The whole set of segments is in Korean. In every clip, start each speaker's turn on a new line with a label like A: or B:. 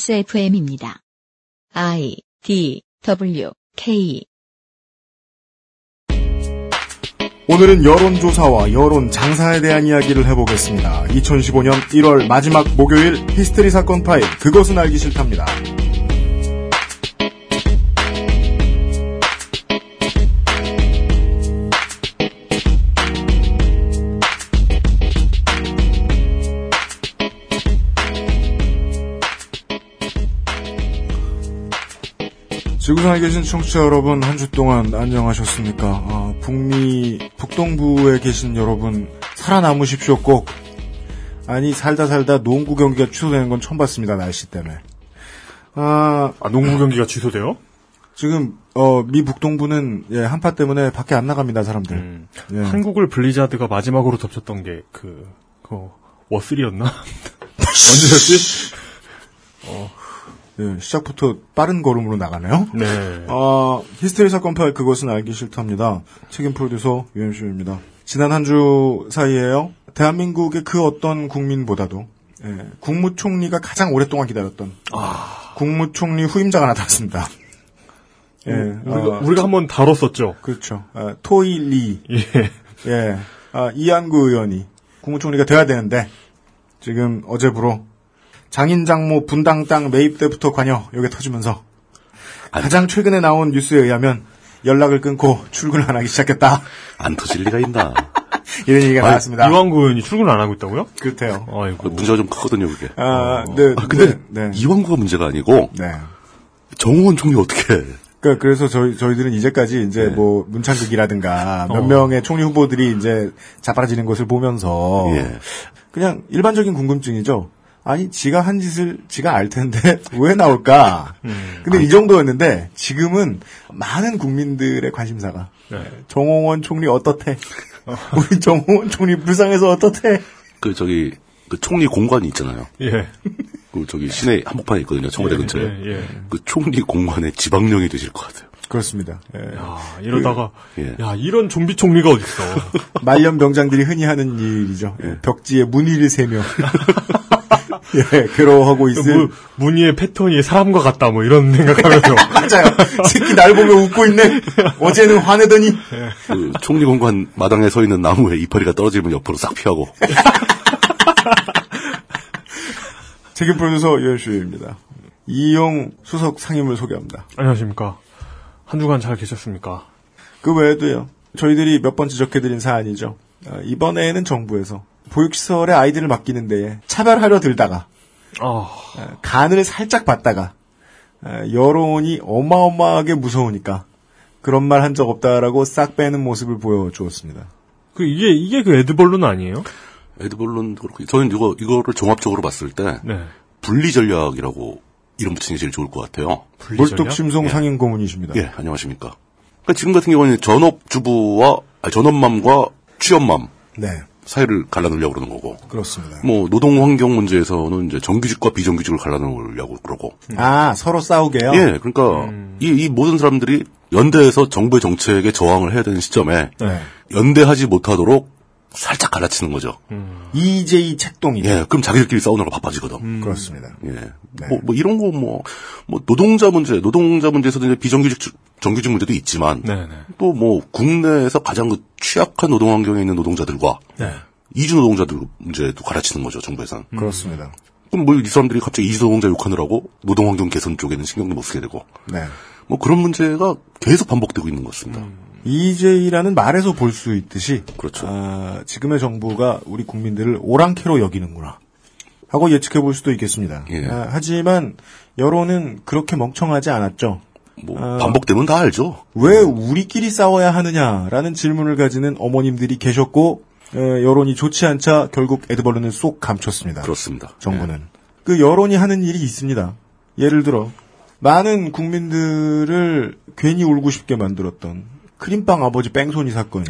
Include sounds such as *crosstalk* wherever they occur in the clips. A: XSFM입니다. I D W K
B: 오늘은 여론조사와 여론 장사에 대한 이야기를 해보겠습니다. 2015년 1월 마지막 목요일 히스테리 사건 파일 그것은 알기 싫답니다. 지구상에 계신 청취자 여러분 한 주 동안 안녕하셨습니까? 아, 북미 북동부에 계신 여러분 살아남으십시오 꼭. 아니 살다 살다 농구 경기가 취소되는 건 처음 봤습니다 날씨 때문에. 아
C: 아, 농구 경기가 취소돼요?
B: 지금 어, 미 북동부는 예, 한파 때문에 밖에 안 나갑니다 사람들. 예.
C: 네. 한국을 블리자드가 마지막으로 덮쳤던 게 그, 그, 워슬이었나?
B: 언제였지? 예, 어, 시작부터 빠른 걸음으로 나가네요.
C: 네.
B: 아, 히스테리 사건 파일 그것은 알기 싫답니다. 책임 프로듀서 유현수입니다. 지난 한 주 사이에요. 대한민국의 그 어떤 국민보다도 예, 국무총리가 가장 오랫동안 기다렸던
C: 아.
B: 국무총리 후임자가 나타났습니다. 예,
C: 우리가,
B: 아,
C: 우리가 한번 다뤘었죠.
B: 그렇죠. 아, 토일리
C: 예.
B: 예, 아, 이한구 의원이 국무총리가 돼야 되는데 지금 어제부로 장인 장모 분당 땅 매입 때부터 관여 여기 터지면서 가장 최근에 나온 뉴스에 의하면 연락을 끊고 출근을 안 하기 시작했다
D: 안 터질 리가 있나.
B: 이런 얘기가 나왔습니다.
C: 이왕구 의원이 출근을 안 하고 있다고요?
B: 그렇대요.
D: 그
C: 아이고.
D: 문제가 좀 크거든요, 그게.
B: 아, 네,
D: 아, 근데
B: 네, 네.
D: 이왕구가 문제가 아니고
B: 네.
D: 정호원 총리 어떻게 해.
B: 그러니까 그래서 저희 저희들은 이제까지
D: 네.
B: 이제 뭐
D: 어.
B: 문창극이라든가 몇 명의 총리 후보들이 이제 자빠지는 것을 보면서
D: 예.
B: 그냥 일반적인 궁금증이죠. 아니, 지가 한 짓을 지가 알 텐데 *laughs* 왜 나올까? 근데 이 정도였는데 지금은 많은 국민들의 관심사가
C: 네.
B: 정홍원 총리 *laughs* 어떻대? 우리 정홍원 총리 불쌍해서 어떻대?
D: 그 저기 그 총리 공관이 있잖아요.
C: 예.
D: 그 저기 시내 한복판에 있거든요, 청와대 근처에.
C: 예, 예.
D: 그 총리 공관의 지방령이 되실 것 같아요.
B: 그렇습니다. 예.
C: 야, 아, 이러다가,
D: 예.
C: 야, 이런 좀비 총리가 어딨어.
B: 말년 병장들이 흔히 하는 일이죠. 예, 벽지에 무늬를 *laughs* 세며 예, 괴로워하고 있을
C: 뭐, 문희의 패턴이 사람과 같다, 뭐, 이런 생각하면서. *laughs*
B: 맞아요. 새끼 날 보면 웃고 있네. 어제는 화내더니
D: 그 총리 공관 마당에 서 있는 나무에 이파리가 떨어지면 옆으로 싹 피하고.
B: 책임 프로듀서 유현수입니다. 이용 수석 상임을 소개합니다.
C: 안녕하십니까. 한 주간 잘 계셨습니까?
B: 그 외에도요. 저희들이 몇 번 지적해드린 사안이죠. 어, 이번에는 정부에서 보육시설에 아이들을 맡기는 데에 차별하려 들다가
C: 아,
B: 어, 간을 살짝 봤다가 어, 여론이 어마어마하게 무서우니까 그런 말 한 적 없다라고 싹 빼는 모습을 보여주었습니다.
C: 그, 이게, 이게 그 에드벌룬 아니에요?
D: 에드벌론도 그렇고 저는 이거 이거를 종합적으로 봤을 때
C: 네.
D: 분리 전략이라고 이름 붙이는 게 제일 좋을 것 같아요.
C: 분리전략?
B: 물뚝심송 상임 고문이십니다.
D: 예, 안녕하십니까. 그러니까 지금 같은 경우는 전업 주부와 아, 전업맘과 취업맘
B: 네,
D: 사이를 갈라놓으려고 그러는 거고.
B: 그렇습니다.
D: 뭐 노동 환경 문제에서는 이제 정규직과 비정규직을 갈라놓으려고 그러고
B: 아 서로 싸우게요.
D: 예 그러니까 이, 이 모든 사람들이 연대해서 정부의 정책에 저항을 해야 되는 시점에
B: 네.
D: 연대하지 못하도록 살짝 갈라치는 거죠
B: EJ 책동이죠.
D: 예 그럼 자기들끼리 싸우느라 바빠지거든
B: 음. 그렇습니다.
D: 예 뭐 뭐 이런 거 뭐 뭐 노동자 문제 노동자 문제에서도 이제 비정규직 주- 정규직 문제도 있지만
C: 네네.
D: 또 뭐 국내에서 가장 그 취약한 노동 환경에 있는 노동자들과
C: 네.
D: 이주 노동자들 문제도 갈아치는 거죠 정부에선
B: 그렇습니다.
D: 그럼 뭐 이 사람들이 갑자기 이주노동자 욕하느라고 노동환경 개선 쪽에는 신경도 못 쓰게 되고
B: 네.
D: 뭐 그런 문제가 계속 반복되고 있는 것 같습니다.
B: 음. EJ라는 E 말에서 볼 수 있듯이
D: 그렇죠.
B: 아, 지금의 정부가 우리 국민들을 오랑캐로 여기는구나 하고 예측해 볼 수도 있겠습니다.
D: 예.
B: 아, 하지만 여론은 그렇게 멍청하지 않았죠.
D: 뭐
B: 아.
D: 반복되면 다 알죠.
B: 왜 우리끼리 싸워야 하느냐라는 질문을 가지는 어머님들이 계셨고 에, 여론이 좋지 않자 결국 에드버른은 쏙 감췄습니다.
D: 그렇습니다.
B: 정부는 그 여론이 하는 일이 있습니다. 예를 들어 많은 국민들을 괜히 울고 싶게 만들었던 크림빵 아버지 뺑소니 사건이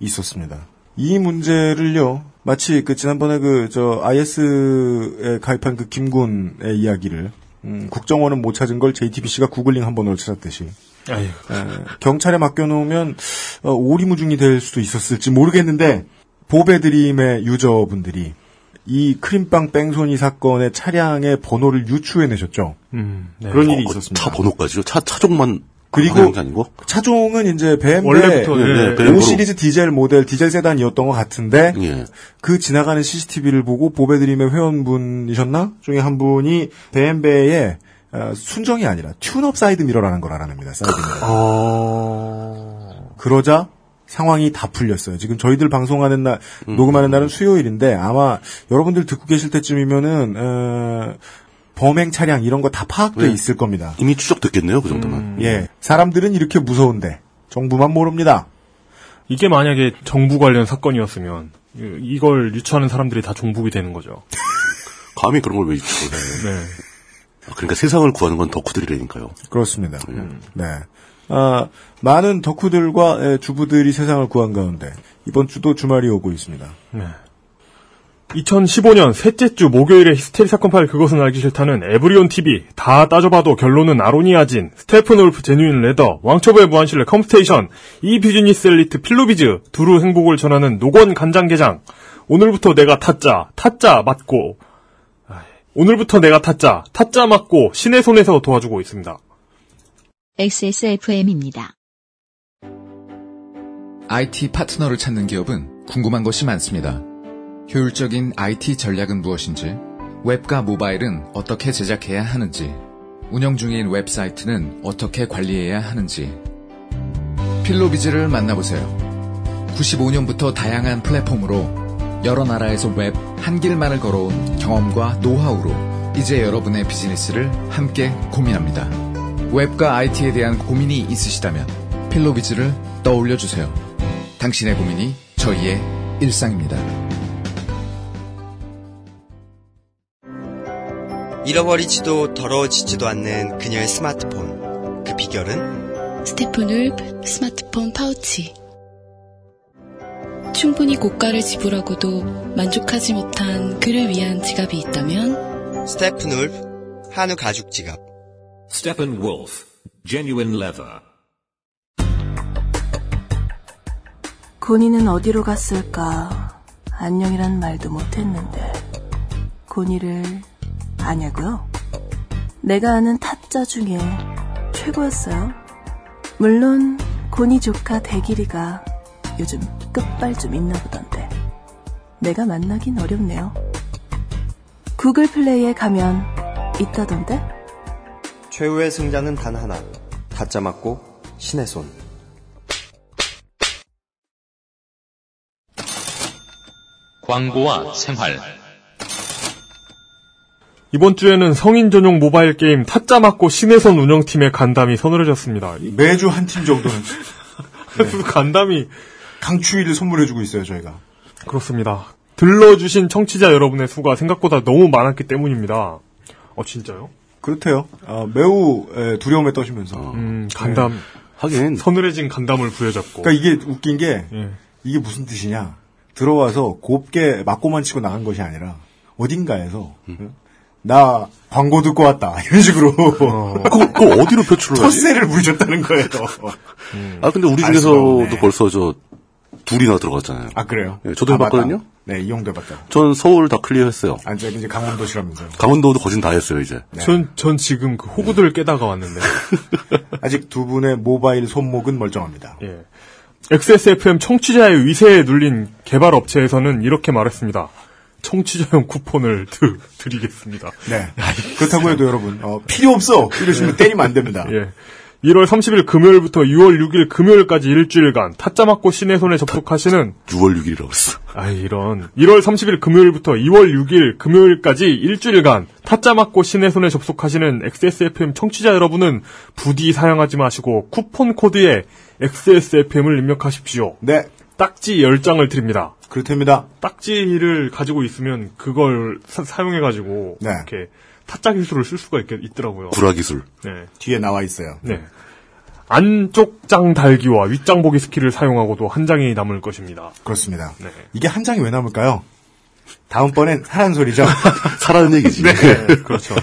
B: 있었습니다. 이 문제를요 마치 그 지난번에 그 저 IS에 가입한 그 김군의 이야기를 음, 국정원은 못 찾은 걸 JTBC가 구글링 한 번으로 찾았듯이
C: 아유,
B: 네. 예. 경찰에 맡겨놓으면 어, 오리무중이 될 수도 있었을지 모르겠는데 보배드림의 유저분들이 이 크림빵 뺑소니 사건의 차량의 번호를 유추해내셨죠.
C: 음, 네.
B: 그런
D: 어,
B: 일이
D: 어,
B: 있었습니다.
D: 차 번호까지요? 차 차종만
B: 그리고-
D: 그리고 아니고?
B: 차종은 이제 뱀의
C: 원래부터 예,
D: 네, 뱀.
B: 5 시리즈 디젤 모델 디젤 세단이었던 것 같은데
D: 예.
B: 그 지나가는 CCTV를 보고 보배드림의 회원분이셨나 중에 한 분이 베엠베의 어, 순정이 아니라 튠업 사이드 미러라는 걸 알아냅니다. 사이드 미러.
C: 어...
B: 그러자 상황이 다 풀렸어요. 지금 저희들 방송하는 날, 녹음하는 날은 수요일인데 아마 여러분들 듣고 계실 때쯤이면은 어, 범행 차량 이런 거 다 파악돼
D: 네.
B: 있을 겁니다.
D: 이미 추적됐겠네요 그 정도면.
B: 예, 사람들은 이렇게 무서운데 정부만 모릅니다.
C: 이게 만약에 정부 관련 사건이었으면 이- 이걸 유추하는 사람들이 다 종북이 되는 거죠.
D: 감히 그런 걸 왜 유출을 해?
C: 네.
D: 아, 그러니까 세상을 구하는 건 덕후들이라니까요.
B: 그렇습니다. 네. 아, 많은 덕후들과 예, 주부들이 세상을 구한 가운데 이번 주도 주말이 오고 있습니다.
C: 2015년 셋째 주 목요일에 히스테리 사건 파일 그것은 알기 싫다는 에브리온 TV 다 따져봐도 결론은 아로니아진 스테픈 올프 제뉴인 레더 왕초보의 무한실내 컴스테이션 이 비즈니스 엘리트 필로비즈 두루 행복을 전하는 노건 간장게장 오늘부터 내가 타짜 타짜 맞고 아이, 오늘부터 내가 타짜 타짜 맞고 신의 손에서 도와주고 있습니다.
A: XSFM입니다.
E: IT 파트너를 찾는 기업은 궁금한 것이 많습니다. 효율적인 IT 전략은 무엇인지, 웹과 모바일은 어떻게 제작해야 하는지, 운영 중인 웹사이트는 어떻게 관리해야 하는지. 필로비즈를 만나보세요. 95년부터 다양한 플랫폼으로 여러 나라에서 웹, 한 길만을 걸어온 경험과 노하우로 이제 여러분의 비즈니스를 함께 고민합니다. 웹과 IT에 대한 고민이 있으시다면 필로비즈를 떠올려 주세요. 당신의 고민이 저희의 일상입니다.
F: 잃어버리지도 더러워지지도 않는 그녀의 스마트폰. 그 비결은
G: 스테픈 울프 스마트폰 파우치. 충분히 고가를 지불하고도 만족하지 못한 그를 위한 지갑이 있다면
F: 스테픈 울프 한우 가죽 지갑.
H: Steppenwolf. Genuine leather.
I: 고니는 어디로 갔을까? 안녕이란 말도 못했는데. 고니를 아냐고요? 내가 아는 타짜 중에 최고였어요. 물론 고니 조카 대길이가 요즘 끝발 좀 있나 보던데. 내가 만나긴 어렵네요. 구글 플레이에 가면 있다던데?
F: 최후의 승자는 단 하나. 타짜 맞고 신의 손.
H: 광고와 생활.
C: 이번 주에는 성인 전용 모바일 게임 타짜 맞고 신의 손 운영팀의 간담이 서늘해졌습니다. 이-
B: 매주 한 팀 정도는
C: 그 *laughs* 간담이
B: 강추위를 선물해주고 있어요 저희가.
C: 그렇습니다. 들러주신 청취자 여러분의 수가 생각보다 너무 많았기 때문입니다. 어, 진짜요?
B: 그렇대요. 아, 매우 예, 두려움에 떠시면서.
C: 음, 간담,
D: 하긴
C: 서늘해진 간담을
B: 네.
C: 부여잡고.
B: 그러니까 이게 웃긴 게
C: 예.
B: 이게 무슨 뜻이냐? 들어와서 곱게 맞고만 치고 나간 것이 아니라 어딘가에서
D: 음.
B: 나 광고 듣고 왔다 *laughs* 이런 식으로
D: 그거, 그거 어디로 표출을 하지?
B: 터세를 부리셨다는 거예요.
D: 아 근데 우리
B: 안쓰러우네.
D: 중에서도 벌써 저 둘이나 들어갔잖아요.
B: 아 그래요?
D: 예, 저도
B: 아,
D: 해봤거든요.
B: 맞다. 네 이용도 해봤다.
D: 전 서울 다 클리어했어요.
B: 아 제가 이제 강원도 시라면서요.
D: 강원도도 거진 다 했어요 이제.
B: 네.
C: 전, 전 지금 그 호구들을
B: *laughs*
C: 깨다가 왔는데.
B: 아직 두 분의 모바일 손목은 멀쩡합니다.
C: 예. XSFM 청취자의 위세에 눌린 개발 업체에서는 이렇게 말했습니다. 청취자용 쿠폰을 드, 드리겠습니다. *laughs*
B: 네
C: 아,
B: 그렇다고 해도 여러분 어, 필요 없어 이러시면 때리면 안 됩니다.
C: *laughs* 예. 1월 30일 금요일부터 6월 6일 금요일까지 일주일간 타짜 맞고 신의 손에 접속하시는
D: 6월 6일이라고 했어. *laughs*
C: 아 이런 1월 30일 금요일부터 2월 6일 금요일까지 일주일간 타짜 맞고 신의 손에 접속하시는 XSFM 청취자 여러분은 부디 사용하지 마시고 쿠폰 코드에 XSFM을 입력하십시오.
B: 네
C: 딱지 10장을 드립니다.
B: 그렇답니다.
C: 딱지를 가지고 있으면 그걸 사, 용해가지고
B: 네.
C: 이렇게 타짜 기술을 쓸 수가 있, 있더라고요.
D: 구라 기술.
C: 네.
B: 뒤에 나와 있어요.
C: 네. 안쪽 장 달기와 윗장 보기 스킬을 사용하고도 한 장이 남을
B: *laughs*
C: 것입니다.
B: 그렇습니다.
C: 네.
B: 이게 한 장이 왜 남을까요? 다음번엔 사란 소리죠. *laughs*
D: 사라는 얘기지.
B: 네.
C: 그렇죠.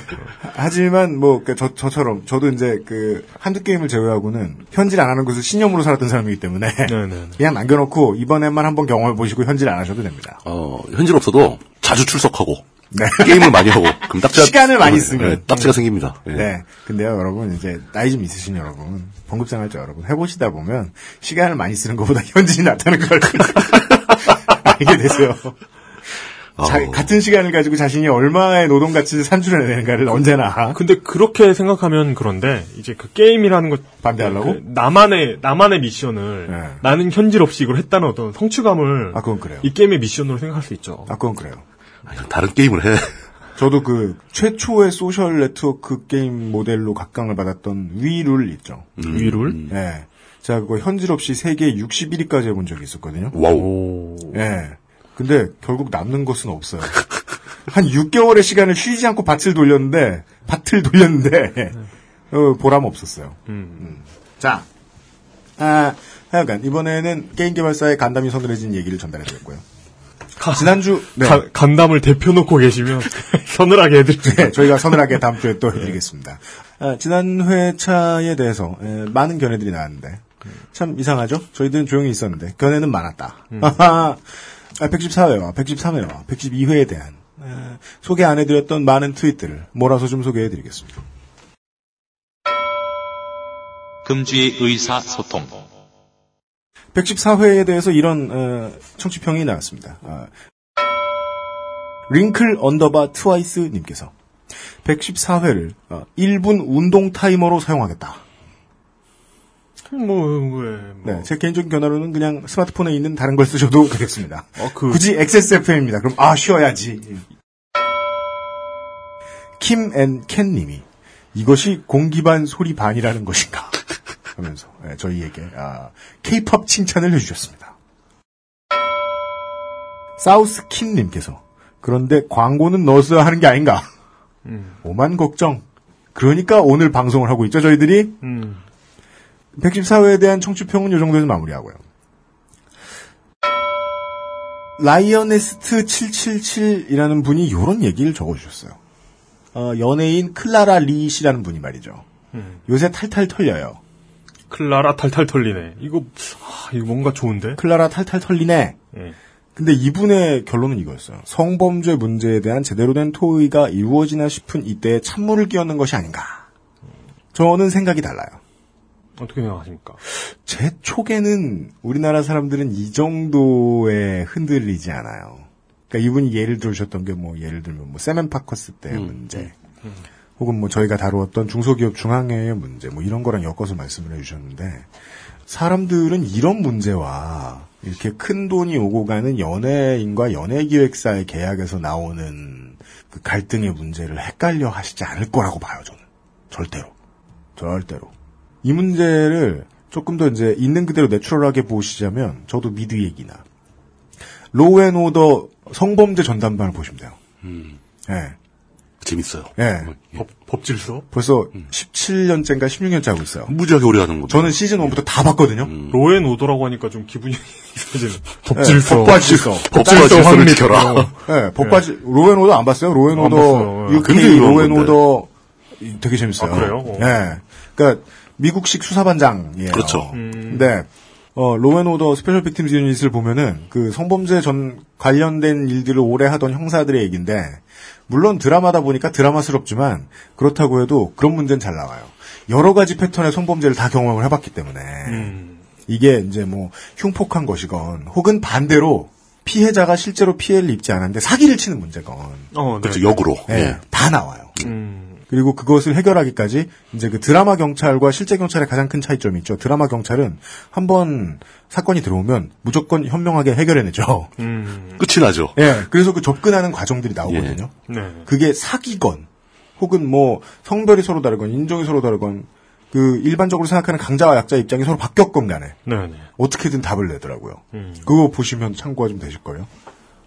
B: 하지만 뭐 그 저, 저처럼 저도 이제 그 한두 게임을 제외하고는 현질 안 하는 것을 신념으로 살았던 사람이기 때문에
C: 네네.
B: *laughs* 그냥 남겨놓고 이번에만 한번 경험해 보시고 현질 안 하셔도 됩니다.
D: 어 현질 없어도 자주 출석하고
B: 네.
D: 게임을 많이 하고 그럼
B: *laughs*
D: 딱지가
B: 시간을 많이 쓰면.
D: 네, 딱지가 생깁니다. 예.
B: 네. 근데요, 여러분, 이제, 나이 좀 있으신 여러분, 봉급생활자 여러분, 해보시다 보면, 시간을 많이 쓰는 것보다 *laughs* 현진이 낫다는 걸 알게 되세요. 자-
D: 아우.
B: 같은 시간을 가지고 자신이 얼마의 노동 가치를 산출해내는가를 언제나
C: 근데 그렇게 생각하면 그런데 이제 그 게임이라는 것
B: 반대하려고?
C: 그 나만의 나만의 미션을
B: 네.
C: 나는 현질 없이 이걸 했다는 어떤 성취감을
B: 아, 그건 그래요.
C: 이 게임의 미션으로 생각할 수 있죠.
B: 아, 그건 그래요.
D: 아, 그냥 다른 게임을 해. *laughs*
B: 저도 그 최초의 소셜 네트워크 게임 모델로 각광을 받았던 위룰 있죠.
C: 위룰.
B: 예. 제가 그거 현질 없이 세계 61위까지 해본 적이 있었거든요.
D: 와우.
B: 예. 근데 결국 남는 것은 없어요. 한 6개월의 시간을 쉬지 않고 밭을 돌렸는데, 밭을 돌렸는데, 어, 보람 없었어요. 음. 자. 아, 하여간, 이번에는 게임 개발사의 간담이 서늘해진 얘기를 전달해드렸고요. 지난주, 네.
C: 가- 간담을
B: *laughs*
C: 대표놓고 계시면 서늘하게 해드릴게요.
B: 네, 저희가 서늘하게 다음 주에 또 해드리겠습니다. 아, 지난 회차에 대해서 에, 많은 견해들이 나왔는데 참 이상하죠? 저희들은 조용히 있었는데 견해는 많았다. *laughs* 아, 114회와 113회와 112회에 대한 에, 소개 안 해드렸던 많은 트윗들을 몰아서 좀 소개해드리겠습니다.
H: 금주의 의사소통.
B: 114회에 대해서 이런 어, 청취평이 나왔습니다. 아, 링클 언더바 트와이스 님께서 114회를 어, 1분 운동 타이머로 사용하겠다.
C: 뭐, 뭐, 예, 뭐.
B: 네, 제 개인적인 견해로는 그냥 스마트폰에 있는 다른 걸 쓰셔도 *laughs* 되겠습니다.
C: 어, 그-
B: 굳이 XSFM입니다. 그럼 아 쉬어야지. 킴앤켄님이 이것이 공기반 소리 반이라는
C: *laughs*
B: 것인가 하면서 네, 저희에게 아, K-팝 칭찬을 해주셨습니다. 사우스 킴님께서 그런데 광고는 넣었어야 하는 게 아닌가
C: 음.
B: 오만 걱정. 그러니까 오늘 방송을 하고 있죠 저희들이.
C: 음.
B: 114회에 대한 청취평은 이 정도에서 마무리하고요. 라이언에스트 777이라는 분이 이런 얘기를 적어주셨어요. 어, 연예인 클라라 리 씨라는 분이 말이죠. 요새 탈탈 털려요.
C: 음. 클라라 탈탈 털리네. 이거, 아, 이거 뭔가 좋은데?
B: 클라라 탈탈 털리네.
C: 예.
B: 근데 이분의 결론은 이거였어요. 성범죄 문제에 대한 제대로 된 토의가 이루어지나 싶은 이때에 찬물을 끼얹는 것이 아닌가. 저는 생각이 달라요.
C: 어떻게 생각하십니까?
B: 제 촉에는 우리나라 사람들은 이 정도에 흔들리지 않아요. 그러니까 이분이 예를 들으셨던 게 뭐 예를 들면 뭐 세멘 파커스 때의 문제, 혹은 뭐 저희가 다루었던 중소기업 중앙회의 문제, 뭐 이런 거랑 엮어서 말씀을 해주셨는데 사람들은 이런 문제와 이렇게 큰 돈이 오고 가는 연예인과 연예기획사의 계약에서 나오는 그 갈등의 문제를 헷갈려 하시지 않을 거라고 봐요, 저는. 절대로. 절대로. 이 문제를 조금 더 이제 있는 그대로 내추럴하게 보시자면 저도 미드 얘기나 로우앤오더 성범죄 전담반을 보시면 돼요.
C: 음.
B: 예.
D: 재밌어요.
B: 예.
C: 법, 법질 수업?
B: 벌써 17년째인가 16년째 하고 있어요.
D: 무지하게 오래 하는 거.
B: 저는 시즌 1부터 다 봤거든요.
C: 로엔 오더라고 하니까 좀 기분이 *laughs* 있어지는.
B: 네,
C: 법질 수업.
B: 법과 질서.
D: 법과 질서를 지켜라. *laughs*
B: 예, 법과지, 로앤오더 안 봤어요?
C: 봤어요,
B: 로앤오더,
C: 예.
B: UK
D: 굉장히 유명한
B: 로앤오더 되게 재밌어요.
C: 아, 그래요? 어.
B: 예. 그니까, 미국식 수사반장이에요.
D: 그렇죠.
B: 네. 어, 로앤오더 스페셜 빅팀즈 유닛을 보면은, 그 성범죄 전 관련된 일들을 오래 하던 형사들의 얘기인데, 물론 드라마다 보니까 드라마스럽지만, 그렇다고 해도 그런 문제는 잘 나와요. 여러 가지 패턴의 성범죄를 다 경험을 해봤기 때문에, 이게 이제 뭐 흉폭한 것이건 혹은 반대로 피해자가 실제로 피해를 입지 않았는데 사기를 치는 문제건
C: 어, 네.
D: 그렇죠. 역으로.
B: 예,
D: 예.
B: 다 나와요.
C: 음,
B: 그리고 그것을 해결하기까지 이제 그 드라마 경찰과 실제 경찰의 가장 큰 차이점이 있죠. 드라마 경찰은 한번 사건이 들어오면 무조건 현명하게 해결해내죠.
C: 음,
D: 끝이 나죠.
B: 예, 그래서 그 접근하는 과정들이 나오거든요.
C: 네.
B: 그게 사기건 혹은 뭐 성별이 서로 다르건 인종이 서로 다르건 그 일반적으로 생각하는 강자와 약자 의 입장이 서로 바뀌었건 간에
C: 네네.
B: 어떻게든 답을 내더라고요. 그거 보시면 참고가 좀 되실 거예요.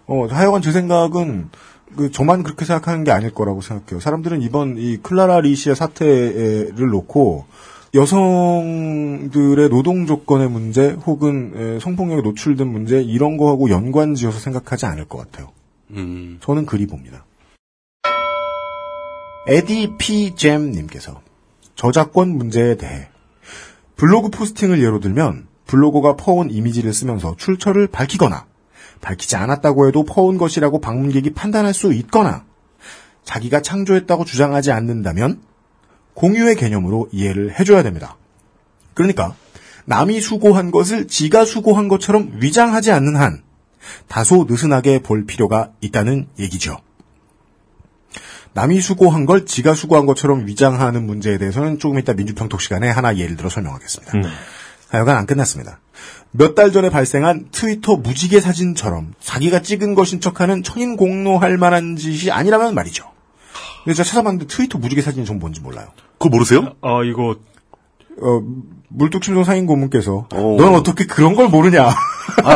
B: 어, 하여간 제 생각은 그 저만 그렇게 생각하는 게 아닐 거라고 생각해요. 사람들은 이번 이 클라라 리 씨의 사태를 놓고 여성들의 노동 조건의 문제 혹은 에, 성폭력에 노출된 문제 이런 거하고 연관지어서 생각하지 않을 것 같아요.
D: 음.
B: 저는 그리 봅니다. 에디 P. 잼님께서 저작권 문제에 대해 블로그 포스팅을 예로 들면 블로거가 퍼온 이미지를 쓰면서 출처를 밝히거나 밝히지 않았다고 해도 퍼온 것이라고 방문객이 판단할 수 있거나 자기가 창조했다고 주장하지 않는다면 공유의 개념으로 이해를 해줘야 됩니다. 그러니까 남이 수고한 것을 지가 수고한 것처럼 위장하지 않는 한 다소 느슨하게 볼 필요가 있다는 얘기죠. 남이 수고한 걸 지가 수고한 것처럼 위장하는 문제에 대해서는 조금 이따 민주평통 시간에 하나 예를 들어 설명하겠습니다.
C: 음.
B: 하여간 안 끝났습니다. 몇 달 전에 발생한 트위터 무지개 사진처럼 자기가 찍은 것인 척하는 천인 공노할 만한 짓이 아니라면 말이죠. 근데 제가 찾아봤는데 트위터 무지개 사진이 전 뭔지 몰라요.
D: 그거 모르세요?
C: 아, 이거
B: 어, 물뚝심송 상인 고문께서
D: 오.
B: 넌 어떻게 그런 걸 모르냐?
D: 아,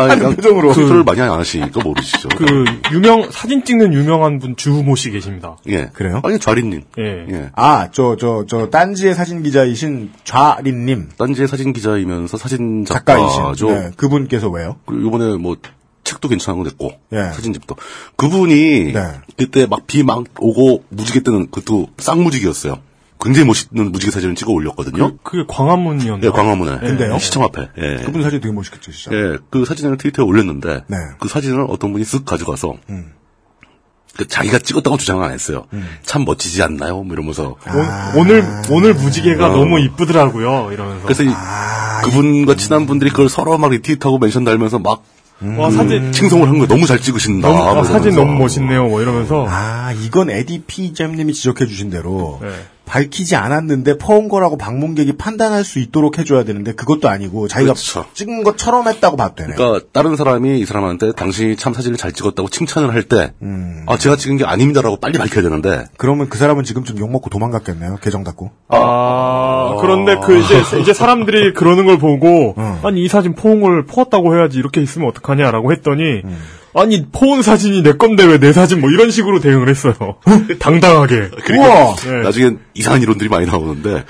D: 그러니까
B: 표정으로.
D: 트위터를 많이 안 하시니까 모르시죠.
C: 그 유명 사진 찍는 유명한 분 주모 씨 계십니다.
D: 예.
B: 그래요?
D: 아니, 좌리님.
C: 예.
D: 예.
B: *laughs* 아, 저, 저, 저, 딴지의 사진 기자이신 좌린님
D: 딴지의 사진 기자이면서 사진 작가죠.
B: 작가이신 네, 그분께서 왜요?
D: 그리고 이번에 뭐 책도 괜찮은 거 냈고
B: 예.
D: 사진집도 그분이
B: 네.
D: 그때 막 비 막 오고 무지개 뜨는 그것도 쌍무지개였어요. 굉장히 멋있는 무지개 사진을 찍어 올렸거든요.
C: 그게 광화문이었나?
D: 예,
B: 네.
D: 광화문에
B: 근데요?
D: 시청 앞에 예.
B: 그분 사진 되게 멋있겠죠, 진짜.
D: 예, 그 사진을 트위터에 올렸는데
B: 네. 음.
D: 그 사진을 어떤 분이 쓱 가져가서 그 자기가 찍었다고 주장은 안 했어요. 참 멋지지 않나요? 뭐 이러면서
B: 아,
C: 오, 오늘 오늘
D: 아.
C: 무지개가 너무 이쁘더라고요. 이러면서.
D: 그래서 이-
B: 아, 예.
D: 그분과 친한 분들이 그걸 서로 막 리트윗하고 멘션 달면서 막
C: 와
B: 음.
C: 사진
D: 칭송을 한 거예요. 너무 잘 찍으신다.
C: 너무
D: 막
C: 아, 사진
D: 이러면서.
C: 너무 멋있네요. 뭐 이러면서
B: 아, 이건 에디피 잼님이 지적해 주신 대로
C: 네.
B: 밝히지 않았는데 퍼온 거라고 방문객이 판단할 수 있도록 해줘야 되는데 그것도 아니고 자기가
D: 그렇죠.
B: 찍은 것처럼 했다고 봐도 되네요.
D: 그러니까 다른 사람이 이 사람한테 당신이 참 사진을 잘 찍었다고 칭찬을 할 때,
B: 음.
D: 아 제가 찍은 게 아닙니다라고 빨리 밝혀야 되는데,
B: 그러면그 사람은 지금쯤 욕먹고 도망갔겠네요, 계정 닫고.
C: 아, 그런데 그 이제 이제 사람들이 그러는 걸 보고
B: 음.
C: 아니 이 사진 포옹 을 포었다고 해야지 이렇게 있으면 어떡하냐라고 했더니
B: 음.
C: 아니 포온 사진이 내 건데 왜 내 사진 뭐 이런 식으로 대응을 했어요. 당당하게.
D: *laughs*
B: 우와! 예. 음.
C: 네.
D: 나중엔 이상한 이론들이 많이 나오는데,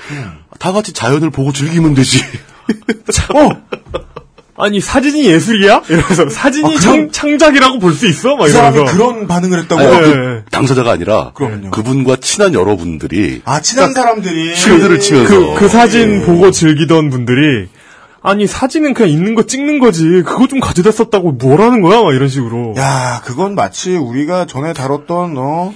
D: 다 같이 자연을 보고 즐기면 되지.
C: 어? 아니 사진이 예술이야? 이러면서 사진이
B: 아, 그럼-
C: 창, 창작이라고 볼 수 있어? 막
B: 그 사람이
C: 이러면서
B: 그런 반응을 했다고.
C: 네.
D: *laughs* 그 당사자가 아니라
B: 예, 그럼요.
D: 분과 친한 여러분들이
B: 아, 친한 사람들이.
D: 실드를 치면서
C: 그, 그
B: 예.
C: 사진 보고 즐기던 분들이 아니 사진은 그냥 있는 거 찍는 거지 그거 좀 가져다 썼다고 뭐라는 거야? 막 이런 식으로.
B: 야, 그건 마치 우리가 전에 다뤘던 어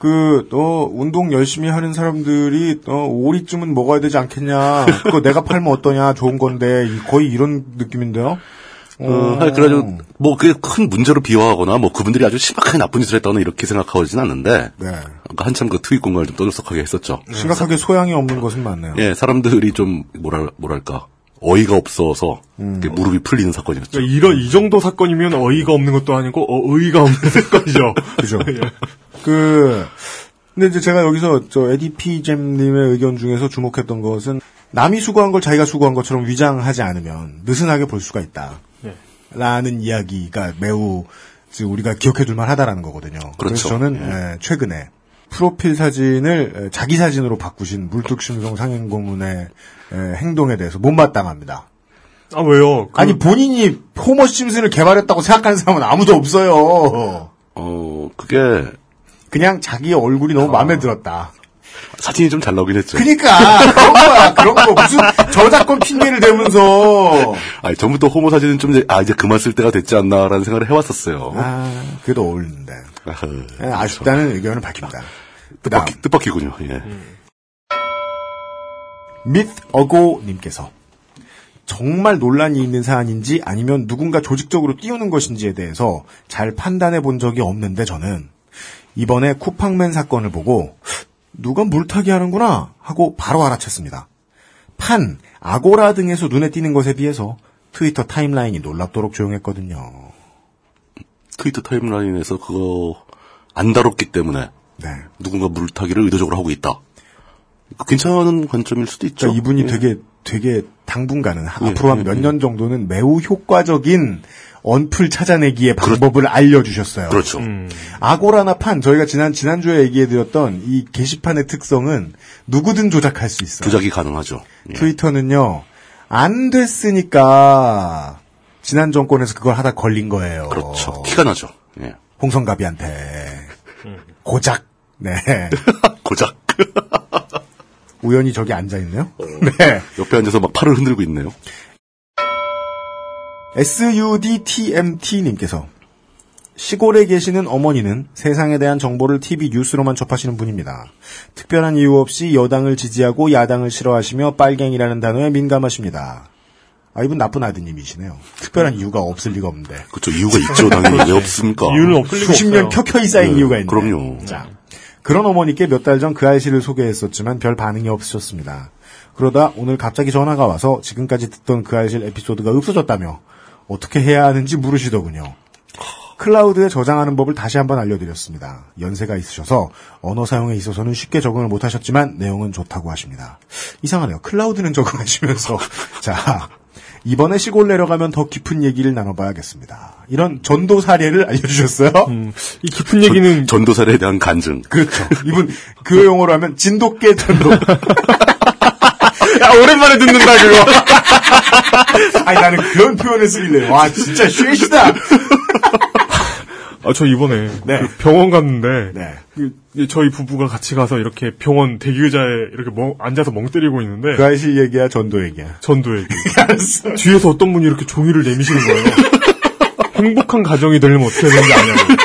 B: 그, 너, 운동 열심히 하는 사람들이, 어, 오리쯤은 먹어야 되지 않겠냐. 그거 내가 팔면 어떠냐. 좋은 건데. 이- 거의 이런 느낌인데요?
D: 어, 그래가지고 뭐 그게 큰 문제로 비화하거나 뭐 그분들이 아주 심각하게 나쁜 짓을 했다거나 이렇게 생각하진 않는데,
B: 네.
D: 아까 한참 그 트윗 공간을 좀 떠들썩하게 했었죠.
B: 심각하게 소양이 없는 것은 맞네요.
D: 예, 사람들이 좀 뭐라 뭐랄까 어이가 없어서
B: 음.
D: 이렇게 무릎이 풀리는
B: 네,
D: 사건이었죠.
C: 그러니까 이런 이 정도 사건이면 어이가 없는 것도 아니고 어, 의가 없는 *laughs* 사건이죠. *laughs* 예.
B: 그죠. 그, 근데 이제 제가 여기서 저 에디피잼님의 의견 중에서 주목했던 것은 남이 수고한 걸 자기가 수고한 것처럼 위장하지 않으면 느슨하게 볼 수가 있다.
C: 네.
B: 라는 이야기가 매우 지금 우리가 기억해둘 만하다라는 거거든요. 래서
D: 그렇죠.
B: 저는 예, 최근에 프로필 사진을 에, 자기 사진으로 바꾸신 물뚝심송 상인고문의 에, 행동에 대해서 못마땅합니다.
C: 아 왜요? 그-
B: 아니 본인이 호머 심슨을 개발했다고 생각하는 사람은 아무도 없어요.
D: 어 그게
B: 그냥 자기의 얼굴이 너무 마음에 들었다. 그러니까,
D: 사진이 좀 잘 나오긴 했죠.
B: 그니까 그런 거야 그런 거 무슨 저작권 핑계를 대면서
D: 아 전부터 호모 사진은 좀 이제 아 이제 그만 쓸 때가 됐지 않나라는 생각을 해왔었어요.
B: 아 그게 더 어울리는데
D: 아흐,
B: 예, 아쉽다는 의견을 밝힙니다. 그다음
D: 뜻밖이, 뜻밖이군요. 예.
B: 밋어고님께서 정말 논란이 있는 사안인지 아니면 누군가 조직적으로 띄우는 것인지에 대해서 잘 판단해 본 적이 없는데 저는 이번에 쿠팡맨 사건을 보고 누가 물타기 하는구나 하고 바로 알아챘습니다. 판, 아고라 등에서 눈에 띄는 것에 비해서 트위터 타임라인이 놀랍도록 조용했거든요.
D: 트위터 타임라인에서 그거 안 다뤘기 때문에
B: 네.
D: 누군가 물타기를 의도적으로 하고 있다. 그 괜찮은 관점일 수도 있죠.
B: 그러니까 이분이
D: 예.
B: 되게 되게 당분간은
D: 예,
B: 앞으로 한
D: 예,
B: 몇
D: 예.
B: 년 정도는 매우 효과적인 언플 찾아내기의 방법을 알려주셨어요.
D: 그렇죠.
B: 음. 아고라나 판 저희가 지난 지난주에 얘기해드렸던 이 게시판의 특성은 누구든 조작할 수 있어요.
D: 조작이 가능하죠. 예.
B: 그 트위터는요 안 됐으니까 지난 정권에서 그걸 하다 걸린 거예요.
D: 그렇죠. 티가 나죠. 예.
B: 홍성갑이한테
D: 음.
B: 고작 네
D: 고작
B: 우연히 저기 앉아 있네요. 네.
D: 옆에 앉아서 막 팔을 흔들고 있네요.
B: SUDTMT님께서 시골에 계시는 어머니는 세상에 대한 정보를 TV 뉴스로만 접하시는 분입니다. 특별한 이유 없이 여당을 지지하고 야당을 싫어하시며 빨갱이라는 단어에 민감하십니다. 아, 이분 나쁜 아드님이시네요. 특별한 이유가 없을 리가 없는데.
D: 그쵸, 이유가 있죠, 당연히. 왜 없습니까?
B: 어,
C: 이유는 없을 리가
B: 수십 년
C: 없어요.
B: 켜켜이 쌓인
D: 네,
B: 이유가 있네요.
D: 그럼요.
B: 자, 그런 어머니께 몇 달 전 그 아이씨를 소개했었지만 별 반응이 없으셨습니다. 그러다 오늘 갑자기 전화가 와서 지금까지 듣던 그 아이실 에피소드가 없어졌다며 어떻게 해야 하는지 물으시더군요. 클라우드에 저장하는 법을 다시 한번 알려드렸습니다. 연세가 있으셔서 언어 사용에 있어서는 쉽게 적응을 못하셨지만 내용은 좋다고 하십니다. 이상하네요. 클라우드는 *laughs* 적응하시면서 자 이번에 시골 내려가면 더 깊은 얘기를 나눠봐야겠습니다. 이런 전도 사례를 알려주셨어요.
C: 음, 이 깊은 얘기는
D: 전도사에 대한 간증.
B: 그렇죠. 이분 그 용어로 하면 진돗개 전도.
C: *laughs* 야 오랜만에 듣는다 그거.
B: *laughs* 아니 나는 그런 표현을 쓰길래 와 진짜 쉐시다.
C: 아 저 이번에
B: 네.
C: 그 병원 갔는데
B: 네.
C: 그, 이 저희 부부가 같이 가서 이렇게 병원 대기의자에 이렇게 멍- 앉아서 멍 때리고 있는데
B: 그 아이실 얘기야 전도 얘기야. *laughs*
C: 전도 얘기.
B: 네,
C: 뒤에서 어떤 분이 이렇게 종이를 내미시는 거예요. 행복한 가정이 되려면 어떻게 해야 되는지 아냐고.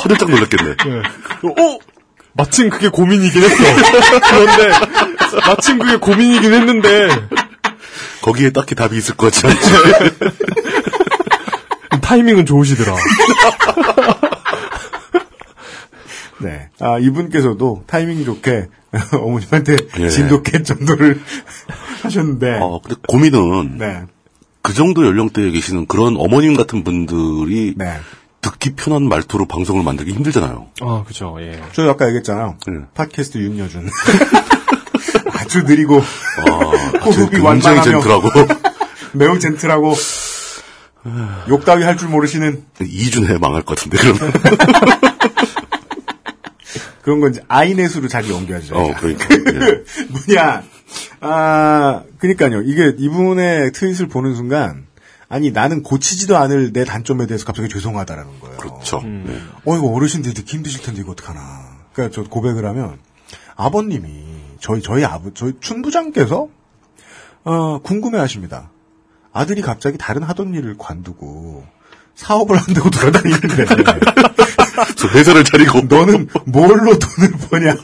D: 화들짝 놀랐겠네.
C: 네. 어? 마침 그게 고민이긴 했어. 그런데 마침 그게 고민이긴 했는데
D: 거기에 딱히 답이 있을 것 같지 않지.
C: 타이밍은 좋으시더라.
B: 네. 아 이분께서도 타이밍 좋게 *laughs* 어머님한테
D: 예.
B: 진돗개 전도를 *laughs* 하셨는데.
D: 어, 근데 고민은
B: 네.
D: 그 정도 연령대에 계시는 그런 어머님 같은 분들이
B: 네.
D: 듣기 편한 말투로 방송을 만들기 힘들잖아요.
C: 아 그죠. 예.
B: 저 아까 얘기했잖아요.
D: 네.
B: 팟캐스트 윤여준. *laughs* 아주 느리고
D: 아, 아주
B: 호흡이
D: 굉장히
B: 완만하며
D: 젠틀하고 *laughs*
B: 매우 젠틀하고 욕 따위 할 줄 모르시는
D: 2주내 망할 것 같은데 그러면.
B: 그런 건 이제 아이넷으로 자기 연결하죠.
D: 어, 그러니까. 예.
B: *laughs* 뭐냐. 아, 그니까요. 이게 이분의 트윗을 보는 순간, 아니, 나는 고치지도 않을 내 단점에 대해서 갑자기 죄송하다라는 거예요.
D: 그렇죠. 예.
B: 어, 이거 어르신들 듣기 힘드실 텐데, 이거 어떡하나. 그니까 저 고백을 하면, 아버님이, 저희, 저희 아버, 저희 춘부장께서, 어, 궁금해 하십니다. 아들이 갑자기 다른 하던 일을 관두고, 사업을 한다고 돌아다니는데, *laughs*
D: 그래서 회사를 차리고
B: 너는 뭘로 돈을 버냐?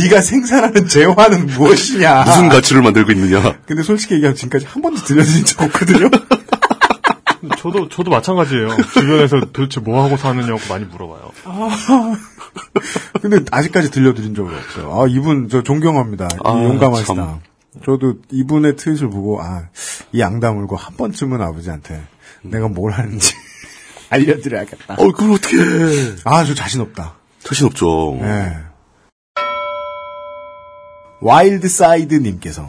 B: 네가 생산하는 재화는 무엇이냐?
D: *laughs* 무슨 가치를 만들고 있느냐.
B: 근데 솔직히 얘기하면 지금까지 한 번도 들려드린 적 없거든요.
C: 저도 저도 마찬가지예요. 주변에서 도대체 뭐 하고 사느냐고 많이 물어봐요.
B: 근데 아직까지 들려드린 적은 없어요. 아 이분 저 존경합니다. 이
D: 아,
B: 용감하시다.
D: 참.
B: 저도 이분의 트윗을 보고 아이 양다물고 한 번쯤은 아버지한테 내가 뭘 하는지 *laughs* 알려드려야겠다.
D: 어, 그걸 어떻게 해.
B: 아 저 자신 없다.
D: 자신 없죠.
B: 예. 와일드 사이드님께서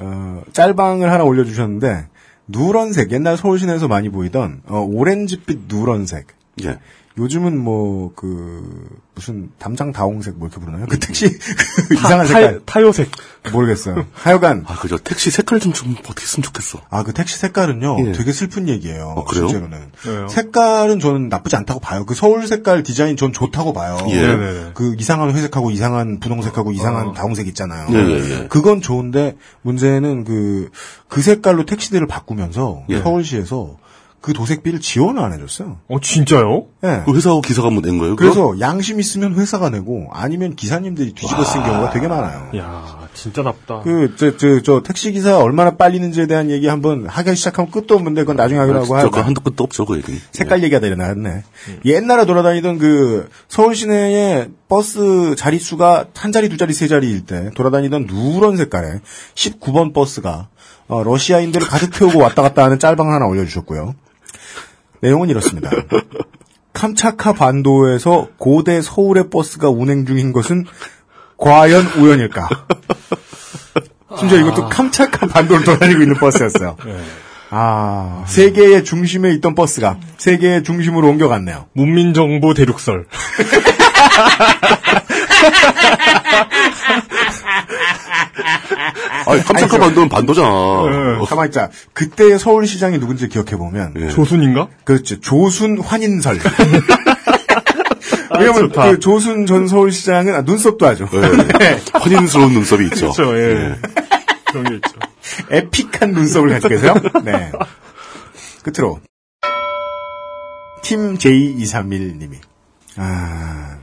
B: 어, 짤방을 하나 올려주셨는데 누런색 옛날 서울 시내에서 많이 보이던 어, 오렌지빛 누런색
D: 예.
B: 요즘은 뭐 그 무슨 담장 다홍색 뭐 이렇게 부르나요?
D: 음.
B: 그 택시 *laughs* 그 이상한 색깔
C: 타, 요색
B: 모르겠어요. 하여간
D: 아, 그죠. 택시 색깔 좀, 좀 어떻게 쓰면 좋겠어.
B: 아 그 택시 색깔은요
D: 예.
B: 되게 슬픈 얘기예요.
D: 어, 그래요?
B: 실제로는
C: 왜요?
B: 색깔은 저는 나쁘지 않다고 봐요. 그 서울 색깔 디자인 전 좋다고 봐요.
D: 예.
C: 네네네.
B: 그 이상한 회색하고 이상한 분홍색하고 이상한 다홍색 있잖아요.
D: 예, 예, 예.
B: 그건 좋은데 문제는 그, 그 색깔로 택시들을 바꾸면서
D: 예.
B: 서울시에서 그 도색비를 지원을 안 해줬어요.
C: 어 진짜요?
B: 예.
D: 그 회사하고 기사가 뭐 낸 거예요? 그럼?
B: 그래서 양심 있으면 회사가 내고 아니면 기사님들이 뒤집어 쓴 경우가 되게 많아요.
D: 예.
C: 야 진짜 나쁘다.
B: 그, 저, 저, 저, 택시기사 얼마나 빨리는지에 대한 얘기 한번 하기 시작하면 끝도 없는데 그건 나중에
D: 아,
B: 하기로
D: 진짜
B: 하고 하고.
D: 그거 한도 끝도 없죠, 그 얘기.
B: 색깔 얘기가 내려놨네. 옛날에 돌아다니던 그 서울 시내에 버스 자릿수가 한 자리, 두 자리, 세 자리일 때 돌아다니던 누런 색깔의 19번 버스가 어, 러시아인들을 가득 태우고 왔다 갔다 하는 짤방 하나 올려주셨고요. 내용은 이렇습니다. 캄차카 반도에서 고대 서울의 버스가 운행 중인 것은 과연 우연일까? 심지어 이것도 캄차카 반도를 돌아다니고 있는 버스였어요. 아, 세계의 중심에 있던 버스가 세계의 중심으로 옮겨갔네요.
C: 문민정부 대륙설.
D: 예. 아니, 깜짝한 반도는 반도잖아. 어,
C: 네.
B: 가만 있자. 그때의 서울시장이 누군지 기억해 보면
D: 예.
C: 조순인가?
B: 그렇지 조순
C: *laughs*
B: 환인설. *laughs* 왜냐면
C: 아, 좋다. 네.
B: 그 조순 전 서울시장은 아, 눈썹도 하죠.
D: 예. 환인스러운 눈썹이 있죠.
C: 그렇죠. 예. 그런 게 있죠.
B: 에픽한 눈썹을 가지고 계세요? 네. 끝으로. 팀 J231님이. 아,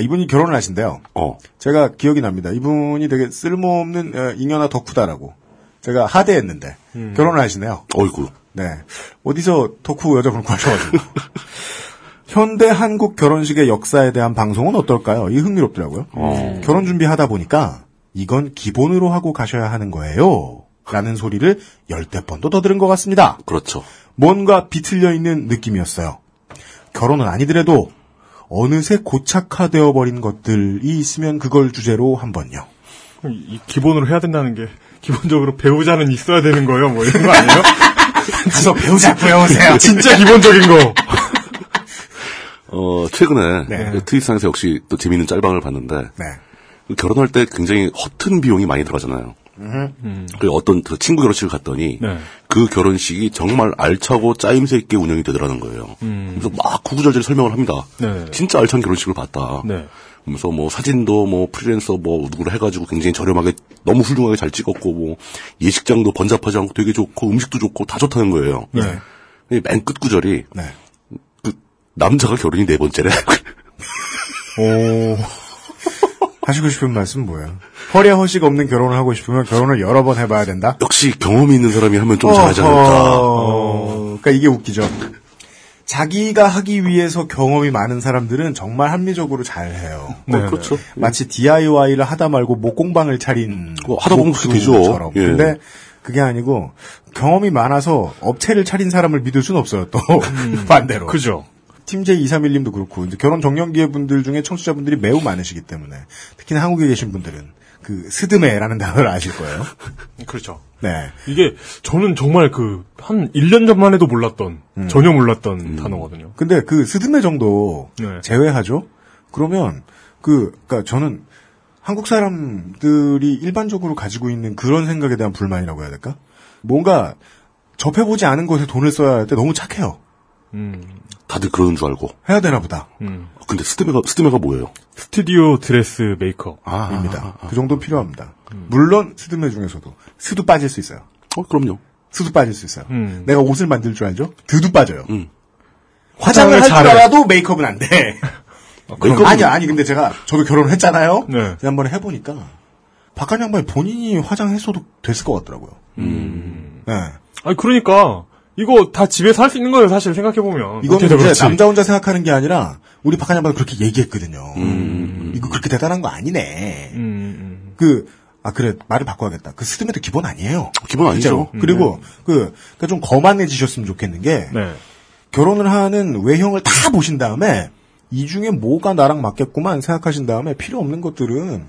B: 이분이 결혼을 하신대요.
D: 어.
B: 제가 기억이 납니다. 이분이 되게 쓸모없는 어, 잉여나 덕후다라고. 제가 하대했는데, 결혼을 하시네요.
D: 어이구.
B: 네. 어디서 덕후 여자분 구하셔가지고. 현대 한국 결혼식의 역사에 대한 방송은 어떨까요? 이 흥미롭더라고요. 결혼 준비하다 보니까 이건 기본으로 하고 가셔야 하는 거예요. 라는 소리를 열댓 번도 더 들은 것 같습니다.
D: 그렇죠.
B: 뭔가 비틀려 있는 느낌이었어요. 결혼은 아니더라도 어느새 고착화되어 버린 것들이 있으면 그걸 주제로 한번요.
C: 이 기본으로 해야 된다는 게 기본적으로 배우자는 있어야 되는 거예요. 뭐 이런 거 *laughs* 아니에요?
B: 가서 배우자 *laughs* 구해오세요.
C: 진짜 기본적인 거.
D: 어, 최근에
B: 네.
D: 그 트윗상에서 역시 또 재미있는 짤방을 봤는데
B: 네.
D: 그 결혼할 때 굉장히 허튼 비용이 많이 들어가잖아요. 그리고 어떤 그 친구 결혼식을 갔더니
C: 네.
D: 그 결혼식이 정말 알차고 짜임새 있게 운영이 되더라는 거예요. 그래서 막 구구절절 설명을 합니다.
C: 네.
D: 진짜 알찬 결혼식을 봤다.
C: 네.
D: 그래서 뭐 사진도 뭐 프리랜서 뭐 누구를 해가지고 굉장히 저렴하게 너무 훌륭하게 잘 찍었고 뭐 예식장도 번잡하지 않고 되게 좋고 음식도 좋고 다 좋다는 거예요. 근데 맨 끝구절이
B: 네.
D: 그 남자가 결혼이 네 번째래. *laughs*
B: 오. 하시고 싶은 말씀 뭐예요? 허리에 허식 없는 결혼을 하고 싶으면 결혼을 여러 번 해봐야 된다?
D: 역시 경험이 있는 사람이 하면 좀 잘하지 않을까.
B: 어허. 그러니까 이게 웃기죠. 자기가 하기 위해서 경험이 많은 사람들은 정말 합리적으로 잘해요.
D: 네, 그렇죠.
B: 마치 DIY를 하다 말고 목공방을 차린
D: 어, 하다 보면 그렇게 되죠.
B: 목수처럼.
D: 예.
B: 근데 그게 아니고 경험이 많아서 업체를 차린 사람을 믿을 순 없어요. 또
D: 음.
B: *laughs* 반대로.
C: 그죠.
B: 팀제 231님도 그렇고 이제 결혼 정년기의 분들 중에 청취자분들이 매우 많으시기 때문에 특히나 한국에 계신 분들은 그 스드메라는 단어를 아실 거예요.
C: 그렇죠.
B: 네.
C: 이게 저는 정말 그 한 1년 전만 해도 몰랐던 전혀 몰랐던 단어거든요.
B: 근데 그 스드메 정도
C: 네.
B: 제외하죠? 그러면 그, 그니까 저는 한국 사람들이 일반적으로 가지고 있는 그런 생각에 대한 불만이라고 해야 될까? 뭔가 접해보지 않은 것에 돈을 써야 할 때 너무 착해요.
C: 음.
D: 다들 그러는 줄 알고.
B: 해야 되나 보다.
C: 음.
D: 근데 스드메가 스드메가 뭐예요?
C: 스튜디오 드레스 메이크업. 아,
B: 입니다. 그 정도 는 필요합니다. 물론 스드메 중에서도 스도 빠질 수 있어요.
D: 어, 그럼요.
B: 스도 빠질 수 있어요.
C: 음.
B: 내가 옷을 만들 줄 알죠? 드도 빠져요.
D: 음.
B: 화장을,
C: 화장을
B: 할 줄
C: 잘해.
B: 알아도 메이크업은
C: *laughs*
B: 안 돼.
D: 메이크업은-
B: 아니 아니 근데 제가 저도 결혼을 했잖아요.
C: 네.
B: 제가 한번 해보니까 박한 양반이 본인이 화장했어도 됐을 것 같더라고요.
C: 음.
B: 네.
C: 아니 그러니까 이거 다 집에서 할 수 있는 거예요. 사실 생각해 보면.
B: 이건 이제 남자 혼자 생각하는 게 아니라 우리 박한 양반은 그렇게 얘기했거든요. 이거 그렇게 대단한 거 아니네.
C: 음,
B: 그, 아, 그래, 말을 바꿔야겠다. 그 스드메도 기본 아니에요.
D: 기본 아니죠.
B: 실제로. 그리고, 그, 그러니까 좀 거만해지셨으면 좋겠는 게,
C: 음. 네.
B: 결혼을 하는 외형을 다 보신 다음에, 이 중에 뭐가 나랑 맞겠구만 생각하신 다음에, 필요 없는 것들은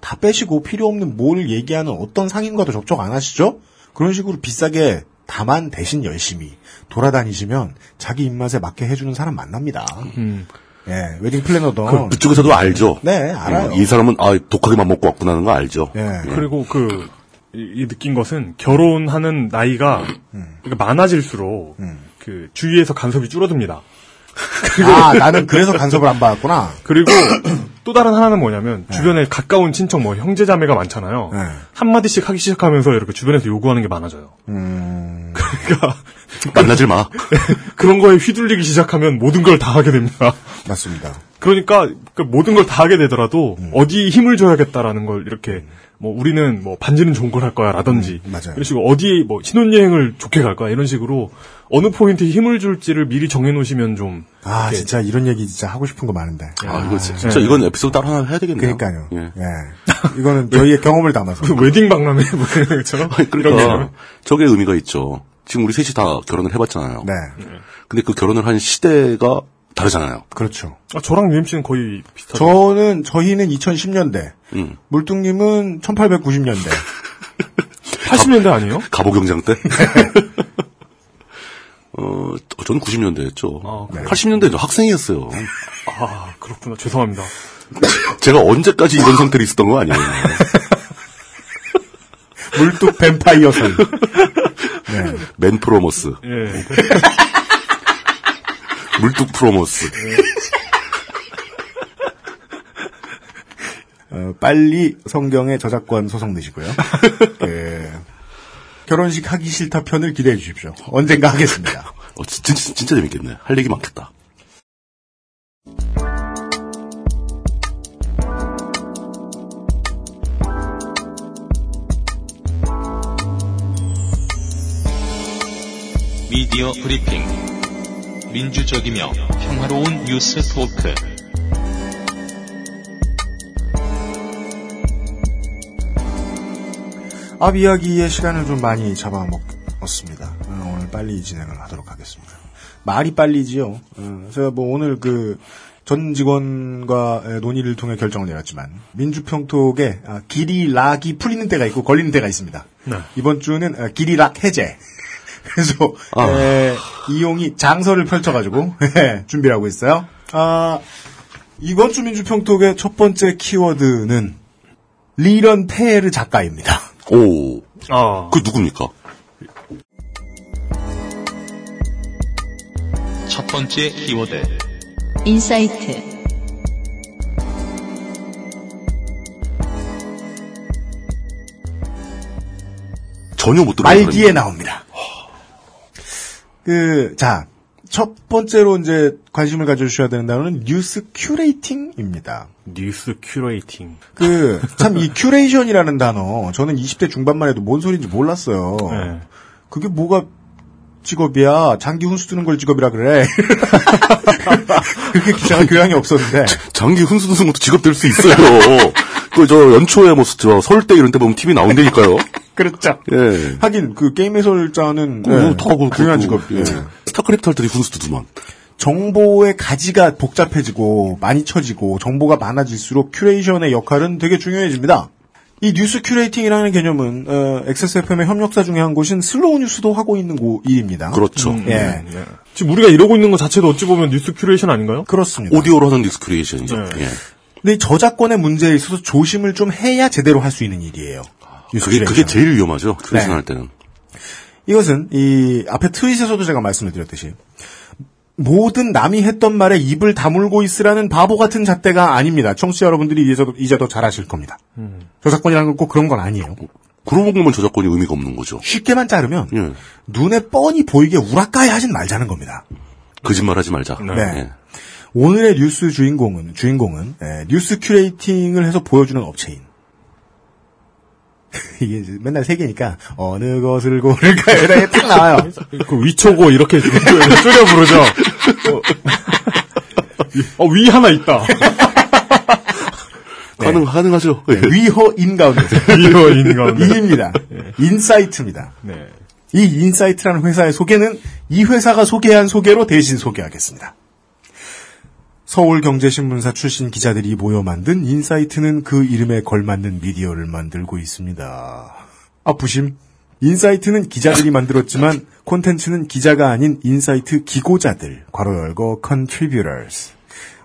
B: 다 빼시고, 필요 없는 뭘 얘기하는 어떤 상인과도 접촉 안 하시죠? 그런 식으로 비싸게, 다만 대신 열심히 돌아다니시면 자기 입맛에 맞게 해주는 사람 만납니다.
C: 음.
B: 예, 웨딩 플래너던.
D: 그, 그쪽에서도 알죠.
B: 네, 알아요.
D: 어, 이 사람은 아 독하게만 먹고 왔구나 하는 거 알죠.
B: 예.
C: 그리고 그, 이, 이 느낀 것은 결혼하는 나이가 그러니까 많아질수록 그 주위에서 간섭이 줄어듭니다.
B: 아, 나는 그래서 간섭을 안 받았구나.
C: 그리고 또 다른 하나는 뭐냐면 주변에 가까운 친척 뭐 형제자매가 많잖아요.
B: 네.
C: 한마디씩 하기 시작하면서 이렇게 주변에서 요구하는 게 많아져요. *laughs* 그러니까
D: 만나질
B: *laughs*
D: 마.
C: 그런 거에 휘둘리기 시작하면 모든 걸 다 하게 됩니다.
B: 맞습니다.
C: 그러니까 그 모든 걸 다 하게 되더라도 어디 힘을 줘야겠다라는 걸 이렇게 뭐 우리는 뭐 반지는 좋은 걸 할 거야라든지
B: 음, 맞아요.
C: 이런 식으로 어디 뭐 신혼여행을 좋게 갈 거야 이런 식으로 어느 포인트에 힘을 줄지를 미리 정해놓으시면 좀 *laughs*
B: 아,
D: 그
B: 진짜 이런 얘기 진짜 하고 싶은 거 많은데.
D: 아 이거 진짜 이건 에피소드 따로 하나 해야 되겠네요.
B: 예. 그러니까요.
D: 예. 그
B: 예. 이거는 저희의 경험을 담아서.
C: 웨딩 박람회 뭐 이런 것처럼
D: 아니,
C: 이런 게
D: 그러니까 저게 의미가 있죠. 지금 우리 셋이 다 결혼을 해봤잖아요.
B: 네.
D: 근데 그 결혼을 한 시대가 다르잖아요.
B: 그렇죠.
C: 아, 저랑 유임 씨는 거의 비슷하죠.
B: 저는, 저희는 2010년대.
D: 음.
B: 물뚱님은 1890년대. *laughs*
C: 80년대 아니에요?
D: 가보 경장 때. 어, 저는 90년대였죠.
C: 아, 그래요?
D: 80년대 저 학생이었어요.
C: 아 그렇구나 죄송합니다.
D: 제가 언제까지 이런 상태로 있었던 거 아니에요.
B: 물뚱 뱀파이어 설. 네.
D: 맨 프로모스,
C: 예.
D: 물뚝 프로모스.
B: 어, 빨리 성경에 저작권 소송 내시고요. 예. 결혼식 하기 싫다 편을 기대해 주십시오. 언젠가 하겠습니다.
D: 어, 진짜, 진짜 재밌겠네. 할 얘기 많겠다.
H: 미디어 브리핑 민주적이며 평화로운 뉴스 토크
B: 앞 이야기의 시간을 좀 많이 잡아먹었습니다. 어, 오늘 빨리 진행을 하도록 하겠습니다. 말이 빨리지요. 어, 제가 뭐 오늘 그 전 직원과 의 논의를 통해 결정을 내렸지만 민주평톡에 아, 길이 락이 풀리는 때가 있고 걸리는 때가 있습니다. 이번 주는 아, 길이 락 해제. *laughs* 그래서
D: 아.
B: 에, 이용이 장서를 펼쳐가지고 예, 준비를 하고 있어요. 아, 이번 주 민주평톡의 첫 번째 키워드는 리런 페에르 작가입니다.
D: 오,
C: 아,
D: 그 누굽니까?
H: 첫 번째 키워드
A: 인사이트,
D: 전혀 못 들어요.
B: 말기에 나옵니다. 그, 자, 첫 번째로 이제 관심을 가져주셔야 되는 단어는 뉴스 큐레이팅입니다.
C: 뉴스 큐레이팅.
B: 그, 참 이 큐레이션이라는 단어, 저는 20대 중반만 해도 뭔 소리인지 몰랐어요.
C: 네.
B: 그게 뭐가 직업이야? 장기 훈수 뜨는 걸 직업이라 그래. *laughs* 그렇게 기사가 교양이 없었는데.
D: 장기 훈수 드는 것도 직업 될
B: *laughs*
D: 수 있어요. 그, 저, 연초에 뭐, 저, 서울대 이런 데 보면 TV 나온다니까요.
B: 그렇죠.
D: 예.
B: 하긴, 그 게임 해설자는.
D: 뭐,
B: 예,
D: 타고,
B: 중요한
D: 그것도,
B: 직업. 예.
D: 스타크래프트 할 때도 훈수 두만.
B: 정보의 가지가 복잡해지고 많이 쳐지고 정보가 많아질수록 큐레이션의 역할은 되게 중요해집니다. 이 뉴스 큐레이팅이라는 개념은 어, XSFM의 협력사 중에 한 곳인 슬로우 뉴스도 하고 있는 곳 일입니다.
D: 그렇죠.
B: 예,
C: 지금 우리가 이러고 있는 것 자체도 어찌 보면 뉴스 큐레이션 아닌가요?
B: 그렇습니다.
D: 오디오로 하는 뉴스 크리에이션이죠.
C: 네.
D: 예.
B: 근데 이 저작권의 문제에 있어서 조심을 좀 해야 제대로 할 수 있는 일이에요. 뉴스
D: 그게, 그게
B: 큐레이션은.
D: 제일 위험하죠. 큐레이션
B: 네.
D: 할 때는.
B: 이것은 이 앞에 트윗에서도 제가 말씀을 드렸듯이 모든 남이 했던 말에 입을 다물고 있으라는 바보 같은 잣대가 아닙니다. 청취자 여러분들이 이제도 이제 더 잘하실 겁니다.
C: 음.
B: 저작권이라는 건 꼭 그런 건 아니에요.
D: 그러고 보면 저작권이 의미가 없는 거죠.
B: 쉽게만 자르면
D: 예.
B: 눈에 뻔히 보이게 우라카이 하진 말자는 겁니다.
D: 거짓말 하지 말자. 예.
B: 네. 오늘의 뉴스 주인공은 주인공은 예, 뉴스 큐레이팅을 해서 보여주는 업체인. *laughs* 이게 이제 맨날 세 개니까 어느 것을 고를까요? 이렇게 딱 나와요.
C: 그 위초고 이렇게 *laughs* 줄여 줄여 부르죠. 어, 어, 위 하나 있다.
D: 가능, 가능하죠.
B: 네.
D: 예.
B: 위허인 가운데.
C: *laughs* 위어인 가운데.
B: 이입니다. 예. 인사이트입니다.
C: 네.
B: 이 인사이트라는 회사의 소개는 이 회사가 소개한 소개로 대신 소개하겠습니다. 서울경제신문사 출신 기자들이 모여 만든 인사이트는 그 이름에 걸맞는 미디어를 만들고 있습니다. 아, 부심. 인사이트는 기자들이 만들었지만 콘텐츠는 기자가 아닌 인사이트 기고자들, 괄호 열고 contributors.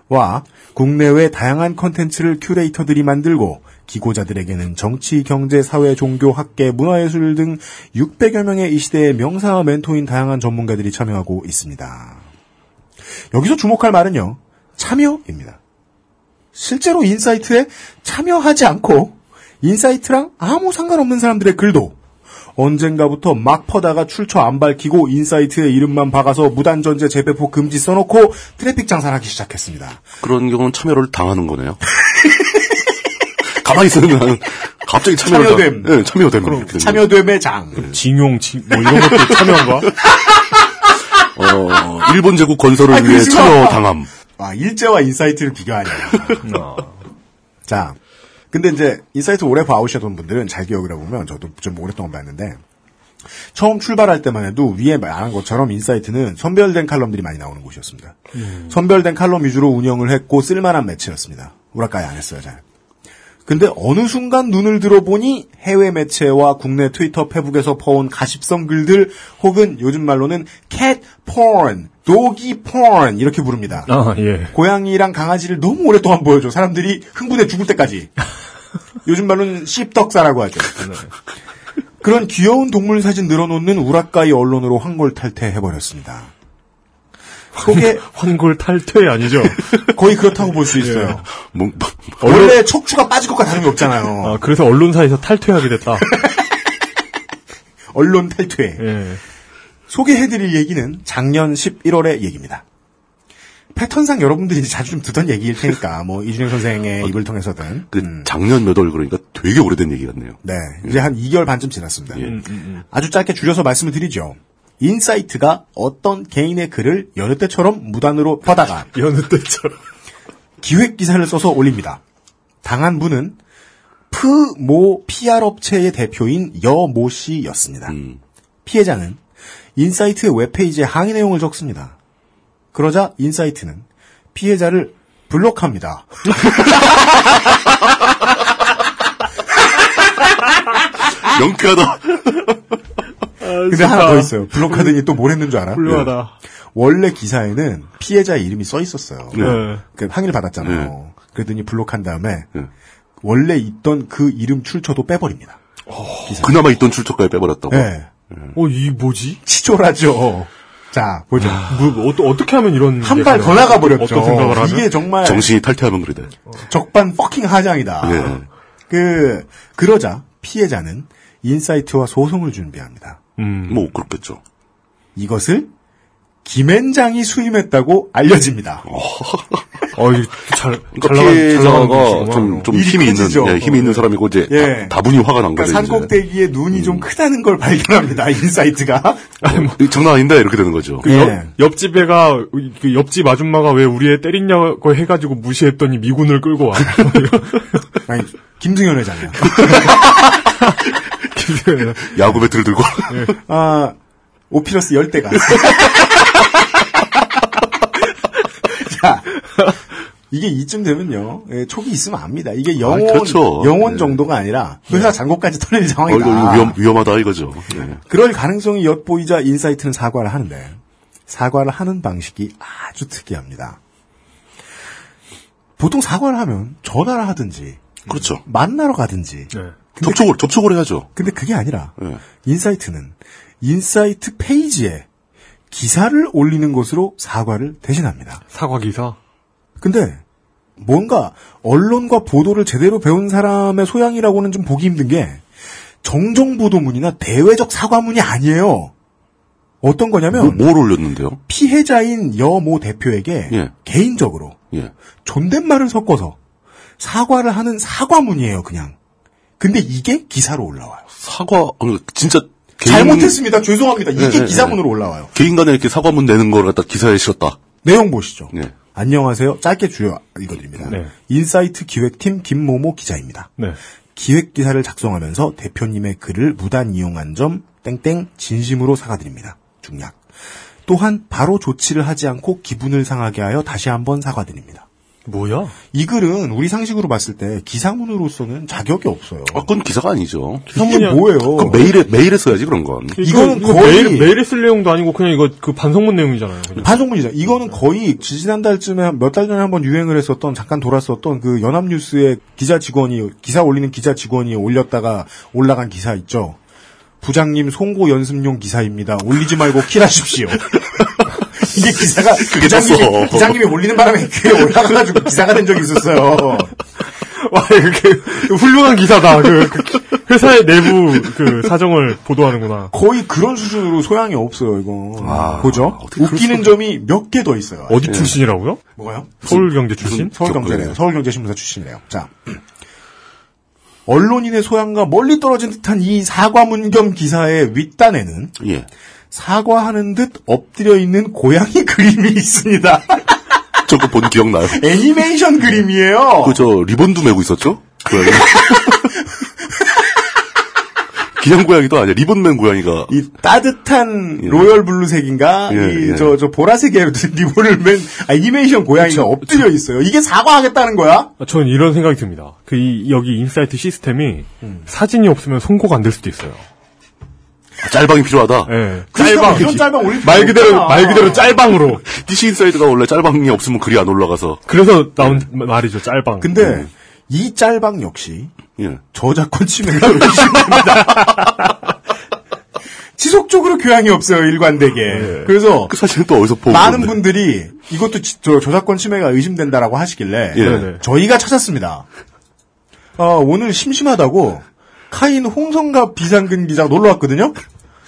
B: 와 국내외 다양한 컨텐츠를 큐레이터들이 만들고 기고자들에게는 정치, 경제, 사회, 종교, 학계, 문화예술 등 600여 명의 이 시대의 명사와 멘토인 다양한 전문가들이 참여하고 있습니다. 여기서 주목할 말은요. 참여입니다. 실제로 인사이트에 참여하지 않고 인사이트랑 아무 상관없는 사람들의 글도 언젠가부터 막 퍼다가 출처 안 밝히고 인사이트의 이름만 박아서 무단전제 재배포 금지 써놓고 트래픽 장사를 하기 시작했습니다.
D: 그런 경우는 참여를 당하는 거네요. *laughs* 가만히 있으면 나는 갑자기 참여를
B: 참여됨.
D: 당- 예, 참여됨. 이렇게 되는
B: 참여됨의 장.
C: 징용, 징, 뭐
B: *laughs*
C: 이런 것도 참여한가?
D: 거예요. 어, 일본 제국 건설을
B: 아,
D: 위해
B: 그러지 마.
D: 참여 당함.
B: 아, 일제와 인사이트를 비교하냐. 자, 근데 이제 인사이트 오래 봐오셨던 분들은 잘 기억을 해보면 저도 좀 오랫동안 봤는데 처음 출발할 때만 해도 위에 말한 것처럼 인사이트는 선별된 칼럼들이 많이 나오는 곳이었습니다. 선별된 칼럼 위주로 운영을 했고 쓸만한 매체였습니다. 우라카이 안 했어요, 잘. 근데 어느 순간 눈을 들어보니 해외 매체와 국내 트위터 페북에서 퍼온 가십성 글들 혹은 요즘 말로는 캣 폰, 도기 폰 이렇게 부릅니다.
C: 아, 예.
B: 고양이랑 강아지를 너무 오랫동안 보여줘. 사람들이 흥분해 죽을 때까지. 요즘 말로는 씹덕사라고 하죠. 그런 귀여운 동물 사진 늘어놓는 우라카이 언론으로 황골탈퇴해버렸습니다. 그게
C: 환골 탈퇴 아니죠?
B: *laughs* 거의 그렇다고 볼 수 있어요.
D: 뭐, 뭐,
B: 원래
C: 어.
B: 척추가 빠질 것과 다름이 없잖아요.
C: 아, 그래서 언론사에서 탈퇴하게 됐다.
B: 언론 탈퇴.
C: 예.
B: 소개해드릴 얘기는 작년 11월의 얘기입니다. 패턴상 여러분들이 이제 자주 좀 듣던 얘기일 테니까 뭐 이준영 선생의 입을 통해서든
D: 그 작년 몇 월 그러니까 되게 오래된 얘기 같네요.
B: 네 이제 한 2개월 반쯤 지났습니다.
C: 예. 음,
B: 아주 짧게 줄여서 말씀을 드리죠. 인사이트가 어떤 개인의 글을 여느 때처럼 무단으로 퍼다가
C: *laughs* 여느 때처럼.
B: 기획 기사를 써서 올립니다. 당한 분은 프모 PR 업체의 대표인 여모 씨였습니다.
C: 음.
B: 피해자는 인사이트 웹페이지에 항의 내용을 적습니다. 그러자 인사이트는 피해자를 블록합니다.
D: 명쾌하다.
B: 근데 하나 더 있어요. 블록하더니 또 뭘 했는 줄 알아?
C: 훌륭하다.
B: 원래 기사에는 피해자 이름이 써 있었어요.
C: 네.
B: 그 항의를 받았잖아요. 그랬더니 블록한 다음에
D: 네.
B: 원래 있던 그 이름 출처도 빼버립니다.
D: 그나마 있던 출처까지 빼버렸다고.
B: 네.
C: 어, 이 뭐지?
B: 치졸하죠. 자, 보죠.
C: 뭐, 뭐, 어떠- 어떻게 하면 이런.
B: 한
C: 얘기가
B: 발 더 나가 버렸죠.
C: 어떤 생각을 하면?
B: 이게 정말
D: 정신이 탈퇴하면 그래 돼.
B: 어. 적반 퍼킹 하장이다.
C: 네.
D: 예.
B: 그 그러자 피해자는 인사이트와 소송을 준비합니다.
C: 음.
D: 뭐 그렇겠죠.
B: 이것을 김앤장이 수임했다고 알려집니다.
C: 어, 이거 잘, 잘 나가는,
D: 그러니까
C: 잘 나가는
D: 피해자가
C: 분이구만.
D: 좀, 좀
B: 일이
D: 힘이 있는,
B: 커지죠.
D: 예, 힘이 있는 사람이고 이제
B: 예.
D: 다, 분이 화가 난 거죠.
B: 그러니까 산꼭대기에 눈이
C: 음.
B: 좀 크다는 걸 발견합니다. 인사이트가.
D: 이제. 장난 아닌데 이렇게 되는 거죠.
B: 뭐. 그 예.
C: 옆집 애가, 그 옆집 아줌마가 왜 우리 애 때리냐고 해가지고 무시했더니 미군을 끌고 와.
B: 아니, 김승현 회장이야.
D: *laughs* 야구 배트를 들고
B: 아, 오피러스 열대가. *laughs* 자, 이게 이쯤 되면요. 예, 촉이 있으면 압니다. 이게 영혼,
D: 그렇죠.
B: 영혼
D: 네.
B: 정도가 아니라 회사 잔고까지 털릴
D: 어, 이거,
B: 상황이다.
D: 이거 위험, 위험하다 이거죠. 예.
B: 그럴 가능성이 엿보이자 인사이트는 사과를 하는데 사과를 하는 방식이 아주 특이합니다. 보통 사과를 하면 전화를 하든지
D: 그렇죠.
B: 만나러 가든지
C: 네.
D: 접촉을 접촉을 해야죠.
B: 근데 그게 아니라
D: 예.
B: 인사이트는 인사이트 페이지에 기사를 올리는 것으로 *laughs* 사과를 대신합니다.
C: 사과 기사.
B: 근데 뭔가 언론과 보도를 제대로 배운 사람의 소양이라고는 좀 보기 힘든 게 정정 보도문이나 대외적 사과문이 아니에요. 어떤 거냐면
D: 뭐, 뭘 올렸는데요?
B: 피해자인 여모 대표에게
D: 예.
B: 개인적으로
D: 예.
B: 존댓말을 섞어서 사과를 하는 사과문이에요, 그냥. 근데 이게 기사로 올라와요.
D: 사과 아니, 진짜 개인,
B: 잘못했습니다. 죄송합니다. 이게
D: 예, 예,
B: 기사문으로 올라와요.
D: 개인간에 이렇게 사과문 내는 걸 갖다 기사에 실었다.
B: 내용 보시죠.
D: 예.
B: 안녕하세요. 짧게 주요 읽어드립니다.
C: 네.
B: 인사이트 기획팀 김모모 기자입니다.
C: 네.
B: 기획 기사를 작성하면서 대표님의 글을 무단 이용한 점 땡땡 진심으로 사과드립니다. 중략. 또한 바로 조치를 하지 않고 기분을 상하게 하여 다시 한번 사과드립니다.
C: 뭐야?
B: 이 글은 우리 상식으로 봤을 때 기사문으로서는 자격이 없어요.
D: 아, 그건 기사가 아니죠.
B: 이게
C: 기사문이야.
B: 뭐예요?
D: 그 메일에 메일에 써야지 그런 건.
B: 이거는
C: 이거
B: 거의-
C: 메일, 메일에 쓸 내용도 아니고 그냥 이거 그 반성문 내용이잖아요. 그냥.
B: 반송문이죠. 이거는 거의 지지난달쯤에 몇 달 전에 한번 유행을 했었던 잠깐 돌았었던 그 연합뉴스의 기자 직원이 기사 올리는 기자 직원이 올렸다가 올라간 기사 있죠. 부장님 송고 연습용 기사입니다. 올리지 말고 킬하십시오. *laughs* 이게 기사가 부장님이,
D: 떴어.
B: 부장님이 올리는 바람에 그게 올라가가지고 기사가 된 적이 있었어요.
C: 와, 이렇게 훌륭한 기사다. 그, 그 회사의 내부 그 사정을 보도하는구나.
B: 거의 그런 수준으로 소양이 없어요. 이거 보죠.
D: 어떻게 그럴
B: 웃기는 점이 몇 개 더 있어요.
C: 어디 출신이라고요?
B: 뭐가요?
C: 서울경제 출신?
B: 음, 서울경제네요. 서울경제신문사 출신이래요. 자. *clears throat* 언론인의 소양과 멀리 떨어진 듯한 이 사과문 겸 기사의 윗단에는
D: 예.
B: 사과하는 듯 엎드려 있는 고양이 *laughs* 그림이 있습니다.
D: 저거 본 기억나요?
B: 애니메이션 그림이에요.
D: 그 저 리본도 메고 있었죠? 고양이. *laughs* 그냥 고양이도 아니야. 리본 맨 고양이가
B: 이 따뜻한
D: 예.
B: 로열 블루색인가
D: 예, 예.
B: 이 저 저 보라색의 *laughs* 리본을 맨 아, 애니메이션 고양이가 엎드려 있어요. 이게 사과하겠다는 거야?
C: 아, 저는 이런 생각이 듭니다. 그, 이, 여기 인사이트 시스템이
B: 음.
C: 사진이 없으면 송고가 안 될 수도 있어요.
D: 아, 짤방이 필요하다.
C: 예.
B: 그래서 이런 그러니까 짤방 올릴
C: 말
B: 필요
C: 그대로,
B: 없잖아.
C: 말 그대로 짤방으로.
D: DC 인사이드가 원래 짤방이 없으면 글이 안 올라가서.
C: 그래서 나온 말이죠, 짤방. 음.
B: 근데 이 짤방 역시
D: 예.
B: 저작권 침해가 *laughs* 의심됩니다. 지속적으로 교양이 없어요 일관되게. 그래서
D: 그 사실은 또 어디서 보고
B: 많은
D: 그런데.
B: 분들이 이것도 지- 저, 저작권 침해가 의심된다라고 하시길래
D: 예.
C: 네네.
B: 저희가 찾았습니다. 어, 아, 오늘 심심하다고 카인 홍성갑 비상근 기자 놀러 왔거든요.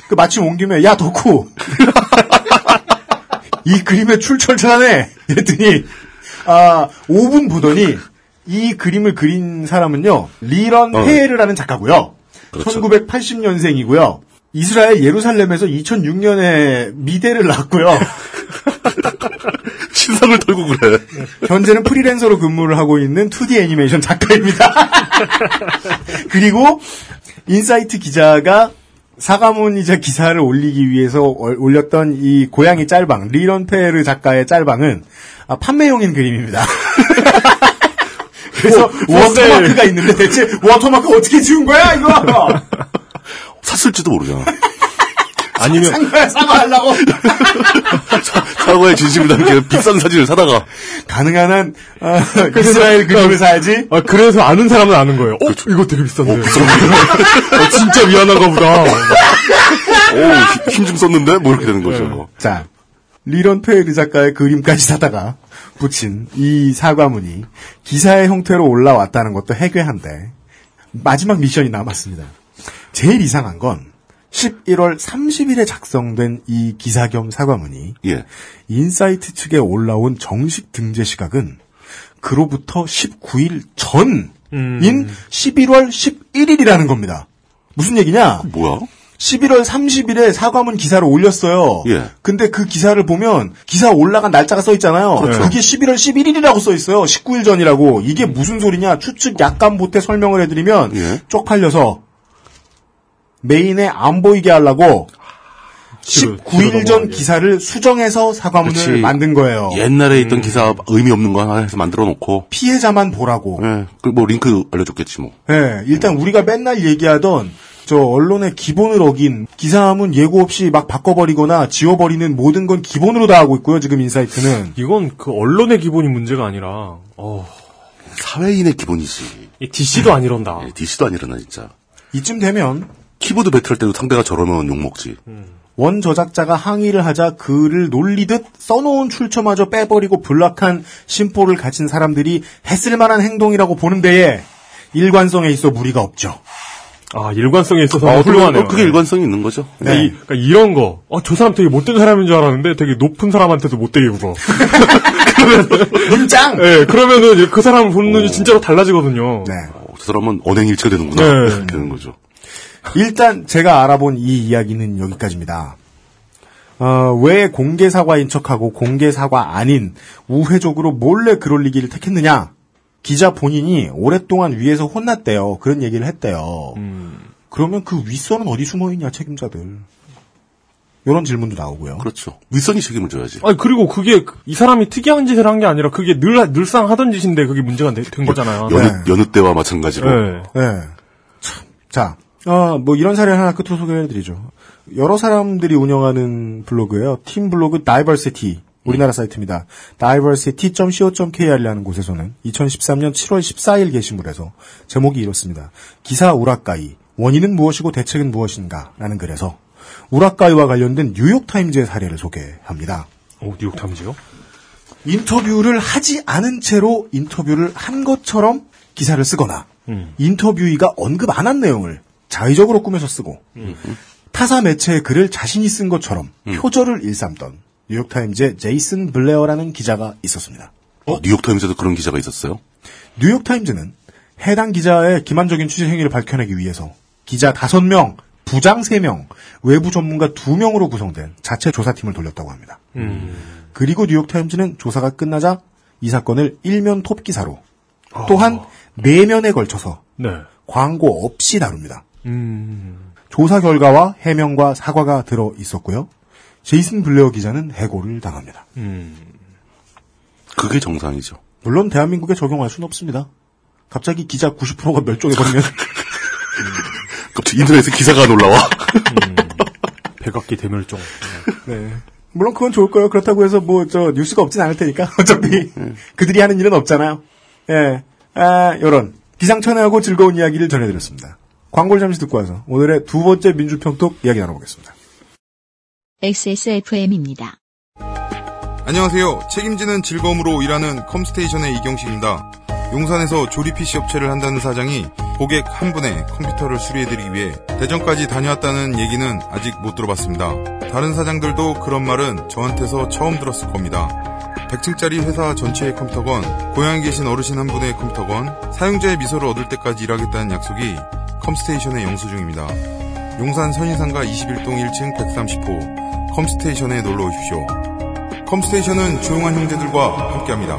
B: 그 마침 온 김에 야 덕후 *laughs* 이 그림의 출처를 찾아내 이랬더니 아 5분 보더니 이 그림을 그린 사람은요
D: 어.
B: 리런 헤에르 라는 작가고요
D: 그렇죠.
B: 1980년생이고요 이스라엘 예루살렘에서 2006년에 미대를 나왔고요
D: 신상을 털고 그래.
B: 현재는 프리랜서로 근무를 하고 있는 2D 애니메이션 작가입니다. *laughs* 그리고 인사이트 기자가 사과문이자 기사를 올리기 위해서 얼- 올렸던 이 고양이 짤방 리런 페르 작가의 짤방은 아, 판매용인 그림입니다. *laughs* 그래서 워터마크가 있는데 대체 워터마크 어떻게 지운 거야 이거?
D: 샀을지도 모르잖아.
C: 아니면
B: *laughs* 상가에 사과하려고
C: *laughs*
D: 사과의 진심을 담긴 비싼 사진을 사다가
B: 가능한 한 아, 이스라엘 그림을 사야지.
C: 아, 그래서 아는 사람은 아는 거예요. 어, 이거 되게 비싼데. 아, 진짜
B: *laughs*
C: 미안한가 보다.
D: 오, 힘 좀 썼는데? 뭐 이렇게 되는 거죠.
B: 자, 리런 페이르 작가의 그림까지 *laughs* 사다가 붙인 이 사과문이 기사의 형태로 올라왔다는 것도 해괴한데 마지막 미션이 남았습니다. 제일 이상한 건 11월 30일에 작성된 이 기사 겸 사과문이
D: 예.
B: 인사이트 측에 올라온 정식 등재 시각은 그로부터 19일 전인 11월 11일이라는 겁니다. 무슨 얘기냐?
D: 뭐야?
B: 11월 30일에 사과문 기사를 올렸어요.
D: 예.
B: 근데 그 기사를 보면 기사 올라간 날짜가 써 있잖아요. 그
D: 그렇죠. 음.
B: 게 11월 11일이라고 써 있어요. 19일 전이라고. 이게 무슨 소리냐? 추측 약간 보태 설명을 해드리면
D: 예.
B: 쪽팔려서 메인에 안 보이게 하려고
D: 아,
B: 19일 전 기사를 수정해서 사과문을
D: 그치.
B: 만든 거예요.
C: 어.
D: 옛날에
C: 음.
D: 있던 기사 의미 없는 거 하나 해서 만들어 놓고.
B: 피해자만 보라고.
D: 예. 그뭐 링크 알려줬겠지 뭐.
B: 예, 일단 우리가 맨날 얘기하던 저 언론의 기본을 어긴 기사함은 예고 없이 막 바꿔버리거나 지워버리는 모든 건 기본으로 다 하고 있고요. 지금 인사이트는
C: 이건 그 언론의 기본이 문제가 아니라, 어,
D: 사회인의 기본이지.
C: 이 DC도 안 이런다.
D: 예, DC도 아니라나 진짜.
B: 이쯤 되면
D: 키보드 배틀할 때도 상대가 저러면 욕먹지.
C: 음.
B: 원 저작자가 항의를 하자 글을 놀리듯 써놓은 출처마저 빼버리고 블락한 심포를 가진 사람들이 했을 만한 행동이라고 보는 데에 일관성에 있어 무리가 없죠.
C: 아, 일관성에 있어서
D: 어,
C: 훌륭하네요.
D: 그게 일관성이 있는 거죠.
C: 네. 이, 그러니까 이런 거. 어, 저 사람 되게 못된 사람인 줄 알았는데 되게 높은 사람한테도 못되게 굴어.
B: 짱!
C: *laughs* 예, 그러면은 이제 그 사람 보는 눈이 진짜로 달라지거든요.
B: 네.
D: 어, 저 사람은 언행일치가 되는구나.
C: 네.
D: 이렇게 되는 거죠.
B: 일단 제가 알아본 이 이야기는 여기까지입니다. 어, 왜 공개 사과인 척하고 공개 사과 아닌 우회적으로 몰래 글 올리기를 택했느냐? 기자 본인이 오랫동안 위에서 혼났대요. 그런 얘기를 했대요. 그러면 그 윗선은 어디 숨어 있냐 책임자들. 이런 질문도 나오고요.
D: 그렇죠. 윗선이 책임을 져야지.
C: 아니, 그리고 그게 그- 이 사람이 특이한 짓을 한 게 아니라 그게 늘, 늘상 하던 짓인데 그게 문제가 되- 된 거잖아요.
D: 여느,
B: 네.
D: 여느 때와 마찬가지로.
C: 예.
B: 예. 참, 자, 어, 뭐 이런 사례 하나 끝으로 소개해드리죠. 여러 사람들이 운영하는 블로그예요. 팀 블로그 다이버시티 우리나라 사이트입니다. diversity.co.kr이라는 곳에서는 2013년 7월 14일 게시물에서 제목이 이렇습니다. 기사 우라카이 원인은 무엇이고 대책은 무엇인가라는 글에서 우라카이와 관련된 뉴욕 타임즈의 사례를 소개합니다.
C: 오, 어, 뉴욕 탐지요?
B: 인터뷰를 하지 않은 채로 인터뷰를 한 것처럼 기사를 쓰거나 인터뷰이가 언급 안 한 내용을 자의적으로 꾸며서 쓰고 타사 매체의 글을 자신이 쓴 것처럼 표절을 일삼던 뉴욕타임즈의 제이슨 블레어라는 기자가 있었습니다.
D: 어, 뉴욕타임스에도 그런 기사가 있었어요.
B: 뉴욕타임즈는 해당 기자의 기만적인 취재 행위를 밝혀내기 위해서 기자 5명, 부장 3명, 외부 전문가 2명으로 구성된 자체 조사팀을 돌렸다고 합니다. 그리고 뉴욕타임즈는 조사가 끝나자 이 사건을 일면 톱기사로 또한 4면에 걸쳐서
C: 네.
B: 광고 없이 다룹니다. 조사 결과와 해명과 사과가 들어 있었고요. 제이슨 블레어 기자는 해고를 당합니다.
D: 그게 정상이죠.
B: 물론 대한민국에 적용할 수는 없습니다. 갑자기 기자 90%가 멸종해버리면
D: 갑자기 인터넷에 기사가 안 올라와. *laughs*
B: *laughs*
C: 백악기 대멸종.
B: 네. 물론 그건 좋을 거예요. 그렇다고 해서 뭐 저 뉴스가 없진 않을 테니까 *laughs* 어차피 그들이 하는 일은 없잖아요. 예, 아 이런 기상천외하고 즐거운 이야기를 전해드렸습니다. 광고를 잠시 듣고 와서 오늘의 두 번째 민주평톡 이야기 나눠보겠습니다.
A: XSFM입니다.
J: 안녕하세요. 책임지는 즐거움으로 일하는 컴스테이션의 이경식입니다. 용산에서 조립 PC 업체를 한다는 사장이 고객 한 분의 컴퓨터를 수리해드리기 위해 대전까지 다녀왔다는 얘기는 아직 못 들어봤습니다. 다른 사장들도 그런 말은 저한테서 처음 들었을 겁니다. 100층짜리 회사 전체의 컴퓨터건, 고향에 계신 어르신 한 분의 컴퓨터건, 사용자의 미소를 얻을 때까지 일하겠다는 약속이 컴스테이션의 영수증입니다. 용산 선인상가 21동 1층 130호 컴스테이션에 놀러 오십시오. 컴스테이션은 조용한 형제들과 함께합니다.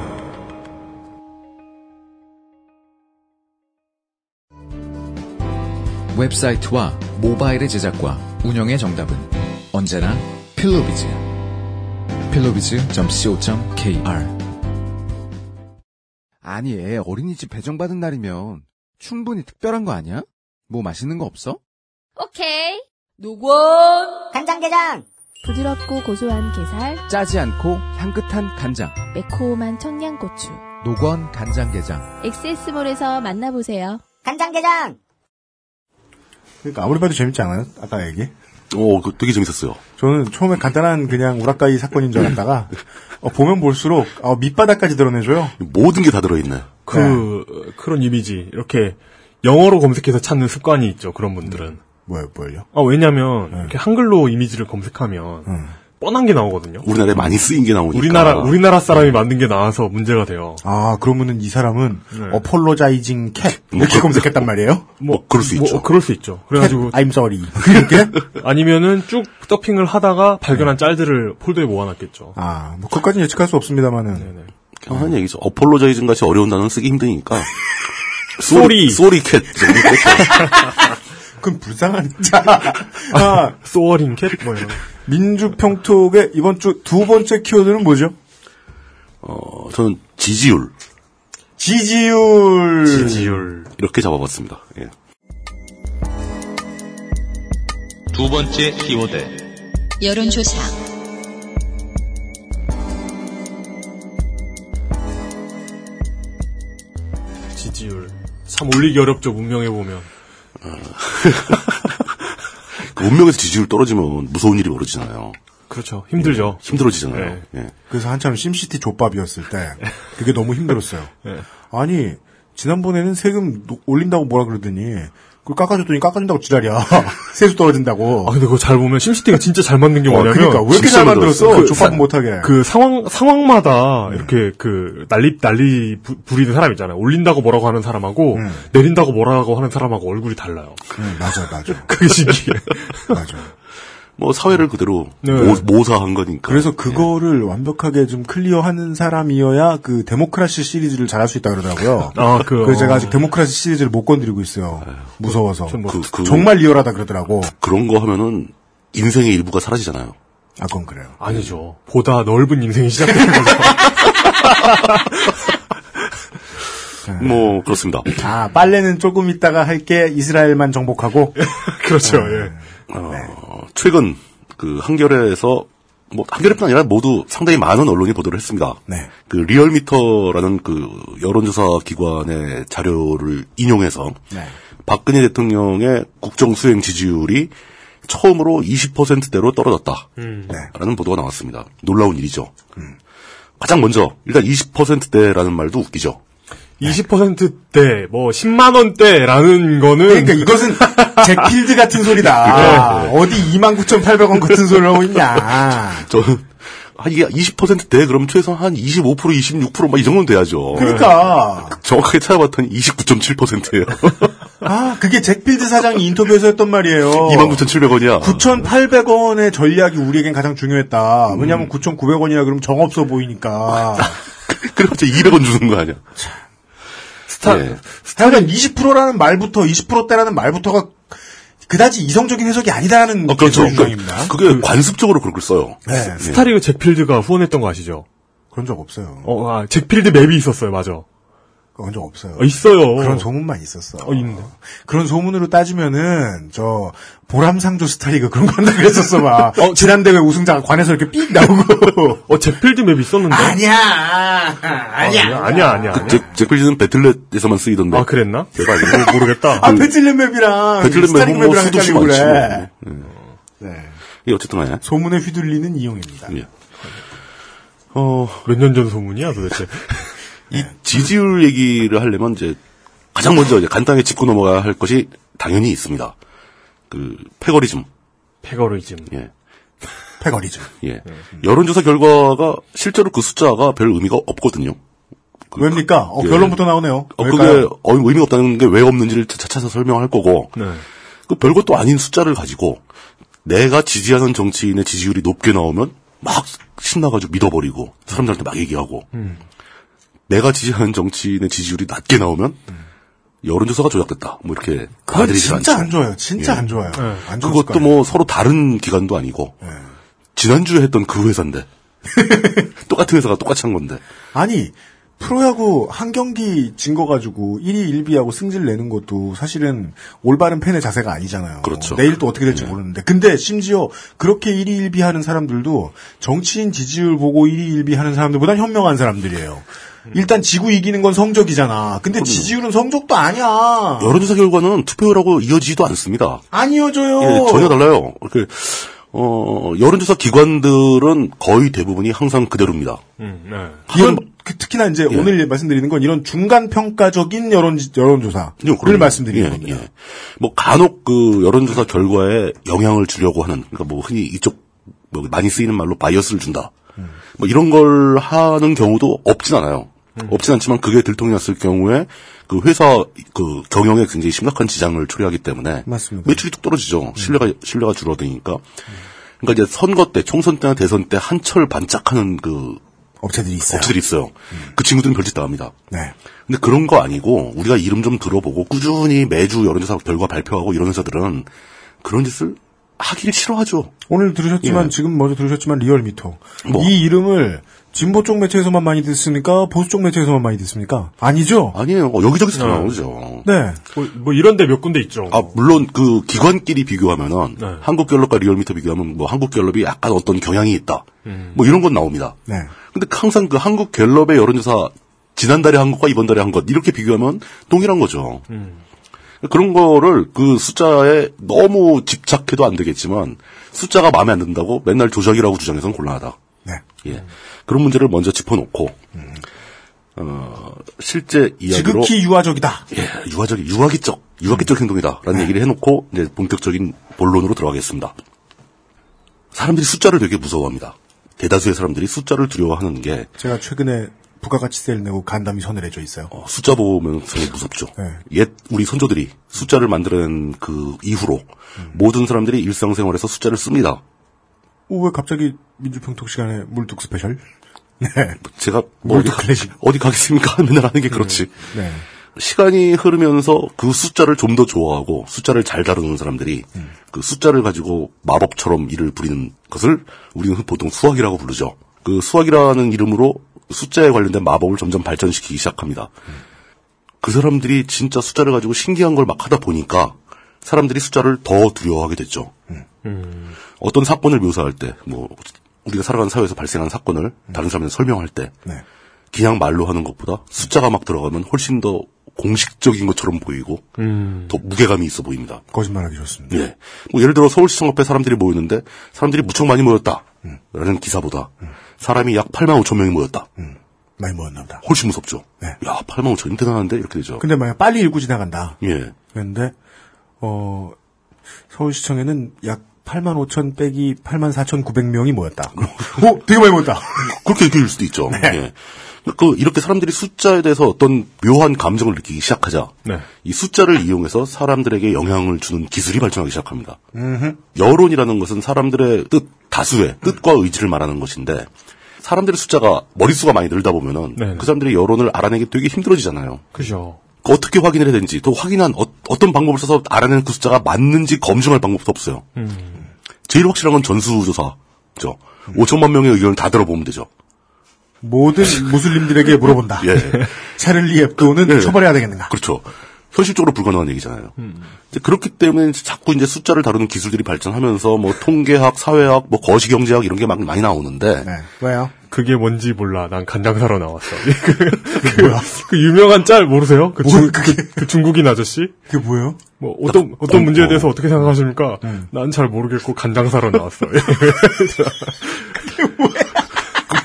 E: 웹사이트와 모바일의 제작과 운영의 정답은 언제나 필로비즈. 필로비즈.co.kr
K: 아니, 애 어린이집 배정받은 날이면 충분히 특별한 거 아니야? 뭐 맛있는 거 없어?
L: 오케이. 녹원.
M: 간장게장.
N: 부드럽고 고소한 게살.
K: 짜지 않고 향긋한 간장.
N: 매콤한 청양고추.
K: 녹원 간장게장.
N: 엑세스몰에서 만나보세요.
M: 간장게장.
B: 그러니까 아무리 봐도 재밌지 않아요? 아까 얘기.
D: 오, 그 되게 재밌었어요.
B: 저는 처음에 간단한 그냥 우라카이 사건인
J: *laughs*
B: 줄 알았다가 어, 보면 볼수록 어, 밑바닥까지 드러내줘요.
D: 모든 게 다 들어있네.
C: 그 네. 그런 이미지 이렇게 영어로 검색해서 찾는 습관이 있죠. 그런 분들은.
B: 뭐요, 뭐요?
C: 아 왜냐하면 네. 이렇게 한글로 이미지를 검색하면 음. 뻔한 게 나오거든요.
D: 우리나라에 많이 쓰인 게 나오니까.
C: 우리나라 우리나라 사람이 만든 게 나와서 문제가 돼요.
B: 아 그러면은 이 사람은 네. 어폴로자이징 캣 이렇게 뭐, 검색했단 말이에요?
D: 뭐, 뭐 그럴 수 뭐, 있죠.
C: 그럴 수 있죠. 그래가지고
B: I'm sorry *laughs* 이렇게
C: 아니면은 쭉 서핑을 하다가 발견한 네. 짤들을 폴더에 모아놨겠죠.
B: 아뭐 그것까지 예측할 수 없습니다만은.
D: 그런 네. 얘기죠. 어폴로자이징 같이 어려운 단어 쓰기 힘드니까.
C: 쏘리
D: 쏘리 캣.
B: 그건 불쌍한 자. *laughs* *laughs* 아,
C: 쏘어링 캣 뭐예요?
B: 민주평톡의 이번 주 두 번째 키워드는 뭐죠?
D: 어, 저는 지지율.
B: 그 지지율.
C: 지지율.
D: 이렇게 잡아봤습니다. 예.
H: 두 번째 키워드.
A: 여론조사.
C: 지지율. 참 올리기 어렵죠, 문명해 보면.
D: 그 운명에서 지지율 떨어지면 무서운 일이 벌어지잖아요.
C: 그렇죠. 힘들죠.
D: 예, 힘들어지잖아요. 네. 예.
B: 그래서 한참 심시티 족밥이었을 때 그게 너무 힘들었어요. *laughs* 네. 아니 지난번에는 세금 올린다고 뭐라 그러더니 그걸 깎아줬더니 깎아준다고 지랄이야. *laughs* 세수 떨어진다고.
C: 아 근데 그거 잘 보면 심시티가 진짜 잘 만든 게 뭐냐면 아,
B: 그러니까 왜 이렇게 잘 만들었어? 그, 족밥 못하게.
C: 그 상황 상황마다 네. 이렇게 그 난리 난리 부, 부리는 사람 있잖아요. 올린다고 뭐라고 하는 사람하고 음. 내린다고 뭐라고 하는 사람하고 얼굴이 달라요.
B: 음, 맞아 맞아. *laughs*
C: 그게 신기해.
B: 맞아.
D: 뭐 사회를 그대로 네. 모, 사한 거니까.
B: 그래서 그거를 네. 완벽하게 좀 클리어하는 사람이어야 그 데모크라시 시리즈를 잘할 수 있다 그러더라고요.
C: *laughs* 아, 그,
B: 그래서 어. 제가 *laughs* 아직 데모크라시 시리즈를 못 건드리고 있어요. 에휴, 무서워서. 뭐, 그, 그, 정말 리얼하다 그러더라고.
D: 그런 거 하면은 인생의 일부가 사라지잖아요.
B: 아, 그건 그래요.
C: 아니죠. 네. 보다 넓은 인생이 시작되는 거죠.
D: 뭐 그렇습니다.
B: 아 빨래는 조금 있다가 할게 이스라엘만 *laughs* 정복하고
C: 그렇죠. 예.
B: 네.
D: 어, 네. 최근 그 한겨레에서 뭐 한겨레뿐 아니라 모두 상당히 많은 언론이 보도를 했습니다.
B: 네.
D: 그 리얼미터라는 그 여론조사 기관의 자료를 인용해서 네. 박근혜 대통령의 국정 수행 지지율이 처음으로 20%대로 떨어졌다라는
B: 네.
D: 음. 보도가 나왔습니다. 놀라운 일이죠. 음. 가장 먼저 일단 20%대라는 말도 웃기죠. *laughs*
C: 20%대, 뭐, 10만원대라는 거는.
B: 그러니까 이것은 잭필드 같은 소리다. *laughs* 네, 네. 어디 29,800원 같은 소리를 하고 있냐.
D: 저는, 아, 이게 20%대, 그럼 최소한 한 25%, 26%, 막 이 정도는 돼야죠.
B: 그러니까.
D: 정확하게 찾아봤더니
B: *laughs*
D: 29.7%예요.
B: 아, 그게 잭필드 사장이 인터뷰에서 했던 말이에요.
D: 29,700원이야.
B: 9,800원의 전략이 우리에겐 가장 중요했다. 왜냐하면 음. 9,900원이야 그럼 정없어 보이니까.
D: 그럼 이제 200원 주는 거 아니야.
B: *laughs* 스타, 네. 스타는 20%라는 말부터 20%대라는 말부터가 그다지 이성적인 해석이 아니다라는
D: 어, 그렇죠. 입니다 그게 그, 관습적으로 그걸 써요.
B: 네. 네.
C: 스타리그 잭필드가 후원했던 거 아시죠?
B: 그런 적 없어요.
C: 어, 아, 잭필드 맵이 있었어요, 맞아.
B: 그런 적 없어요.
C: 어, 있어요.
B: 그런 소문만 있었어.
C: 어, 있네.
B: 그런 소문으로 따지면은 저 보람상조 스타리그 그런 거 한다 그랬었어 막. 어, 지난 대회 우승자가 관에서 이렇게 삑 나오고.
C: 어, 잭필드 맵
B: *laughs*
C: 있었는데.
B: 아니야. 아니야.
C: 아니야, 아니야. 아니야.
D: 그, 잭, 잭필드는 배틀넷에서만 쓰이던 데
C: 아, 그랬나?
D: 제가 그 알고 모르겠다.
B: 아, 배틀넷 맵이랑 배틀넷 스타리그 맵이랑
D: 수도시
B: 뭐, 그래.
D: 많지, 뭐. 네. 네. 이 어쨌든 간에
B: 소문에 휘둘리는 이용입니다.
D: 예.
C: 어, 몇 년 전 소문이야 도대체. *laughs*
D: 이 지지율 얘기를 하려면 이제 가장 먼저 이제 간단하게 짚고 넘어가야 할 것이 당연히 있습니다. 그 패거리즘.
C: 패거리즘. 아,
D: 예.
B: 패거리즘.
D: 예. 여론조사 결과가 실제로 그 숫자가 별 의미가 없거든요.
B: 왜입니까? 어,
D: 예.
B: 결론부터 나오네요.
D: 어, 그게
B: 왜일까요?
D: 어, 의미가 없다는 게 왜 없는지를 차- 차차 설명할 거고
B: 네.
D: 그 별것도 아닌 숫자를 가지고 내가 지지하는 정치인의 지지율이 높게 나오면 막 신나가지고 믿어버리고 사람들한테 막 얘기하고
C: 음.
D: 내가 지지하는 정치인의 지지율이 낮게 나오면 여론조사가 조작됐다 뭐 이렇게
B: 음. 그건
D: 받아들이질
B: 진짜
D: 않죠.
B: 안 좋아요. 진짜
D: 예.
B: 안 좋아요. 안 좋은
D: 그것도
B: 습관이에요.
D: 뭐 서로 다른 기관도 아니고
B: 예.
D: 지난주에 했던
B: *laughs*
D: 그 회사인데 똑같은 회사가 똑같이 한 건데
B: 아니 프로야구 한 경기 진 거 가지고 1위 1비하고 승질 내는 것도 사실은 올바른 팬의 자세가 아니잖아요.
D: 그렇죠.
B: 내일 또 어떻게 될지 모르는데. 근데 심지어 그렇게 1위 1비하는 사람들도 정치인 지지율 보고 1위 1비하는 사람들보다 현명한 사람들이에요.
D: 음.
B: 일단 지구 이기는 건 성적이잖아. 근데 지지율은 성적도 아니야.
D: 여론조사 결과는 투표라고 이어지지도 않습니다.
B: 안 이어져요.
D: 예, 전혀 달라요. 그, 어, 여론조사 기관들은 거의 대부분이 항상 그대로입니다.
B: 이런 그- 특히나 이제
D: 예.
B: 오늘 말씀드리는 건 이런 중간 평가적인 여론 여론조사를 말씀드리는 겁니다.
D: 예. 뭐 간혹 그 여론조사 결과에 영향을 주려고 하는 그러니까 뭐 흔히 이쪽 뭐 많이 쓰이는 말로 바이어스를 준다. 뭐 이런 걸 하는 경우도 없진 않아요.
B: 음.
D: 없진 않지만 그게 들통이 났을 경우에 그 회사 그 경영에 굉장히 심각한 지장을 초래하기 때문에
B: 맞습니다. 음.
D: 매출이 뚝 떨어지죠. 신뢰가 신뢰가 줄어드니까. 그러니까 이제 선거 때 총선 때나 대선 때 한철 반짝하는 그
B: 업체들이 있어요.
D: 업체들이 있어요.
B: 음.
D: 그 친구들은 별짓 다 합니다.
B: 네.
D: 근데 그런 거 아니고 우리가 이름 좀 들어보고 꾸준히 매주 여론조사 결과 발표하고 이런 회사들은 그런 짓을 하기를 싫어하죠.
B: 오늘 들으셨지만
D: 예.
B: 지금 먼저 들으셨지만 리얼미터
D: 뭐?
B: 이 이름을 진보 쪽 매체에서만 많이 듣습니까? 보수 쪽 매체에서만 많이 듣습니까? 아니죠.
D: 아니에요. 어, 여기저기서 다 나오죠.
B: 네.
C: 뭐, 뭐 이런데 몇 군데 있죠.
D: 아 물론 그 기관끼리 비교하면은 한국갤럽과 리얼미터 비교하면 뭐 한국갤럽이 약간 어떤 경향이 있다. 뭐 이런 건 나옵니다.
B: 네.
D: 근데 항상 그 한국갤럽의 여론조사 지난달에 한 것과 이번 달에 한 것 이렇게 비교하면 동일한 거죠.
B: 음.
D: 그런 거를 그 숫자에 너무 집착해도 안 되겠지만 숫자가 마음에 안 든다고 맨날 조작이라고 주장해서는 곤란하다.
B: 네.
D: 예. 그런 문제를 먼저 짚어놓고 어, 실제 이야기로
B: 음. 지극히 음. 유아적이다.
D: 예, 유아적 유아기적 유아기적
B: 네.
D: 행동이다라는 얘기를 해놓고 이제 본격적인 본론으로 들어가겠습니다. 사람들이 숫자를 되게 무서워합니다. 대다수의 사람들이 숫자를 두려워하는 게
B: 제가 최근에 부가가치세를 내고 간담이 서늘해져 있어요.
D: 숫자 보면 되게 무섭죠. 옛 우리 선조들이 숫자를 만들어낸 그 이후로 모든 사람들이 일상생활에서 숫자를 씁니다.
B: 오, 왜 갑자기 민주평통 시간에 물뚝 스페셜? 네.
D: 제가 뭐 어디,
B: 월드 클래식.
D: 가- *laughs* 어디 가겠습니까? 맨날 하는 게 그렇지.
B: 네.
D: 시간이 흐르면서 그 숫자를 좀 더 좋아하고 숫자를 잘 다루는 사람들이
B: 음.
D: 그 숫자를 가지고 마법처럼 일을 부리는 것을 우리는 보통 수학이라고 부르죠. 그 수학이라는 이름으로 숫자에 관련된 마법을 점점 발전시키기 시작합니다. 그 사람들이 진짜 숫자를 가지고 신기한 걸 막 하다 보니까 사람들이 숫자를 더 두려워하게 됐죠.
B: 음.
D: 어떤 사건을 묘사할 때, 뭐, 우리가 살아가는 사회에서 발생한 사건을
B: 음.
D: 다른 사람한테 설명할 때,
B: 네.
D: 그냥 말로 하는 것보다 숫자가 막 들어가면 훨씬 더 공식적인 것처럼 보이고,
B: 음.
D: 더 무게감이 있어 보입니다.
B: 거짓말하기 좋습니다.
D: 예. 뭐 예를 들어 서울시청 앞에 사람들이 모였는데, 사람들이 무척 많이 모였다.
B: 음.
D: 라는 기사보다, 사람이 약 8만 5천 명이 모였다.
B: 음. 많이 모였나 보다.
D: 훨씬 무섭죠. 야, 8만 5천 대단한데? 이렇게 되죠.
B: 네. 근데 만약 빨리 읽고 지나간다.
D: 예.
B: 그런데 어 서울시청에는 약 8만 5천 빼기 8만 4천 900명이 모였다.
D: 음.
B: *laughs* 오, 되게 많이 모였다.
D: 그렇게 느낄 수도 있죠.
C: 네.
D: 예. 그 이렇게 사람들이 숫자에 대해서 어떤 묘한 감정을 느끼기 시작하자
C: 네.
D: 이 숫자를 이용해서 사람들에게 영향을 주는 기술이 발전하기 시작합니다.
B: 음흠.
D: 여론이라는 것은 사람들의 뜻,
C: 음.
D: 다수의 뜻과 의지를 말하는 것인데 사람들의 숫자가 머릿수가 많이 늘다 보면은
C: 네네.
D: 그 사람들의 여론을 알아내기 되게 힘들어지잖아요.
C: 그죠.
D: 그 어떻게 확인을 해야 되는지 또 확인한 어, 떤 방법을 써서 알아낸 그 숫자가 맞는지 검증할 방법도 없어요.
C: 음.
D: 제일 확실한 건 전수조사죠. 5천만 명의 의견을 다 들어보면 되죠.
B: 모든 무슬림들에게
C: *laughs*
B: 물어본다.
D: 예.
C: 네.
B: 차를리 앱도는
D: 예.
B: 처벌해야 되겠는가?
D: 그렇죠. 현실적으로 불가능한 얘기잖아요. 이제 그렇기 때문에 이제 자꾸 이제 숫자를 다루는 기술들이 발전하면서 뭐 통계학, 사회학, 뭐 거시경제학 이런 게 막 많이 나오는데
B: 왜요?
C: 그게 뭔지 몰라. 난
B: *laughs*
C: 간장사러 나왔어. 그, 그, 그 유명한 짤 모르세요? 그, 중, 그, 그 중국인 아저씨?
B: 그게 뭐예요? 네.
C: 뭐 어떤 어떤 문제에 대해서 어떻게 생각하십니까? 난 잘 모르겠고 간장 사러 나왔어.
B: 네,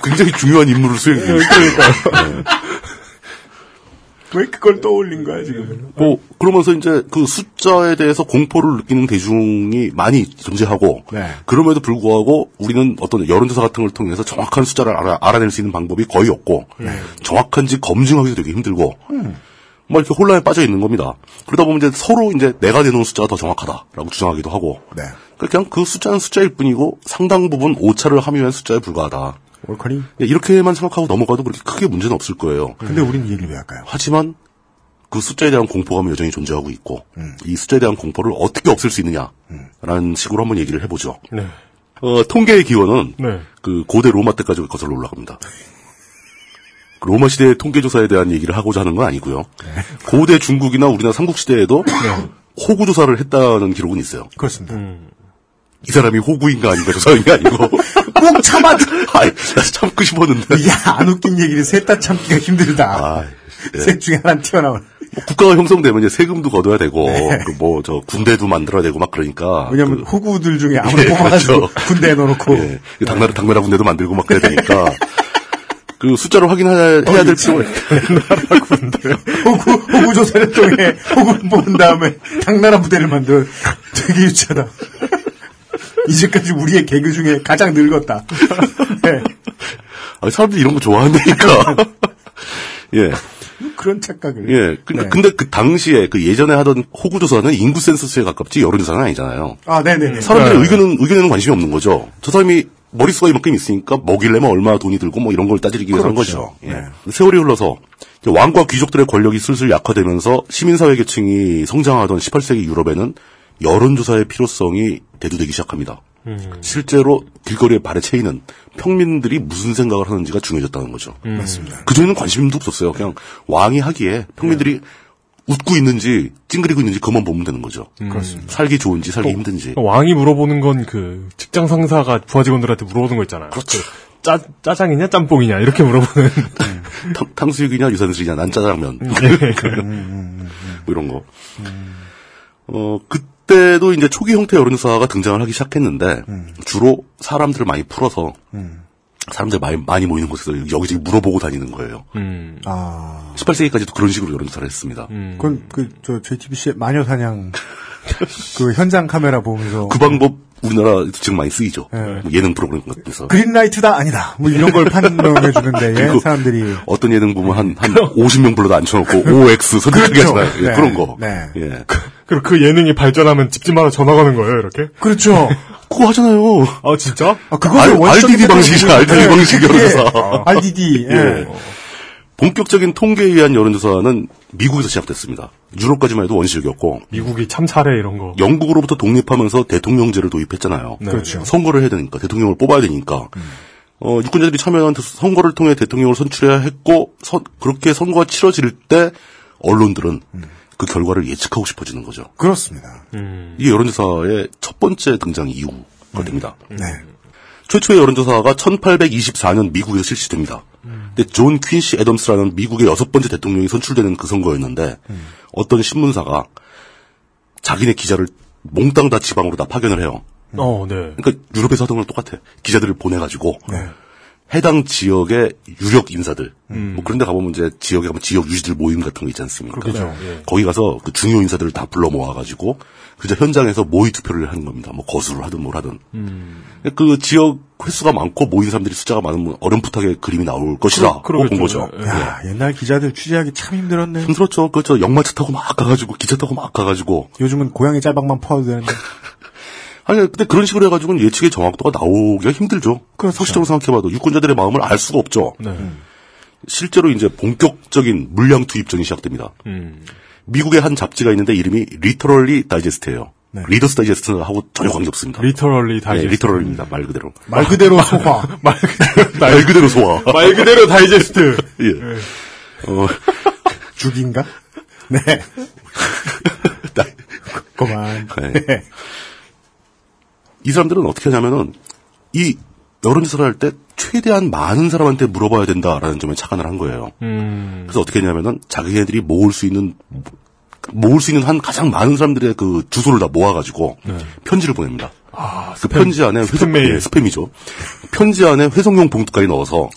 D: 굉장히 중요한 임무를 수행해요.
C: 그러니까
B: 왜 그걸 떠올린 거야 지금?
D: 뭐 그러면서 이제 그 숫자에 대해서 공포를 느끼는 대중이 많이 존재하고
B: 네.
D: 그럼에도 불구하고 우리는 어떤 여론조사 같은 걸 통해서 정확한 숫자를 알아, 낼수 있는 방법이 거의 없고
B: 네.
D: 정확한지 검증하기도 되게 힘들고
B: 음.
D: 막 이렇게 혼란에 빠져 있는 겁니다. 그러다 보면 이제 서로 이제 내가 내놓은 숫자가 더 정확하다라고 주장하기도 하고
B: 네.
D: 그러니까 그냥 그 숫자는 숫자일 뿐이고 상당 부분 오차를 함유한 숫자에 불과하다.
B: 월커리.
D: 예, 이렇게만 생각하고 넘어가도 그렇게 크게 문제는 없을 거예요.
B: *laughs* 근데 우린 이 얘기를 왜 할까요?
D: 하지만 그 숫자에 대한 공포감이 여전히 존재하고 있고
B: 음.
D: 이 숫자에 대한 공포를 어떻게 없앨 수 있느냐라는 식으로 한번 얘기를 해보죠.
C: 네.
D: 어, 통계의 기원은
C: 네.
D: 그 고대 로마 때까지 거슬러 올라갑니다. 그 로마 시대의 통계조사에 대한 얘기를 하고자 하는 건 아니고요.
B: 네.
D: 고대 중국이나 우리나라 삼국시대에도 호구조사를 했다는 기록은 있어요.
B: 그렇습니다.
D: 이 사람이 호구인가 아닌가 조사인가 아니고
B: *laughs* 꼭 참아.
D: *laughs* 아이, 나 참고 싶었는데.
B: 야, 안 웃긴 얘기를 셋 다 참기가
M: 아,
B: 힘들다. 셋 아, 중에 하나는 튀어나와.
D: 아, 예. 뭐 국가가 형성되면 이제 세금도 걷어야 되고 그 뭐 저 군대도 만들어야 되고 막 그러니까
B: 왜냐면
D: 그-
B: 호구들 중에 아무나
D: 예,
B: 뽑아가지고
D: 그렇죠.
B: 군대에 넣어놓고
D: 예, 그
B: 네.
D: 당나라 당나라 군대도 만들고 막 그래야 되니까 그 숫자를 확인해야 해야 될 필요가
B: 호구 호구 조사를 통해 호구를 뽑은 다음에 당나라 부대를 만든 되게 유치하다. *laughs* 이제까지 우리의 개그 중에 가장 늙었다. *laughs* 네,
D: 아, 사람들이 이런
B: *laughs*
D: 거 좋아한다니까 예
B: 그런 착각을.
D: 예. 근데,
B: 네.
D: 근데 그 당시에 그 예전에 하던 호구 조사는 인구 센서스에 가깝지 여론 조사는 예. 아니잖아요. 음.
B: 아, 네네네.
D: 사람들의 의견은 의견에는 관심이 없는 거죠. 저 사람이 머릿수가 이만큼 있으니까 먹일래면 얼마 돈이 들고 뭐 이런 걸 따지기 위해서 한
B: 그렇죠.
D: 거죠. 예. 세월이 흘러서 이제 왕과 귀족들의 권력이 슬슬 약화되면서 시민사회 계층이 성장하던 18세기 유럽에는 여론조사의 필요성이 대두되기 시작합니다.
B: 음.
D: 실제로 길거리에 발에 채이는 평민들이 무슨 생각을 하는지가 중요해졌다는 거죠.
B: 음. 맞습니다.
D: 그전에는 관심도 없었어요. 그냥 왕이 하기에
B: 네.
D: 평민들이 웃고 있는지 찡그리고 있는지 그만 보면 되는 거죠.
B: 음.
C: 그렇습니다.
D: 살기 좋은지 살기 힘든지.
C: 왕이 물어보는 건 그 직장 상사가 부하 직원들한테 물어보는 거 있잖아요. 그렇죠. 짜, 짜장이냐 짬뽕이냐 이렇게 물어보는. *laughs*
D: 탕, 탕수육이냐 유산슬이냐 난 짜장면
B: 음.
D: *laughs*
C: 네.
D: 뭐 이런 거. 어 그때도 이제 초기 형태 여론조사가 등장을 하기 시작했는데
B: 음.
D: 주로 사람들을 많이 풀어서 사람들 많이 많이 모이는 곳에서 여기저기 물어보고 다니는 거예요.
C: 음.
B: 아,
D: 18세기까지도 그런 식으로 여론조사를 했습니다.
B: 그건 그 저 JTBC의 마녀 사냥 그 현장 카메라 보면서
D: 그 방법 우리나라 지금 많이 쓰이죠.
B: 네.
D: 뭐 예능 프로그램 같은데서.
B: 그린라이트다 아니다 뭐 이런 걸 판명해 주는데 예,
D: *laughs* 그리고
B: 사람들이
D: 어떤 예능 보면 한,
B: *laughs*
D: 한 50명 불러도 안 쳐놓고 OX 선택하게
B: 그렇죠.
D: 하잖아요. 예,
B: 네.
D: 그런 거.
B: 네.
D: 예.
C: 그리고 그 예능이 발전하면 집집마다 전화 가는 거예요, 이렇게?
B: 그렇죠.
D: 그거 하잖아요.
C: 아, 진짜?
B: 아,
D: 알- RDD 방식이잖아, RDD 방식
B: 예.
D: 여론조사.
B: RDD. 예.
D: 예. 본격적인 통계에 의한 여론조사는 미국에서 시작됐습니다. 유럽까지만 해도 원시적이었고
C: 미국이 참사례 이런 거.
D: 영국으로부터 독립하면서 대통령제를 도입했잖아요.
C: 네. 그렇죠. 음.
D: 선거를 해야 되니까 대통령을 뽑아야 되니까 어, 유권자들이 참여한 대- 선거를 통해 대통령을 선출해야 했고 선- 그렇게 선거가 치러질 때 언론들은
C: 음.
D: 그 결과를 예측하고 싶어지는 거죠.
B: 그렇습니다.
D: 예, 이게 여론조사의 첫 번째 등장 이유가 됩니다.
B: 네.
D: 최초의 여론조사가 1824년 미국에서 실시됩니다. 근데 존 퀸시 애덤스라는 미국의 여섯 번째 대통령이 선출되는 그 선거였는데 어떤 신문사가 자기네 기자를 몽땅 다 지방으로 다 파견을 해요.
B: 음.
C: 어, 네.
D: 그러니까 유럽에서 하던 거랑 똑같아. 기자들을 보내가지고
B: 네.
D: 해당 지역의 유력 인사들
B: 음.
D: 뭐 그런데 가보면 이제 지역에 가면 지역 유지들 모임 같은 거 있지 않습니까?
C: 그렇죠. 예.
D: 거기 가서 그 중요 인사들을 다 불러 모아가지고 그저 현장에서 모의 투표를 하는 겁니다. 뭐 거수를 하든 뭘 하든
B: 음.
D: 그 지역 횟수가 많고 모인 사람들이 숫자가 많으면 어렴풋하게 그림이 나올 것이다.
B: 그러-
D: 그런
B: 그러겠죠.
D: 거죠. 예.
B: 야, 옛날 기자들 취재하기 참 힘들었네.
D: 힘들었죠. 그저 역마차 타고 막 가가지고 기차 타고 막 가가지고
B: 요즘은 고양이 짤방만 퍼도 되는데.
D: 아니 근데 그런 식으로 해가지고는 예측의 정확도가 나오기가 힘들죠.
B: 그렇죠.
D: 상식적으로 생각해봐도 유권자들의 마음을 알 수가 없죠.
C: 네.
D: 실제로 이제 본격적인 물량 투입전이 시작됩니다.
C: 음.
D: 미국의 한 잡지가 있는데 이름이 리터럴리 다이제스트예요.
B: 네.
D: 리더스 다이제스트하고 전혀 관계없습니다.
C: 리터럴리
D: 네,
C: 다이제스트.
D: 리터럴입니다. 말 그대로.
B: 말 그대로 소화.
C: 말 그대로,
D: 말 그대로 소화.
C: 말 그대로 다이제스트.
D: *laughs* 예. 어,
B: 죽인가? 네. 그만.
D: 네. 이 사람들은 어떻게 하냐면은 이 여론조사를 할 때 최대한 많은 사람한테 물어봐야 된다라는 점에 착안을 한 거예요.
C: 음.
D: 그래서 어떻게 했냐면은 자기네들이 모을 수 있는 모을 수 있는 한 가장 많은 사람들의 그 주소를 다 모아가지고 편지를 보냅니다.
C: 아,
D: 그 편지 안에 회성, 예, 스팸이죠. 편지 안에 회성용 봉투까지 넣어서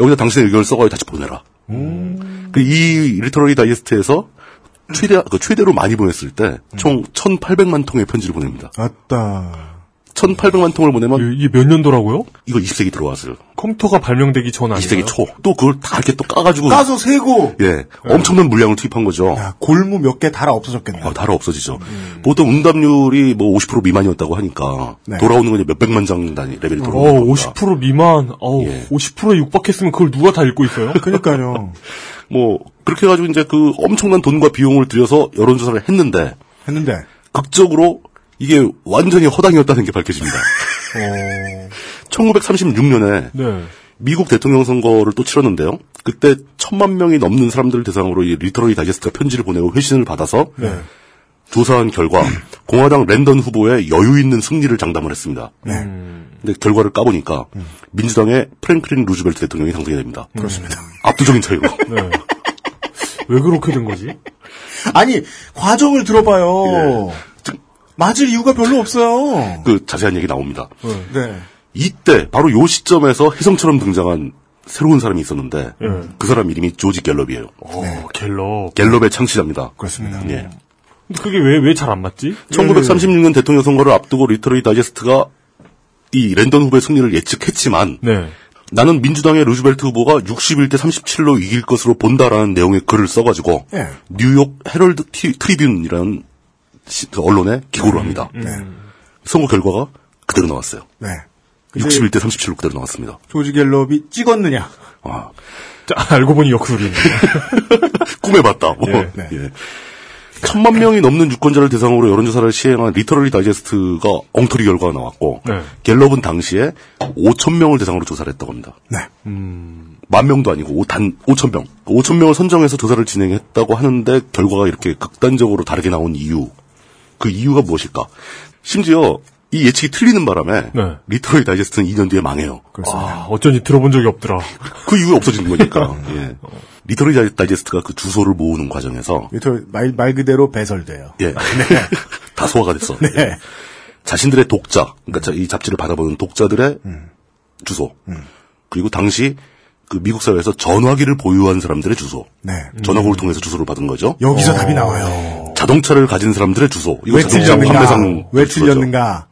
D: 여기다 당신의 의견을 써가지고 다시 보내라.
C: 음.
D: 그이 리터러리 다이제스트에서 최대 그 최대로 많이 보냈을 때
C: 음.
D: 총 1,800만 통의 편지를 보냅니다.
B: 아따.
D: 1,800만 통을 보내면
C: 아, 예, 이게 몇 년도라고요?
D: 이거 20세기 들어왔어요.
C: 컴퓨터가 발명되기 전 아니에요?
D: 20세기 초. 또 그걸 다 이렇게 또 까가지고
B: 까서 세고
D: 예, 엄청난 물량을 투입한 거죠.
B: 골무 몇 개 달아 없어졌겠네.
D: 어, 달아 없어지죠. 보통 응답률이 뭐 50% 미만이었다고 하니까
C: 음. 네.
D: 돌아오는 건 이제 몇 백만 장 단위 레벨이
C: 어,
D: 돌아오는 겁니다.
C: 50% 미만, 어,
D: 예.
C: 50%에 육박했으면 *laughs* 그걸 누가 다 읽고 있어요?
B: 그러니까요.
D: 뭐 그렇게 해가지고 이제 그 엄청난 돈과 비용을 들여서 여론조사를 했는데
B: 했는데
D: 극적으로 이게 완전히 허당이었다는 게 밝혀집니다.
B: 어.
D: 1936년에
C: 네.
D: 미국 대통령 선거를 또 치렀는데요. 그때 천만 명이 넘는 사람들을 대상으로 이 리터러리 다이제스트가 편지를 보내고 회신을 받아서
B: 네. 음.
D: 조사한 결과 공화당 랜던 후보의 여유 있는 승리를 장담을 했습니다.
B: 네.
D: 근데 결과를 까보니까 민주당의 프랭클린 루즈벨트 대통령이 당선이 됩니다.
B: 음. 그렇습니다. 네.
D: 압도적인 차이로.
C: 왜 그렇게 된 거지?
D: 어,
B: 아니 과정을 들어봐요.
D: 예.
B: 맞을 이유가 별로 없어요.
D: 그 자세한 얘기 나옵니다.
B: 네.
D: 이때 바로 요 시점에서 혜성처럼 등장한 새로운 사람이 있었는데
C: 예.
D: 그 사람 이름이 조지 갤럽이에요. 네,
C: 어, 갤럽.
D: 갤럽의 창시자입니다.
B: 그렇습니다.
D: 예.
C: 근데 그게 왜, 왜 잘 안 맞지?
D: 1936년 대통령 선거를 앞두고 리터리 다이제스트가 이 랜던 후보의 승리를 예측했지만
C: 네.
D: 나는 민주당의 루즈벨트 후보가 61대 37로 이길 것으로 본다라는 내용의 글을 써가지고
B: 예.
D: 뉴욕 헤럴드 티- 트리뷴이라는 시- 그 언론에 기고를 합니다. 선거 결과가 그대로 나왔어요.
B: 네.
D: 61대 37로 그대로 나왔습니다. 아.
B: 조지 갤럽이 찍었느냐?
C: 알고 보니 역술이.
D: 꿈에 봤다. 뭐.
C: 예.
D: *laughs* 예. 천만 명이 넘는 유권자를 대상으로 여론조사를 시행한 리터럴리 다이제스트가 엉터리 결과가 나왔고
C: 네.
D: 갤럽은 당시에 5천 명을 대상으로 조사를 했다고 합니다.
B: 네.
D: 만 명도 아니고 오- 단 5천 명. 5천 명을 선정해서 조사를 진행했다고 하는데 결과가 이렇게 극단적으로 다르게 나온 이유. 그 이유가 무엇일까? 심지어 이 예측이 틀리는 바람에
C: 네.
D: 리터럴리 다이제스트는 2년 뒤에 망해요.
C: 아, 어쩐지 들어본 적이 없더라.
D: 그 이후에
C: *laughs*
D: 없어진 거니까. 예. 리터럴리 다이제스트가 그 주소를 모으는 과정에서
B: 리터 말, 말 그대로 배설돼요. *laughs*
D: 예. 다 소화가 됐어.
B: 네.
D: 예. 자신들의 독자, 그러니까 자- 이 잡지를 받아보는 독자들의
B: 음.
D: 주소, 그리고 당시 그 미국 사회에서 전화기를 보유한 사람들의 주소,
B: 네.
D: 전화국을 통해서 주소를 받은 거죠. 어.
B: 여기서 답이 나와요.
D: 자동차를 가진 사람들의 주소, 이거
B: 어. 왜
D: 자동차
B: 틀렸는가?
D: 판매상
B: 왜
D: 주소죠.
B: 틀렸는가?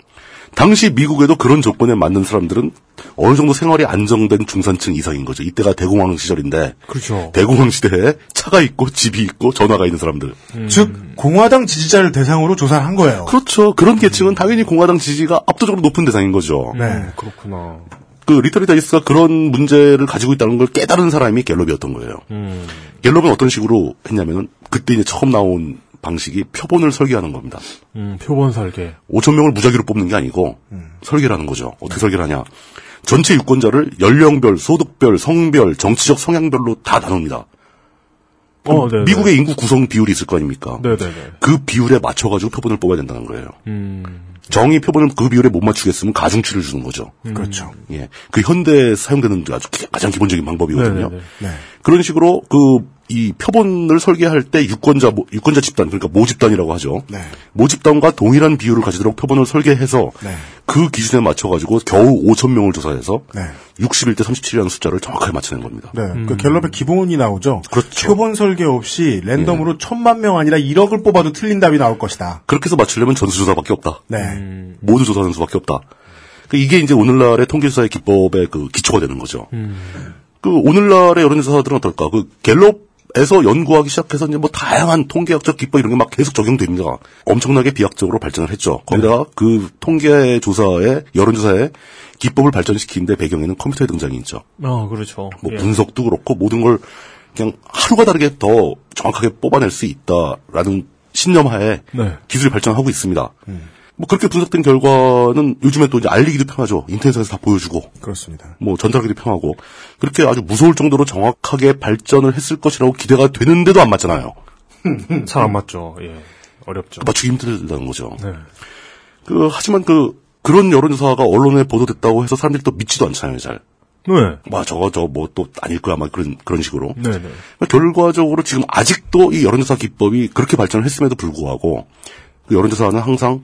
D: 당시 미국에도 그런 조건에 맞는 사람들은 어느 정도 생활이 안정된 중산층 이상인 거죠. 이때가 대공황 시절인데
C: 그렇죠.
D: 대공황 시대에 차가 있고 집이 있고 전화가 있는 사람들.
B: 음. 즉 공화당 지지자를 대상으로 조사를 한 거예요.
D: 그렇죠. 그런 계층은 당연히 공화당 지지가 압도적으로 높은 대상인 거죠.
B: 네.
C: 어, 그렇구나.
D: 그 리터리 다이스가 그런 문제를 가지고 있다는 걸 깨달은 사람이 갤럽이었던 거예요.
C: 음.
D: 갤럽은 어떤 식으로 했냐면은 그때 이제 처음 나온 방식이 표본을 설계하는 겁니다.
C: 음, 표본 설계.
D: 5천 명을 무작위로 뽑는 게 아니고
C: 음.
D: 설계를 하는 거죠. 어떻게 설계를 하냐? 전체 유권자를 연령별, 소득별, 성별, 정치적 성향별로 다 나눕니다.
C: 어, 네.
D: 미국의 인구 구성 비율이 있을 거 아닙니까?
C: 네네네.
D: 그 비율에 맞춰가지고 표본을 뽑아야 된다는 거예요.
C: 음.
D: 정의 표본을 그 비율에 못 맞추겠으면 가중치를 주는 거죠.
B: 그렇죠.
D: 예. 그 현대에 사용되는 아주 기- 가장 기본적인 방법이거든요.
C: 네네네.
D: 그런 식으로 그 이 표본을 설계할 때 유권자 모- 유권자 집단 그러니까 모집단이라고 하죠. 모집단과 동일한 비율을 가지도록 표본을 설계해서
B: 네.
D: 그 기준에 맞춰 가지고 겨우 5천 명을 조사해서
B: 네.
D: 61대 37이라는 숫자를 정확하게 맞춰낸 겁니다.
B: 네. 그 갤럽의 기본이 나오죠. 그렇죠. 예. 표본 설계 없이 랜덤으로 천만 명 아니라 1억을 뽑아도 틀린 답이 나올 것이다.
D: 그렇게 해서 맞추려면 전수조사밖에 없다.
B: 네.
D: 모두 조사하는 수밖에 없다. 그 이게 이제 오늘날의 통계조사의 기법의 그 기초가 되는 거죠. 그 오늘날의 여론조사들은 어떨까? 그 갤럽에서 연구하기 시작해서 이제 뭐 다양한 통계학적 기법 이런 게 막 계속 적용됩니다. 엄청나게 비약적으로 발전을 했죠. 거기다가 그 통계 조사의 여론조사의 기법을 발전시킨 데 배경에는 컴퓨터의 등장이 있죠.
C: 아, 그렇죠.
D: 뭐
C: 예.
D: 분석도 그렇고 모든 걸 그냥 하루가 다르게 더 정확하게 뽑아낼 수 있다라는 신념하에
C: 네. 음.
D: 기술이 발전하고 있습니다. 뭐 그렇게 분석된 결과는 요즘에 또 이제 알리기도 편하죠. 인터넷에서 다 보여주고
B: 그렇습니다.
D: 뭐 전달하기도 편하고 그렇게 아주 무서울 정도로 정확하게 발전을 했을 것이라고 기대가 되는데도 안 맞잖아요.
C: 잘 안 맞죠. 예. 어렵죠.
D: 맞추기 힘들다는 거죠.
C: 네.
D: 그 하지만 그 그런 여론조사가 언론에 보도됐다고 해서 사람들이 또 믿지도 않잖아요. 잘
C: 네.
D: 뭐 저거 저거 뭐 또 아닐 거야 막 그런 그런 식으로.
C: 네네.
D: 그러니까 결과적으로 지금 아직도 이 여론조사 기법이 그렇게 발전을 했음에도 불구하고 그 여론조사는 항상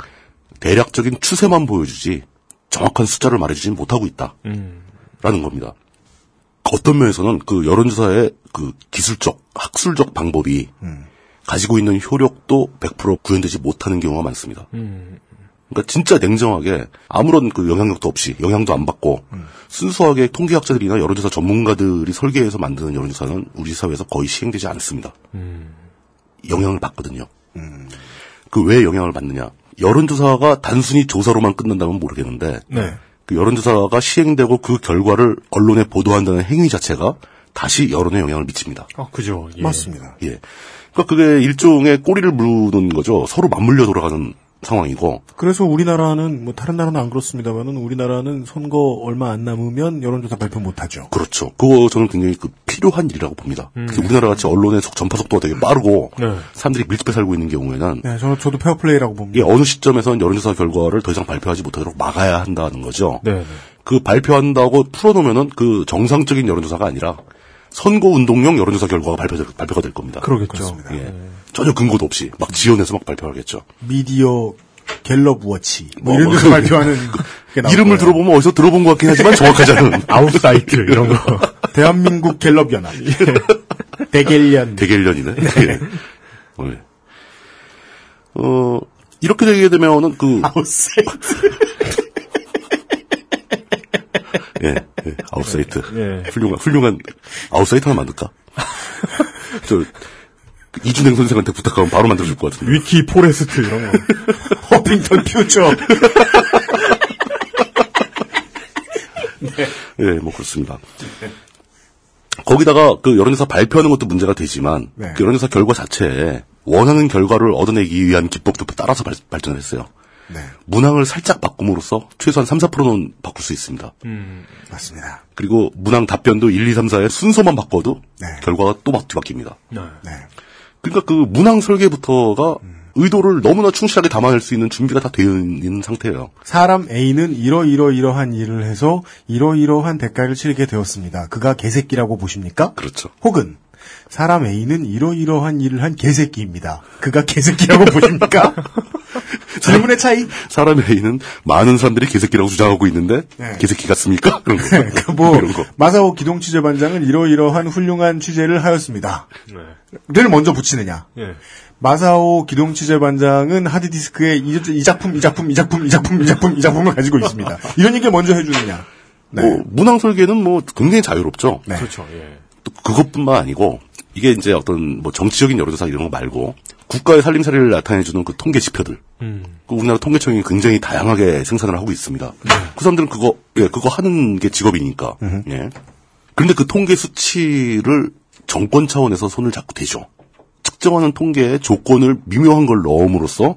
D: 대략적인 추세만 보여주지 정확한 숫자를 말해주지 못하고 있다라는
C: 음.
D: 겁니다. 어떤 면에서는 그 여론조사의 그 기술적 학술적 방법이 가지고 있는 효력도 100% 구현되지 못하는 경우가 많습니다.
C: 음.
D: 그러니까 진짜 냉정하게 아무런 그 영향력도 없이 영향도 안 받고 순수하게 통계학자들이나 여론조사 전문가들이 설계해서 만드는 여론조사는 우리 사회에서 거의 시행되지 않습니다. 영향을 받거든요. 그 왜 영향을 받느냐? 여론조사가 단순히 조사로만 끝난다면 모르겠는데
C: 네.
D: 그 여론조사가 시행되고 그 결과를 언론에 보도한다는 행위 자체가 다시 여론에 영향을 미칩니다.
C: 아, 그죠. 예.
B: 맞습니다.
D: 예. 그러니까 그게 일종의 꼬리를 물는 거죠. 서로 맞물려 돌아가는 상황이고
B: 그래서 우리나라는 뭐 다른 나라는 안 그렇습니다만은 우리나라는 선거 얼마 안 남으면 여론조사 발표 못하죠.
D: 그렇죠. 그거 저는 굉장히 그 필요한 일이라고 봅니다.
B: 음.
D: 특히 우리나라 같이 언론의 속- 전파 속도가 되게 빠르고
B: 네.
D: 사람들이 밀집해 살고 있는 경우에는
B: 네, 저는 저도 페어플레이라고 봅니다.
D: 이게 어느 시점에선 여론조사 결과를 더 이상 발표하지 못하도록 막아야 한다는 거죠.
C: 네.
D: 그 발표한다고 풀어놓으면은 그 정상적인 여론조사가 아니라 선거 운동용 여론조사 결과가 발표, 발표가 될 겁니다.
B: 그러겠죠.
D: 예.
C: 네.
D: 전혀 근거도 없이 막 지원해서 막 발표하겠죠.
B: 미디어 갤럽 워치 뭐 이런
D: 뭐,
B: 데서
D: 뭐, *laughs*
B: 발표하는 게 나올
D: 이름을
B: 거예요.
D: 들어보면 어디서 들어본 것 같긴 하지만 정확하지 않은
C: *laughs* 아웃사이트 이런 거.
B: *laughs* 대한민국 갤럽
D: *laughs*
B: 연합
D: 예.
B: 대갤련
D: 대결년이네. 예. 예. 어 이렇게 되게 되면은 그 *laughs* 예, 예, 아웃사이트.
C: 예.
D: 훌륭한, 훌륭한, 아웃사이트 하나 만들까? 저, 그 이준행 선생한테 부탁하면 바로 만들어줄 것 같은데.
C: 위키 포레스트 이런
D: *laughs*
C: 거.
B: 허핑턴 퓨처
D: 예, 뭐 그렇습니다. 거기다가 그 여론조사 발표하는 것도 문제가 되지만,
B: 네.
D: 그 여론조사 결과 자체에 원하는 결과를 얻어내기 위한 기법도 따라서 발, 전을 했어요.
B: 네.
D: 문항을 살짝 바꿈으로써 최소한 3, 4%는 바꿀 수 있습니다.
C: 음.
B: 맞습니다.
D: 그리고 문항 답변도 1, 2, 3, 4의 순서만 바꿔도
B: 네.
D: 결과가 또 막 뒤바뀝니다.
C: 네.
D: 그러니까 그 문항 설계부터가 의도를 너무나 충실하게 담아낼 수 있는 준비가 다 되어 있는 상태예요.
B: 사람 A는 이러이러이러한 일을 해서 이러이러한 대가를 치르게 되었습니다. 그가 개새끼라고 보십니까?
D: 그렇죠.
B: 혹은 사람 A는 이러이러한 일을 한 개새끼입니다. 그가 개새끼라고
D: *laughs*
B: 보십니까? 질문의 차이.
D: 사람의 A는 많은 사람들이 개새끼라고 주장하고 있는데
B: 네.
D: 개새끼 같습니까? *laughs* 그런 거.
B: 그러니까 뭐
D: 이런 거.
B: 마사오 기동 취재반장은 이러이러한 훌륭한 취재를 하였습니다.
C: 네.
B: 를 먼저 붙이느냐.
C: 예.
B: 마사오 기동 취재반장은 하드디스크에 이, 이 작품, 이 작품, 이 작품, 이 작품, 이 작품, 이 작품을 가지고 있습니다. 이런 얘기를 먼저 해주느냐.
C: 네.
D: 뭐 문항 설계는 뭐 굉장히 자유롭죠.
C: 그렇죠. 예.
D: 또 그것뿐만 아니고 이게 이제 어떤 뭐 정치적인 여론조사 이런 거 말고 국가의 살림살이를 나타내주는 그 통계 지표들.
C: 음.
D: 그 우리나라 통계청이 굉장히 다양하게 생산을 하고 있습니다.
C: 네.
D: 그 사람들은 그거, 예, 그거 하는 게 직업이니까. 예. 그런데 그 통계 수치를 정권 차원에서 손을 잡고 대죠. 측정하는 통계의 조건을 미묘한 걸 넣음으로써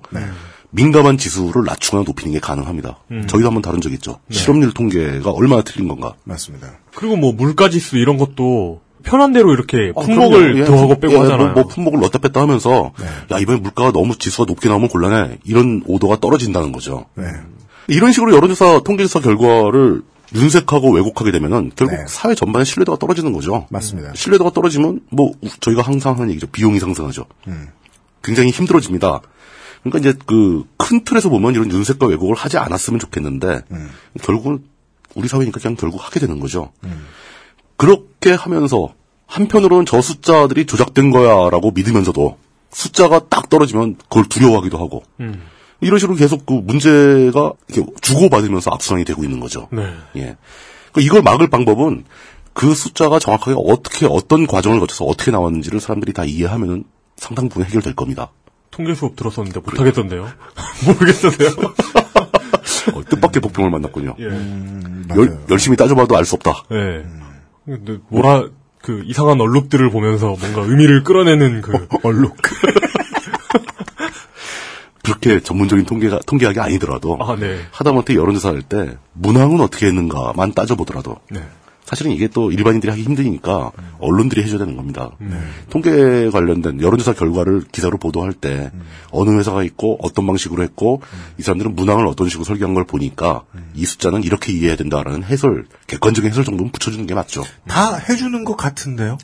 D: 민감한 지수를 낮추거나 높이는 게 가능합니다.
C: 네. 음. 네.
D: 저희도 한번 다룬 적 있죠. 실업률 통계가 얼마나 틀린 건가.
B: 맞습니다.
C: 그리고 뭐 물가지수 이런 것도 편한 대로 이렇게
D: 어,
C: 품목을
D: 그럼요. 예,
C: 더하고
D: 품-
C: 빼고
D: 예,
C: 하잖아요. 네.
D: 뭐, 뭐 품목을 넣다 뺐다 하면서 야 이번에 물가가 너무 지수가 높게 나오면 곤란해. 이런 오도가 떨어진다는 거죠.
B: 네.
D: 이런 식으로 여론조사 통계조사 결과를 윤색하고 왜곡하게 되면은 결국
C: 네.
D: 사회 전반의 신뢰도가 떨어지는 거죠.
B: 맞습니다.
D: 신뢰도가 떨어지면 뭐 우- 저희가 항상 하는 얘기죠. 비용이 상승하죠.
C: 음.
D: 굉장히 힘들어집니다. 그러니까 이제 그 큰 틀에서 보면 이런 윤색과 왜곡을 하지 않았으면 좋겠는데
C: 음.
D: 결국은 우리 사회니까 그냥 결국 하게 되는 거죠. 그렇게 하면서 한편으로는 저 숫자들이 조작된 거야라고 믿으면서도 숫자가 딱 떨어지면 그걸 두려워하기도 하고
C: 음.
D: 이런 식으로 계속 그 문제가 이렇게 주고받으면서 악순환이 되고 있는 거죠.
C: 네.
D: 예. 그 이걸 막을 방법은 그 숫자가 정확하게 어떻게 어떤 과정을 거쳐서 어떻게 나왔는지를 사람들이 다 이해하면은 상당 부분 해결될 겁니다.
C: 통계 수업 들었었는데 못하겠던데요. *laughs*
D: *laughs*
C: 모르겠던데요.
D: 어, 뜻밖의 복병을 만났군요.
C: 예.
D: 열, 열심히 따져봐도 알 수 없다.
C: 예.
D: 음.
C: 근데 뭐라 그 이상한 얼룩들을 보면서 뭔가 의미를 끌어내는 그
B: 얼룩.
D: 그렇게 전문적인 통계가 통계학이 아니더라도
C: 아 네.
D: 하다못해 여론조사할 때 문항은 어떻게 했는가만 따져보더라도
C: 네.
D: 사실은 이게 또 일반인들이 하기 힘드니까 언론들이 해줘야 되는 겁니다. 통계 관련된 여론조사 결과를 기사로 보도할 때 어느 회사가 있고 어떤 방식으로 했고 이 사람들은 문항을 어떤 식으로 설계한 걸 보니까 이 숫자는 이렇게 이해해야 된다라는 해설, 객관적인 해설 정도는 붙여주는 게 맞죠.
B: 다 해주는 것 같은데요?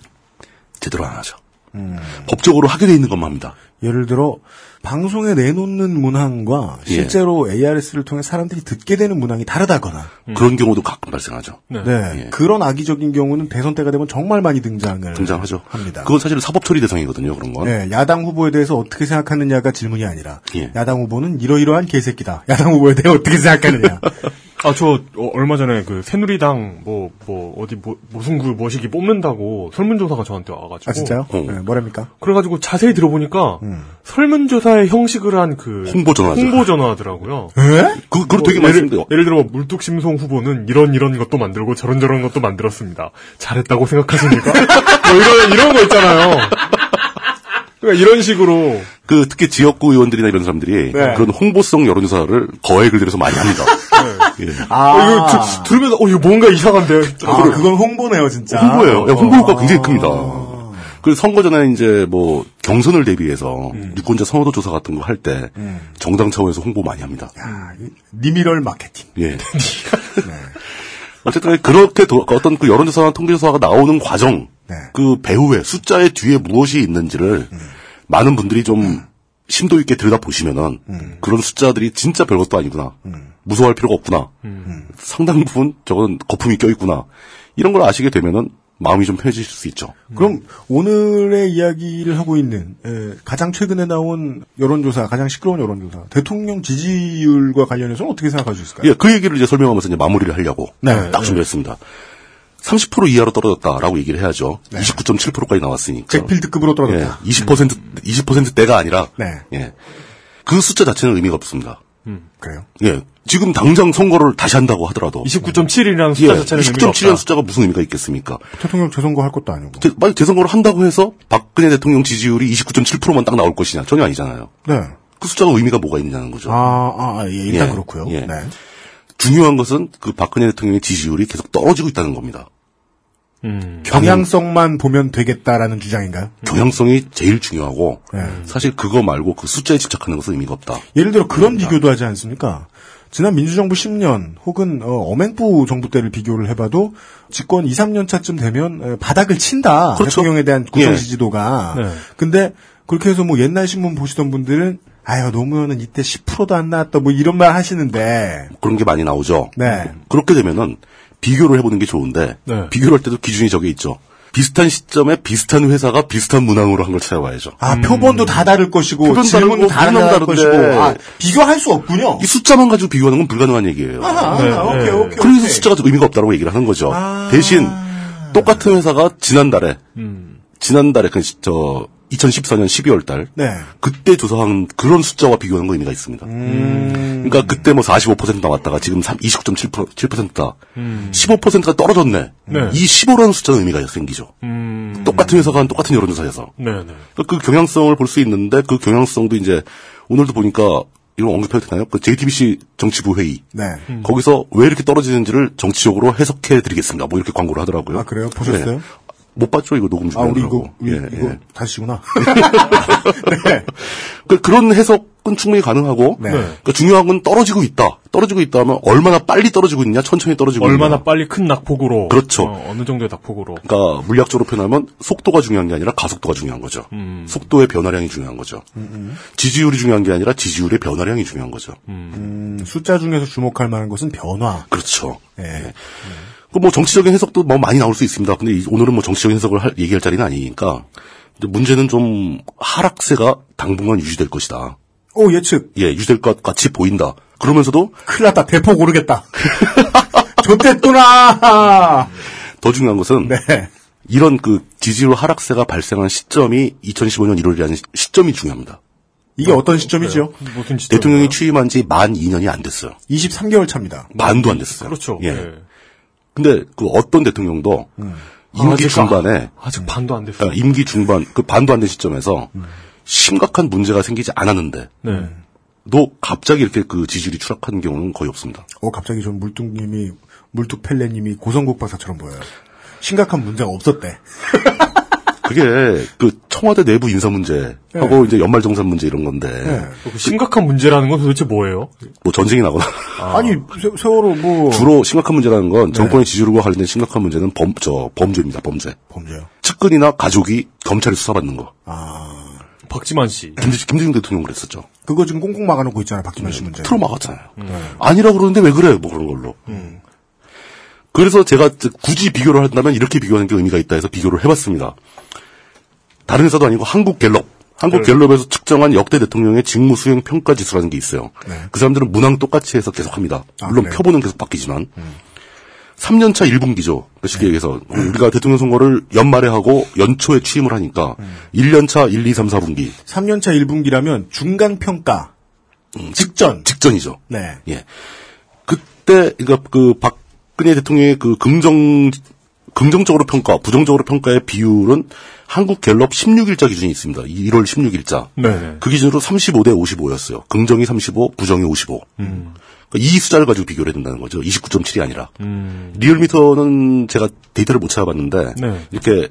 D: 제대로 안 하죠. 음. 법적으로 하게 돼 있는 것만 합니다.
B: 예를 들어 방송에 내놓는 문항과
D: 예.
B: 실제로 ARS를 통해 사람들이 듣게 되는 문항이 다르다거나
D: 그런 경우도 가끔 발생하죠.
B: 네. 그런 악의적인 경우는 대선 때가 되면 정말 많이 등장을
D: 예. 등장하죠.
B: 합니다.
D: 그건 사실 사법 처리 대상이거든요. 그런 건.
B: 네, 야당 후보에 대해서 어떻게 생각하느냐가 질문이 아니라
D: 예.
B: 야당 후보는 이러이러한 개새끼다. 야당 후보에 대해 어떻게 생각하느냐.
C: 아, 저, 어, 얼마 전에 그 새누리당, 뭐, 뭐, 어디, 모, 모순구 모시기 뽑는다고 설문조사가 저한테 와가지고.
B: 아 진짜요?
D: 어.
B: 네, 뭐랍니까?
C: 그래가지고 자세히 들어보니까 설문조사의 형식을 한 그
D: 음. 홍보 전화죠.
C: 홍보 전화더라고요.
B: 예?
D: 그, 그걸 되게
C: 뭐 예를,
D: 많습니다.
C: 예를 들어 물뚝심송 후보는 이런 이런 것도 만들고 저런 저런 것도 만들었습니다. 잘했다고 생각하십니까? *laughs* 뭐 이런 이런 거 있잖아요. 그러니까 이런 식으로
D: 그 특히 지역구 의원들이나 이런 사람들이
C: 네.
D: 그런 홍보성 여론조사를 거액을 들여서 많이 합니다. 예.
C: 어, 이거 들- 들으면서 어 이거 뭔가 이상한데.
B: 아, 그건 홍보네요, 진짜.
D: 홍보예요. 예, 홍보 효과 가 굉장히 큽니다. 그 선거 전에 이제 뭐 경선을 대비해서 유권자 선호도 조사 같은 거 할 때 정당 차원에서 홍보 많이 합니다.
B: 아, 리미럴 마케팅.
D: 예. *laughs* 어쨌든 그렇게 도- 어떤 그 여론조사나 통계조사가 나오는 과정, 그 배후에 숫자의 뒤에 무엇이 있는지를 많은 분들이 좀 심도 있게 들여다 보시면은 그런 숫자들이 진짜 별것도 아니구나, 무서워할 필요가 없구나, 상당 부분 저건 거품이 껴 있구나 이런 걸 아시게 되면은 마음이 좀 편해질 수 있죠.
B: 그럼 오늘의 이야기를 하고 있는 에, 가장 최근에 나온 여론조사, 가장 시끄러운 여론조사, 대통령 지지율과 관련해서는 어떻게 생각할 수 있을까요?
D: 예, 그 얘기를 이제 설명하면서 이제 마무리를 하려고 딱 준비했습니다. 30% 이하로 떨어졌다라고 얘기를 해야죠. 29.7%까지 나왔으니까.
B: 잭필드급으로 떨어졌다.
D: 그렇죠. 예, 20% 20%대가 아니라
B: 네.
D: 예. 그 숫자 자체는 의미가 없습니다.
B: 그래요?
D: 예. 지금 당장 선거를 다시 한다고 하더라도
C: 29.7이라는
D: 예,
C: 숫자 자체는 의미가
D: 29.7이라는
C: 없다.
D: 숫자가 무슨 의미가 있겠습니까?
B: 대통령 재선거 할 것도 아니고.
D: 제- 만약 재선거를 한다고 해서 박근혜 대통령 지지율이 29.7%만 딱 나올 것이냐 전혀 아니잖아요.
B: 네.
D: 그 숫자가 의미가 뭐가 있냐는 거죠.
B: 아, 아, 예, 일단
D: 예,
B: 그렇고요.
D: 예.
B: 네.
D: 중요한 것은 그 박근혜 대통령의 지지율이 계속 떨어지고 있다는 겁니다. 음.
B: 경향성만 보면 되겠다라는 주장인가요?
C: 음.
D: 경향성이 제일 중요하고
B: 예.
C: 네.
D: 사실 그거 말고 그 숫자에 집착하는 것은 의미가 없다.
B: 예를 들어 그런 비교도 하지 않습니까? 지난 민주정부 10년 혹은 어, 어맹부 정부 때를 비교를 해봐도 집권 2, 3년 차쯤 되면 에, 바닥을 친다.
D: 그렇죠.
B: 대통령에 대한 구정
D: 예.
B: 지지도가.
D: 네.
B: 근데 그렇게 해서 뭐 옛날 신문 보시던 분들은 아유 노무현은 이때 10%도 안 나왔다 뭐 이런 말 하시는데
D: 그런 게 많이 나오죠.
B: 네.
D: 그렇게 되면은 비교를 해보는 게 좋은데
B: 네.
D: 비교할 때도 기준이 저게 있죠. 비슷한 시점에 비슷한 회사가 비슷한 문항으로 한 걸 찾아봐야죠.
B: 아 표본도 다 다를 것이고
D: 음. 표본
B: 질문도
D: 어, 다르고
B: 다
D: 문항
B: 다를
D: 다른데.
B: 것이고 아, 비교할 수 없군요.
D: 이 숫자만 가지고 비교하는 건 불가능한 얘기예요.
B: 아하, 네, 오케이, 네. 아. 오케이,
D: 그래서 숫자가 좀 의미가 없다고 얘기를 하는 거죠. 대신 똑같은 회사가 지난달에
B: 음.
D: 지난달에 그저 2014년 12월 달
B: 네.
D: 그때 조사한 그런 숫자와 비교하는 거 의미가 있습니다.
C: 음.
D: 그러니까 그때 뭐 45% 나왔다가 지금 29.7%다. 15%가 떨어졌네.
C: 음. 네.
D: 이 15라는 숫자는 의미가 생기죠.
C: 음.
D: 똑같은 회사가 한 똑같은 여론조사에서.
C: 네, 네.
D: 그 경향성을 볼 수 있는데 그 경향성도 이제 오늘도 보니까 이런 언급해도 되나요? 그 JTBC 정치부 회의.
B: 네.
C: 음.
D: 거기서 왜 이렇게 떨어지는지를 정치적으로 해석해 드리겠습니다. 뭐 이렇게 광고를 하더라고요.
B: 아 그래요? 보셨어요?
D: 네. 못 봤죠 이거 녹음
B: 아
D: 중이라고.
B: 우리 이거 이,
D: 예,
B: 이거
D: 예.
B: 다시구나.
D: 그, 그런 해석은 충분히 가능하고
B: 네.
D: 그러니까 중요한 건 떨어지고 있다. 떨어지고 있다 하면 얼마나 빨리 떨어지고 있냐, 천천히 떨어지고
C: 얼마나
D: 있냐.
C: 빨리 큰 낙폭으로.
D: 그렇죠.
C: 어, 느 정도의 낙폭으로.
D: 그러니까 물리학적으로 표현하면 속도가 중요한 게 아니라 가속도가 중요한 거죠.
C: 음,
D: 속도의 변화량이 중요한 거죠. 지지율이 중요한 게 아니라 지지율의 변화량이 중요한 거죠.
B: 음, 숫자 중에서 주목할 만한 것은 변화.
D: 그렇죠.
C: 네.
B: 예.
D: 그 뭐 정치적인 해석도 뭐 많이 나올 수 있습니다. 근데 이- 오늘은 뭐 정치적인 해석을 할- 얘기할 자리는 아니니까. 근데 문제는 좀 하락세가 당분간 유지될 것이다.
B: 오 예측.
D: 예, 유지될 것 같이 보인다. 그러면서도
B: 큰일 났다. 대폭 오르겠다. *laughs* 좋댔구나. 네.
D: 더 중요한
C: 네.
D: 것은 이런 그 지지율 하락세가 발생한 시점이 2015년 1월이라는 시- 시점이 중요합니다.
B: 이게 어떤 그렇죠. 시점이죠? 음.
C: 무슨
D: 대통령이 취임한 지 만 2년이 안 됐어요.
B: 23개월 차입니다.
D: 만도 안 됐어요.
C: 그렇죠.
D: 예.
C: 예. 음.
D: 근데 그 어떤 대통령도 임기
C: 아직
D: 중반에
C: 아, 아직 음. 반도 안 됐어.
D: 아, 임기 중반 그 반도 안 된 시점에서 심각한 문제가 생기지 않았는데
C: 네.
D: 도 갑자기 이렇게 그 지지율이 추락한 경우는 거의 없습니다.
B: 어, 갑자기 전 물뚱님이, 물뚝펠레님이 고성국 박사처럼 보여요. 심각한 문제가 없었대.
D: 그게 그 청와대 내부 인사
C: 예.
D: 문제하고 이제 연말정산 문제 이런 건데
C: 그 심각한 문제라는 건 도대체 뭐예요?
D: 뭐 전쟁이 나거나
B: 아. 니 세, 월호 뭐.
D: 주로 심각한 문제라는 건 정권의 지지율과 관련된 심각한 문제는 범, 저, 범죄입니다. 범죄.
B: 범죄요?
D: 측근이나 가족이 검찰에 수사받는 거.
C: 박지만 씨.
D: 김대, 김대중 대통령 그랬었죠.
B: 아, 그거 지금 꽁꽁 막아놓고 있잖아, 박지만 씨 문제.
D: 틀어 막았잖아요. 아니라고 그러는데 왜 그래요? 뭐 그런 걸로. 그래서 제가 저- 굳이 비교를 한다면 이렇게 비교하는 게 의미가 있다 해서 비교를 해봤습니다. 다른 회사도 아니고 한국 갤럽. 한국
C: 네.
D: 갤럽에서 측정한 역대 대통령의 직무 수행 평가 지수라는 게 있어요. 그 사람들은 문항 똑같이 해서 계속 합니다. 물론
B: 그래요?
D: 표본은 계속 바뀌지만. 3년차 1분기죠. 그 쉽게 얘기해서. 우리가 대통령 선거를 연말에 하고 연초에 취임을 하니까 1년차 1, 2, 3, 4분기.
B: 3년차 1분기라면 중간평가.
D: 직전. 직전이죠.
B: 네.
D: 예. 그때 그러니까 그 박근혜 대통령의 그 긍정 긍정적으로 평가, 부정적으로 평가의 비율은 한국 갤럽 16일자 기준이 있습니다. 1월 16일자.
C: 네네.
D: 그 기준으로 35대 55였어요. 긍정이 35, 부정이 55.
C: 음.
D: 그러니까 이 숫자를 가지고 비교를 해야 된다는 거죠. 29.7이 아니라. 리얼미터는 제가 데이터를 못 찾아봤는데
C: 네.
D: 이렇게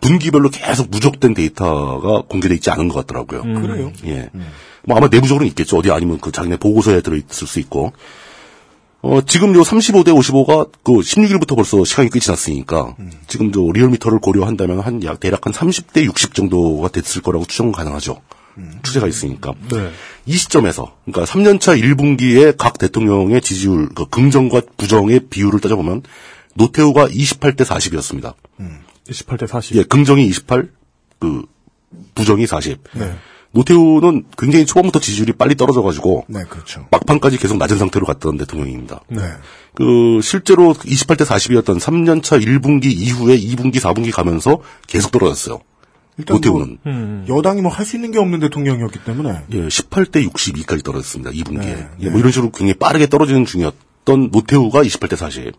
D: 분기별로 계속 누적된 데이터가 공개돼 있지 않은 것 같더라고요.
B: 그래요?
D: 예. 뭐 아마 내부적으로는 있겠죠. 어디 아니면 그 자기네 보고서에 들어있을 수 있고. 어, 지금 요 35대 55가 그 16일부터 벌써 시간이 꽤 지났으니까 지금 저 리얼미터를 고려한다면 한 약 대략 한 30대 60 정도가 됐을 거라고 추정 가능하죠. 추세가 있으니까.
C: 네.
D: 이 시점에서 그러니까 3년차 1분기에 각 대통령의 지지율 그 긍정과 부정의 비율을 따져보면 노태우가 28대 40이었습니다.
C: 28대 40.
D: 예, 긍정이 28, 그 부정이 40.
B: 네.
D: 노태우는 굉장히 초반부터 지지율이 빨리 떨어져가지고
B: 네, 그렇죠.
D: 막판까지 계속 낮은 상태로 갔던 대통령입니다.
B: 네.
D: 그 실제로 28대 40이었던 3년차 1분기 이후에 2분기, 4분기 가면서 계속 떨어졌어요.
B: 일단
D: 노태우는
B: 뭐 여당이 뭐 할 수 있는 게 없는 대통령이었기 때문에.
D: 예, 18대 62까지 떨어졌습니다. 2분기에. 뭐 이런 식으로 굉장히 빠르게 떨어지는 중이었던 노태우가 28대 40.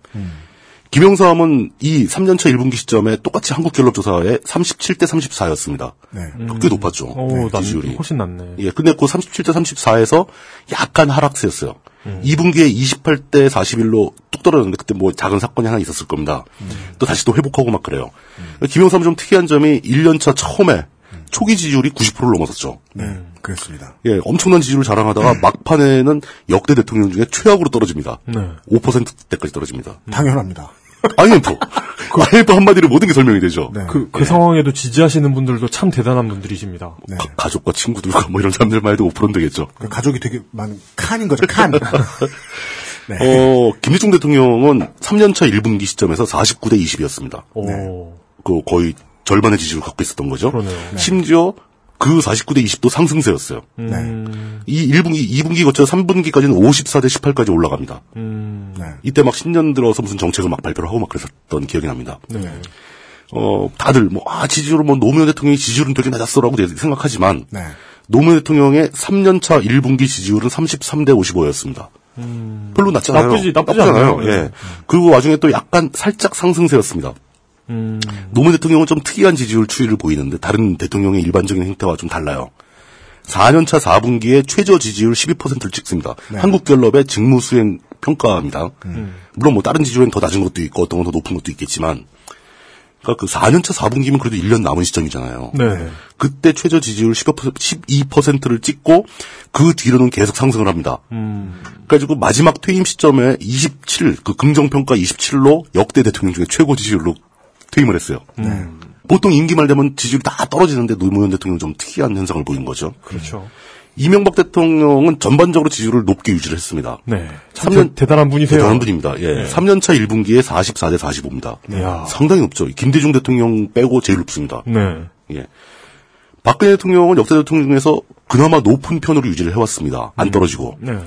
D: 김영삼은 이 3년차 1분기 시점에 똑같이 한국갤럽 조사에 37대 34였습니다. 꽤 높았죠.
C: 음.
D: 네,
C: 오, 남-
D: 지지율이.
C: 훨씬 낫네.
D: 예, 근데 그 37대 34에서 약간 하락세였어요. 2분기에 28대 41로 뚝 떨어졌는데 그때 뭐 작은 사건이 하나 있었을 겁니다. 또 다시 또 회복하고 막 그래요. 그러니까 김영삼 좀 특이한 점이 1년차 처음에 초기 지지율이 90%를 넘었었죠.
B: 네, 그랬습니다.
D: 예, 엄청난 지지율을 자랑하다가 막판에는 역대 대통령 중에 최악으로 떨어집니다.
B: 네.
D: 5%대까지 떨어집니다.
B: 음. 당연합니다.
D: IMF. IMF 한마디로 모든 게 설명이 되죠.
C: 그, 그 상황에도 지지하시는 분들도 참 대단한 분들이십니다.
D: 가- 가족과 친구들과 뭐 이런 사람들만 해도 5%는 되겠죠.
B: 그 가족이 되게 많은 칸인 거죠, 칸.
D: 그렇죠. 어, 김대중 대통령은 3년차 1분기 시점에서 49대 20이었습니다.
C: 어.
D: 그 거의 절반의 지지를 갖고 있었던 거죠. 심지어 그 49대 20도 상승세였어요.
B: 네.
D: 음. 이 1분기, 2분기 거쳐 3분기까지는 54대 18까지 올라갑니다.
C: 음.
D: 네. 이때 막 신년 들어서 무슨 정책을 막 발표를 하고 막 그랬었던 기억이 납니다.
B: 네.
D: 어, 다들 뭐, 아, 지지율은 뭐 노무현 대통령이 지지율은 되게 낮았어라고 생각하지만,
B: 네.
D: 노무현 대통령의 3년차 1분기 지지율은 33대 55였습니다. 별로 낮지 않아요.
C: 음. 나쁘지- 나쁘지
D: 나쁘잖아요.
C: 않아요. 네.
D: 예. 그 와중에 또 약간 살짝 상승세였습니다.
C: 음.
D: 노무현 대통령은 좀 특이한 지지율 추이를 보이는데 다른 대통령의 일반적인 행태와 좀 달라요. 4년차 4분기에 최저 지지율 12%를 찍습니다.
B: 네.
D: 한국갤럽의 직무수행 평가입니다.
B: 음.
D: 물론 뭐 다른 지지율은 더 낮은 것도 있고 어떤 건 더 높은 것도 있겠지만 그러니까 그 4년차 4분기면 그래도 1년 남은 시점이잖아요.
C: 네.
D: 그때 최저 지지율 12%를 찍고 그 뒤로는 계속 상승을 합니다.
C: 음.
D: 그래가지고 마지막 퇴임 시점에 27, 그 긍정평가 27로 역대 대통령 중에 최고 지지율로 퇴임을 했어요.
C: 네.
D: 음. 보통 임기 말 되면 지지율이 다 떨어지는데 노무현 대통령은 좀 특이한 현상을 보인 거죠. 음.
C: 그렇죠.
D: 이명박 대통령은 전반적으로 지지율을 높게 유지를 했습니다.
C: 네. 참
D: 3년
C: 대, 단한 분이세요. 네.
D: 대단한 분입니다. 예. 3년차 1분기에 44대 45입니다.
C: 이야.
D: 상당히 높죠. 김대중 대통령 빼고 제일 높습니다.
C: 네.
D: 예. 박근혜 대통령은 역대 대통령 중에서 그나마 높은 편으로 유지를 해왔습니다. 안 떨어지고.
C: 네.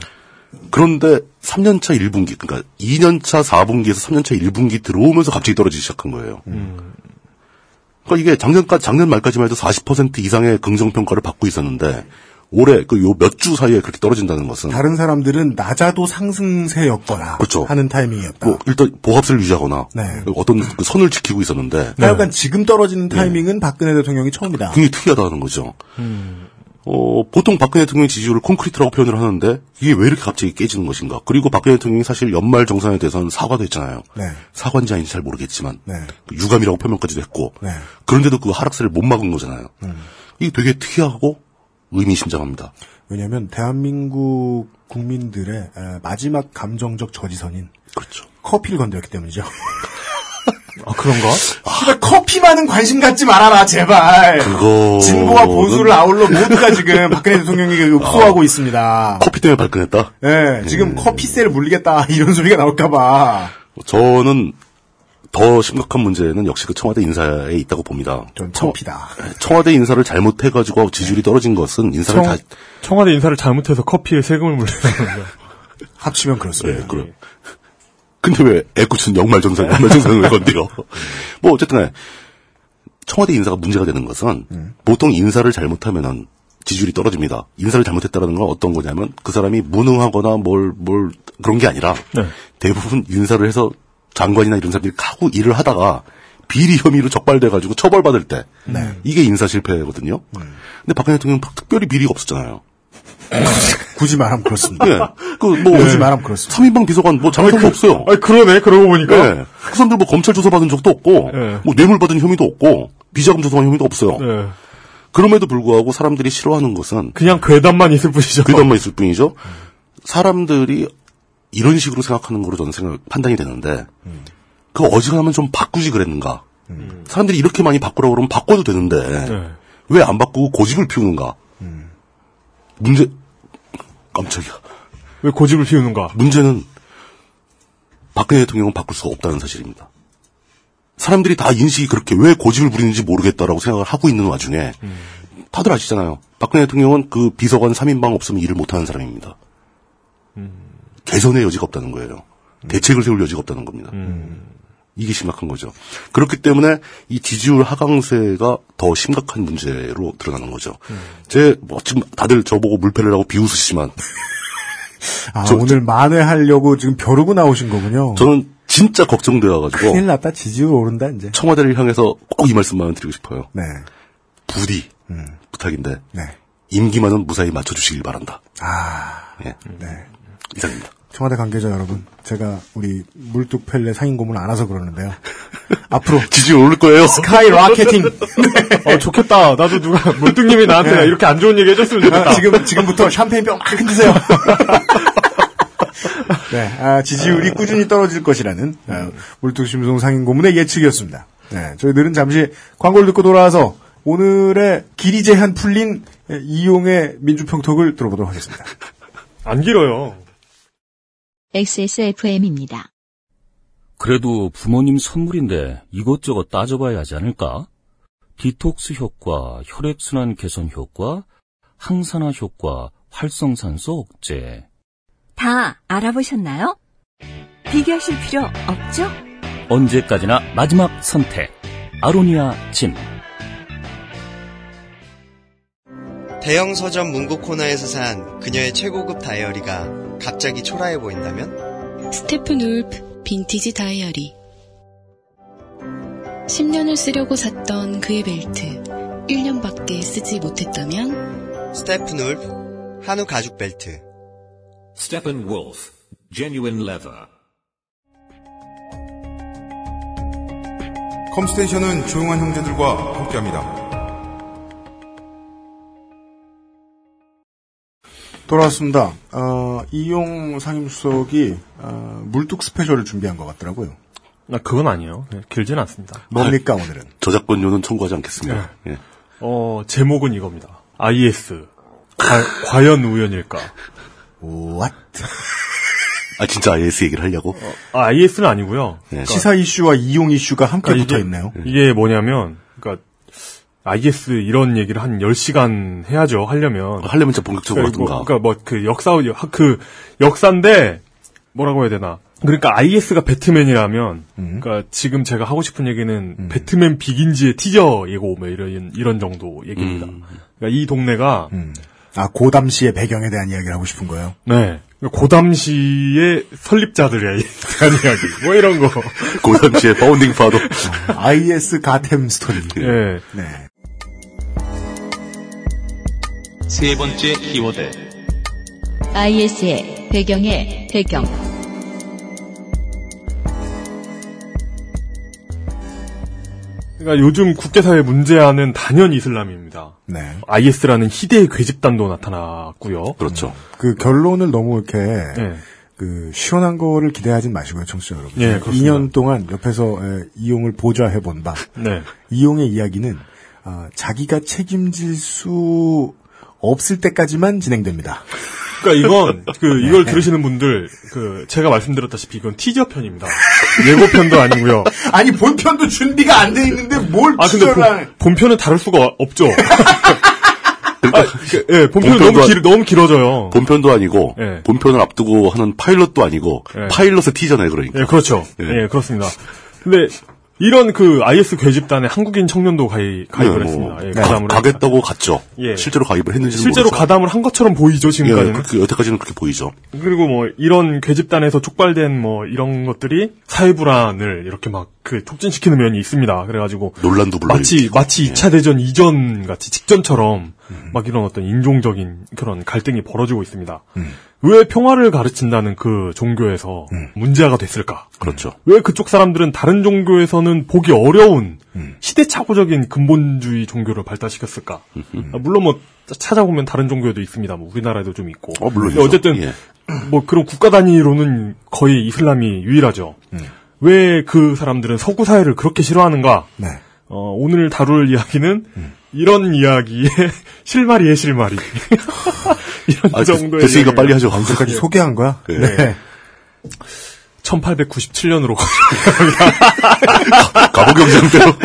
D: 그런데 3년차 1분기, 그러니까 2년차 4분기에서 3년차 1분기 들어오면서 갑자기 떨어지기 시작한 거예요.
B: 음.
D: 그러니까 이게 작년까지, 작년 말까지만 해도 40% 이상의 긍정평가를 받고 있었는데, 올해 그 요 몇 주 사이에 그렇게 떨어진다는 것은.
B: 다른 사람들은 낮아도 상승세였거나
D: 그렇죠.
B: 하는 타이밍이었다.
D: 뭐, 일단 보합세를 유지하거나,
B: 네.
D: 어떤 그 선을 지키고
B: 그러니까
D: 있었는데, 네. 그,
B: 하여간 지금 떨어지는 타이밍은 박근혜 대통령이 처음이다.
D: 굉장히 특이하다는 거죠. 어, 보통 박근혜 대통령 지지율을 콘크리트라고 표현을 하는데 이게 왜 이렇게 갑자기 깨지는 것인가? 그리고 박근혜 대통령이 사실 연말 정상에 대해서는 사과도 했잖아요.
B: 네.
D: 사과인지 아닌지 잘 모르겠지만 그
B: 네.
D: 유감이라고 표명까지도 했고
B: 네.
D: 그런데도 그 하락세를 못 막은 거잖아요.
B: 음.
D: 이게 되게 특이하고 의미심장합니다.
B: 왜냐하면 대한민국 국민들의 에, 마지막 감정적 저지선인
D: 그렇죠.
B: 커피를 건드렸기 때문이죠.
C: 아 그런가?
B: 그러니까 커피만은 관심 갖지 말아라 제발.
D: 그거
B: 진보와 보수를 아울러 모두가 지금 박근혜
D: *laughs*
B: 대통령에게 욕소하고 있습니다.
D: 아. 커피 음. 때문에 발끈했다.
B: 예, 지금 커피세를 물리겠다 이런 소리가 나올까봐.
D: 저는 더 심각한 문제는 역시 그 청와대 인사에 있다고 봅니다.
B: 전 청피다.
D: 청와대 인사를 잘못해가지고 지지율이 떨어진 것은 인사를 다
C: 청와대 인사를 잘못해서 커피에 세금을 물렸다는 거.
B: 합치면 그렇습니다.
D: 네, 그럼. 근데 왜 애꿎은 역말정상, 역말정상을
B: *laughs*
D: 왜 건드려? 뭐 어쨌든 간에 청와대 인사가 문제가 되는 것은
B: 음.
D: 보통 인사를 잘못하면은 지지율이 떨어집니다. 인사를 잘못했다라는 건 어떤 거냐면 그 사람이 무능하거나 뭘, 뭘 그런 게 아니라
B: 네.
D: 대부분 인사를 해서 장관이나 이런 사람들이 하고 일을 하다가 비리 혐의로 적발돼가지고 처벌받을 때
B: 네.
D: 이게 인사 실패거든요. 근데 박근혜 대통령은 특별히 비리가 없었잖아요.
B: 굳이 말하면
C: *laughs*
B: 그렇습니다. *laughs*
D: 예. 그뭐
B: 굳이 네. 말하면 그렇습니다. 그
D: 3인방 비서관 뭐 잘못한 거 없어요.
C: 아 그러네 그러고 보니까.
D: 예. 그 사람들 뭐 검찰 조사 받은 적도 없고, 뭐 뇌물 받은 혐의도 없고, 비자금 조사한 혐의도 없어요. 그럼에도 불구하고 사람들이 싫어하는 것은
C: 예. 네. 그냥 괴담만 있을 뿐이죠.
D: 괴담만 있을 뿐이죠. 사람들이 이런 식으로 생각하는 거로 저는 생각 판단이 되는데, 그 어지간하면 좀 바꾸지 그랬는가. 사람들이 이렇게 많이 바꾸라고 그러면 바꿔도 되는데 왜 안 바꾸고 고집을 피우는가. 문제 깜짝이야.
C: *laughs* 왜 고집을 피우는가? *laughs*
D: 문제는 박근혜 대통령은 바꿀 수가 없다는 사실입니다. 사람들이 다 인식이 그렇게 왜 고집을 부리는지 모르겠다라고 생각을 하고 있는 와중에 다들 아시잖아요. 박근혜 대통령은 그 비서관 3인방 없으면 일을 못하는 사람입니다. 개선의 여지가 없다는 거예요. 대책을 세울 여지가 없다는 겁니다. 이게 심각한 거죠. 그렇기 때문에 이 지지율 하강세가 더 심각한 문제로 드러나는 거죠. 제, 뭐, 지금 다들 저보고 물패를 하고 비웃으시지만
B: 아 오늘 만회하려고 지금 벼르고 나오신 거군요.
D: 저는 진짜
B: *laughs*
D: 걱정되어가지고
B: 큰일 났다 지지율 오른다 이제.
D: 청와대를 향해서 꼭 이 말씀만 드리고 싶어요.
B: 네.
D: 부디
C: 음.
D: 부탁인데
B: 네.
D: 임기만은 무사히 맞춰주시길 바란다.
B: 아,
D: 예.
C: 네.
D: 이상입니다.
B: 청와대 관계자 여러분, 제가 우리 물뚝 펠레 상인 고문 안 와서
C: *laughs*
B: 그러는데요. 앞으로
D: 지지 오를 거예요.
B: 스카이 라켓팅.
C: 어, 좋겠다. 나도 누가 뭐 물뚱님이 나한테
B: 네. 아,
C: 이렇게 안 좋은 얘기 해줬으면 좋겠다.
B: 지금 지금부터 샴페인 병 막
C: *laughs*
B: 드세요. 네, 아, 지지율이 꾸준히 떨어질 것이라는 아, 물뚝 심송 상인 고문의 예측이었습니다. 네, 저희들은 잠시 광고를 듣고 돌아와서 오늘의 길이 제한 풀린 이용의 민주평톡을 들어보도록 하겠습니다.
C: 안 길어요.
A: XSFM입니다.
M: 그래도 부모님 선물인데 이것저것 따져봐야 하지 않을까? 디톡스 효과, 혈액순환 개선 효과, 항산화 효과, 활성산소 억제.
N: 다 알아보셨나요? 비교하실 필요 없죠?
M: 언제까지나 마지막 선택. 아로니아 진.
F: 대형 서점 문구 코너에서 산 그녀의 최고급 다이어리가 갑자기 초라해 보인다면
G: 스테픈 울프 빈티지 다이어리 10년을 쓰려고 샀던 그의 벨트 1년밖에 쓰지 못했다면
F: 스테픈 울프 한우 가죽 벨트
O: Steppenwolf, genuine leather.
J: 컴스테이션은 조용한 형제들과 함께합니다.
B: 돌아왔습니다. 어, 이용 상임수석이 어, 물뚝 스페셜을 준비한 것 같더라고요.
C: 나 그건 아니에요. 네, 길진 않습니다.
B: 뭡니까 오늘은?
D: 저작권료는 청구하지 않겠습니다. 예.
C: 어 제목은 이겁니다. IS 과, 연 우연일까?
B: What?
D: 아 진짜 IS 얘기를 하려고? 예.
C: 아, IS는 아니고요. 그러니까
B: 시사 이슈와 이용 아, 이슈가 함께 붙어 있네요.
C: 이게 뭐냐면, 그러니까 IS 이런 얘기를 한 10시간 해야죠. 하려면
D: 어,
B: 아,
D: 하려면 진짜 본격적으로 하든가.
C: 그러니까 뭐 그 역사 그 역사인데 뭐라고 해야 되나? 그러니까 IS가 배트맨이라면,
B: 음.
C: 그러니까 지금 제가 하고 싶은 얘기는 배트맨 비긴즈의 티저이고 뭐 이런 이런 정도 얘기입니다.
B: 음.
C: 그러니까 이 동네가
B: 아 고담시의 배경에 대한 이야기를 하고 싶은 거예요.
C: 네. 고담시의 *laughs* 설립자들에 대한 이야기. 뭐 이런 거.
D: 고담시의 그 파운딩
C: *laughs*
D: 파도.
B: 네. IS 가템 스토리.
C: 예.
B: 네.
H: 세 번째 키워드
A: IS의 배경의 배경.
C: 그러니까 요즘 국제사회 문제하는 단연 이슬람입니다.
B: 네.
C: IS라는 희대의 괴집단도 나타났고요.
D: 그렇죠.
C: 음.
B: 그 결론을 너무 이렇게 그 시원한 거를 기대하진 마시고요, 청취자 여러분.
C: 예, 그렇습니다.
B: 2년 동안 옆에서 에, 이용을 보좌해 본 바.
C: 네.
B: 이용의 이야기는 아, 자기가 책임질 수 없을 때까지만 진행됩니다.
C: 그러니까
D: *laughs*
C: 이건
D: 네.
C: 그 이걸 들으시는 분들 그 제가 말씀드렸다시피 이건 티저 편입니다. 예고편도 아니고요.
B: 아니 본편도 준비가 안 돼 있는데 뭘
C: 아 근데
B: 티저를
C: 본, 본편은 다룰 수가
D: *laughs*
C: 없죠. 아, 그, 예, 본편은 너무
D: 그러니까 본편도
C: 길 너무 길어져요.
D: 본편도 아니고
C: 예.
D: 본편을 앞두고 하는 파일럿도 아니고
C: 예.
D: 파일럿의 티잖아요, 그러니까.
C: 예, 그렇죠. 예, 그렇습니다. 근데 이런 그 IS 괴집단에 한국인 청년도 가입, 가입을
D: 네,
C: 했습니다.
D: 뭐,
C: 예,
D: 가-
C: 가담을
D: 가겠다고 갔죠.
C: 예.
D: 실제로 가입을 했는지
C: 실제로 가담을 한 것처럼 보이죠 지금까지는.
D: 예, 그, 여태까지는 그렇게 보이죠.
C: 그리고 뭐 이런 괴집단에서 촉발된 뭐 이런 것들이 사회 불안을 이렇게 막 그 촉진시키는 면이 있습니다. 그래가지고
D: 논란도 불러
C: 마치 마치 2차 대전 이전 같이 직전처럼 막 이런 어떤 인종적인 그런 갈등이 벌어지고 있습니다. 왜 평화를 가르친다는 그 종교에서 문제가 됐을까?
D: 그렇죠.
C: 왜 그쪽 사람들은 다른 종교에서는 보기 어려운
D: 음.
C: 시대착오적인 근본주의 종교를 발달시켰을까?
D: 음.
C: 아, 물론 뭐 짜- 찾아보면 다른 종교에도 있습니다. 뭐 우리나라에도 좀 있고.
D: 어, 물론이죠.
C: 근데 어쨌든 뭐 그런 국가 단위로는 거의 이슬람이 유일하죠.
D: 음.
C: 왜 그 사람들은 서구 사회를 그렇게 싫어하는가?
D: 네.
C: 어, 오늘 다룰 이야기는
D: 음.
C: 이런 이야기의 *laughs* 실마리의
D: *laughs*
C: 실마리. 이런
D: 아,
C: 정도의
D: 됐으니까
C: 이야기입니다.
D: 빨리 하죠.
B: 지금까지 소개한 거야?
D: 예.
C: 1897년으로 *laughs*
D: 가보경쟁대로 *laughs*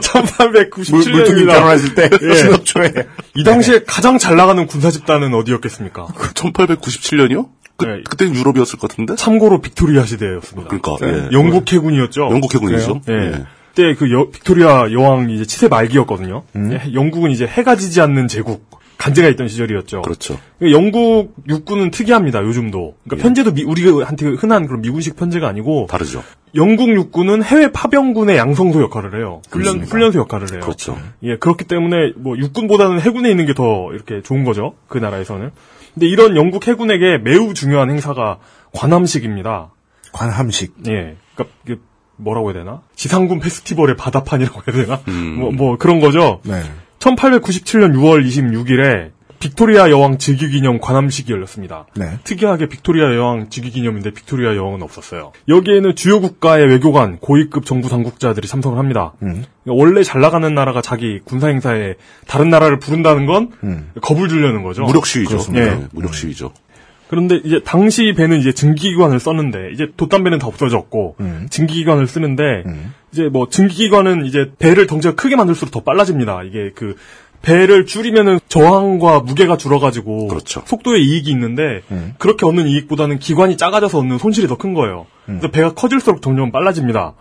C: 1897년입니다.
B: 물통님 결혼했을 때 *laughs* 신혼초에.
C: 예. 이 당시에
D: 예.
C: 가장 잘 나가는 군사 집단은 어디였겠습니까?
D: 그 1897년이요? 그, 그때는 유럽이었을 것 같은데?
C: 참고로 빅토리아 시대였습니다.
D: 그러니까,
C: 네.
D: 예.
C: 영국 해군이었죠.
D: 영국 해군이죠.
C: 그래요? 예.
D: 예.
C: 그때 그 여- 빅토리아 여왕 이제 치세 말기였거든요.
D: 음.
C: 예, 영국은 이제 해가 지지 않는 제국 간제가 있던 시절이었죠. 예,
D: 그렇죠.
C: 영국 육군은 특이합니다. 요즘도. 그러니까 편제도 미- 우리한테 흔한 그런 미군식 편제가 아니고
D: 예. 다르죠.
C: 영국 육군은 해외 파병군의 양성소 역할을 해요. 훈련
D: 그렇습니다.
C: 훈련소 역할을 해요.
D: 그렇죠.
C: 예, 그렇기 때문에 뭐 육군보다는 해군에 있는 게 더 이렇게 좋은 거죠. 그 나라에서는. 근데 이런 영국 해군에게 매우 중요한 행사가 관함식입니다.
B: 관함식.
C: 예. 그러니까 이게 뭐라고 해야 되나? 지상군 페스티벌의 바다판이라고 해야 되나? 뭐, 뭐 그런 거죠.
B: 네.
C: 1897년 6월 26일에 빅토리아 여왕 즉위 기념 관함식이 열렸습니다.
B: 네.
C: 특이하게 빅토리아 여왕 즉위 기념인데 빅토리아 여왕은 없었어요. 여기에는 주요 국가의 외교관, 고위급 정부 당국자들이 참석을 합니다. 그러니까 원래 잘 나가는 나라가 자기 군사 행사에 다른 나라를 부른다는 건 겁을 주려는 거죠.
D: 무력 시위죠.
C: 예.
D: 예. 무력 시위죠.
C: 그런데 이제 당시 배는 이제 증기기관을 썼는데 이제 돛담배는 다 없어졌고 증기기관을 쓰는데 이제 뭐 증기기관은 이제 배를 덩치가 크게 만들수록 더 빨라집니다. 이게 그 배를 줄이면은 저항과 무게가 줄어가지고 속도에 이익이 있는데 그렇게 얻는 이익보다는 기관이 작아져서 얻는 손실이 더 큰 거예요. 그래서 배가 커질수록 점점 빨라집니다.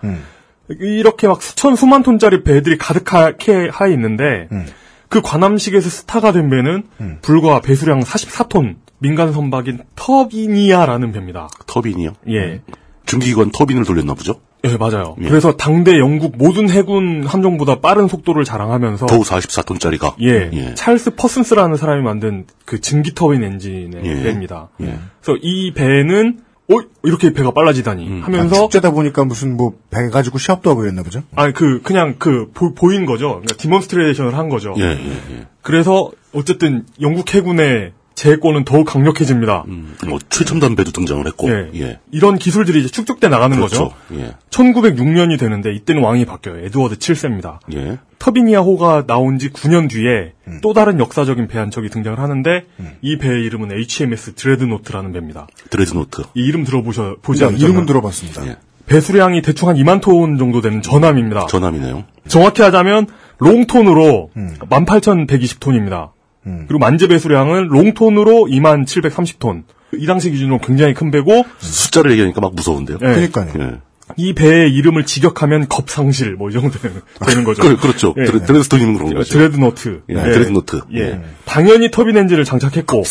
C: 이렇게 막 수천 수만 톤짜리 배들이 가득하게 하 있는데 그 관함식에서 스타가 된 배는 불과 배수량 44톤 민간 선박인 터비니아라는 배입니다.
D: 터빈이요?
C: 예.
D: 중기기관 터빈을 돌렸나 보죠?
C: 예, 맞아요.
D: 예.
C: 그래서 당대 영국 모든 해군 함정보다 빠른 속도를 자랑하면서
D: 더우 44톤짜리가.
C: 예, 찰스 퍼슨스라는 사람이 만든 그 증기 터빈 엔진의 배입니다. 그래서 이 배는 어 이렇게 배가 빨라지다니
B: 아,
C: 하면서
B: 축제다 보니까 무슨 뭐 배 가지고 시합도 하고 그랬나 보죠.
C: 아니 그 그냥 그 보, 보인 거죠. 그러니까 디몬스트레이션을 한 거죠.
D: 예, 예, 예.
C: 그래서 어쨌든 영국 해군의 제해권은 더욱 강력해집니다.
D: 뭐, 최첨단배도 등장을 했고.
C: 예.
D: 예.
C: 이런 기술들이 이제 축적돼 나가는
D: 그렇죠.
C: 거죠.
D: 예.
C: 1906년이 되는데 이때는 왕이 바뀌어요. 에드워드 7세입니다.
D: 예.
C: 터비니아 호가 나온 지 9년 뒤에 또 다른 역사적인 배 한 척이 등장을 하는데 이 배의 이름은 HMS 드레드노트라는 배입니다.
D: 드레드노트.
C: 이 이름 들어보셔 보지
B: 네,
C: 않으셨나요?
B: 이름은 들어봤습니다.
C: 네. 배수량이 대충 한 2만 톤 정도 되는 전함입니다.
D: 전함이네요.
C: 정확히 하자면 롱톤으로
D: 음.
C: 18,120톤입니다. 그리고 만재 배수량은 롱톤으로 2730톤. 이 당시 기준으로 굉장히 큰 배고
D: 숫자를 얘기하니까 막 무서운데요.
C: 예. 그러니까요.
D: 예.
C: 이 배의 이름을 직역하면 겁상실 뭐 이 정도 되는, 되는 거죠.
D: 그, 그렇죠.
C: 예.
D: 드레, 드레스톤이는 그런 예, 거죠.
C: 드레드노트.
D: 예, 드레드노트. *laughs*
C: 예. 당연히 터빈 엔진을 장착했고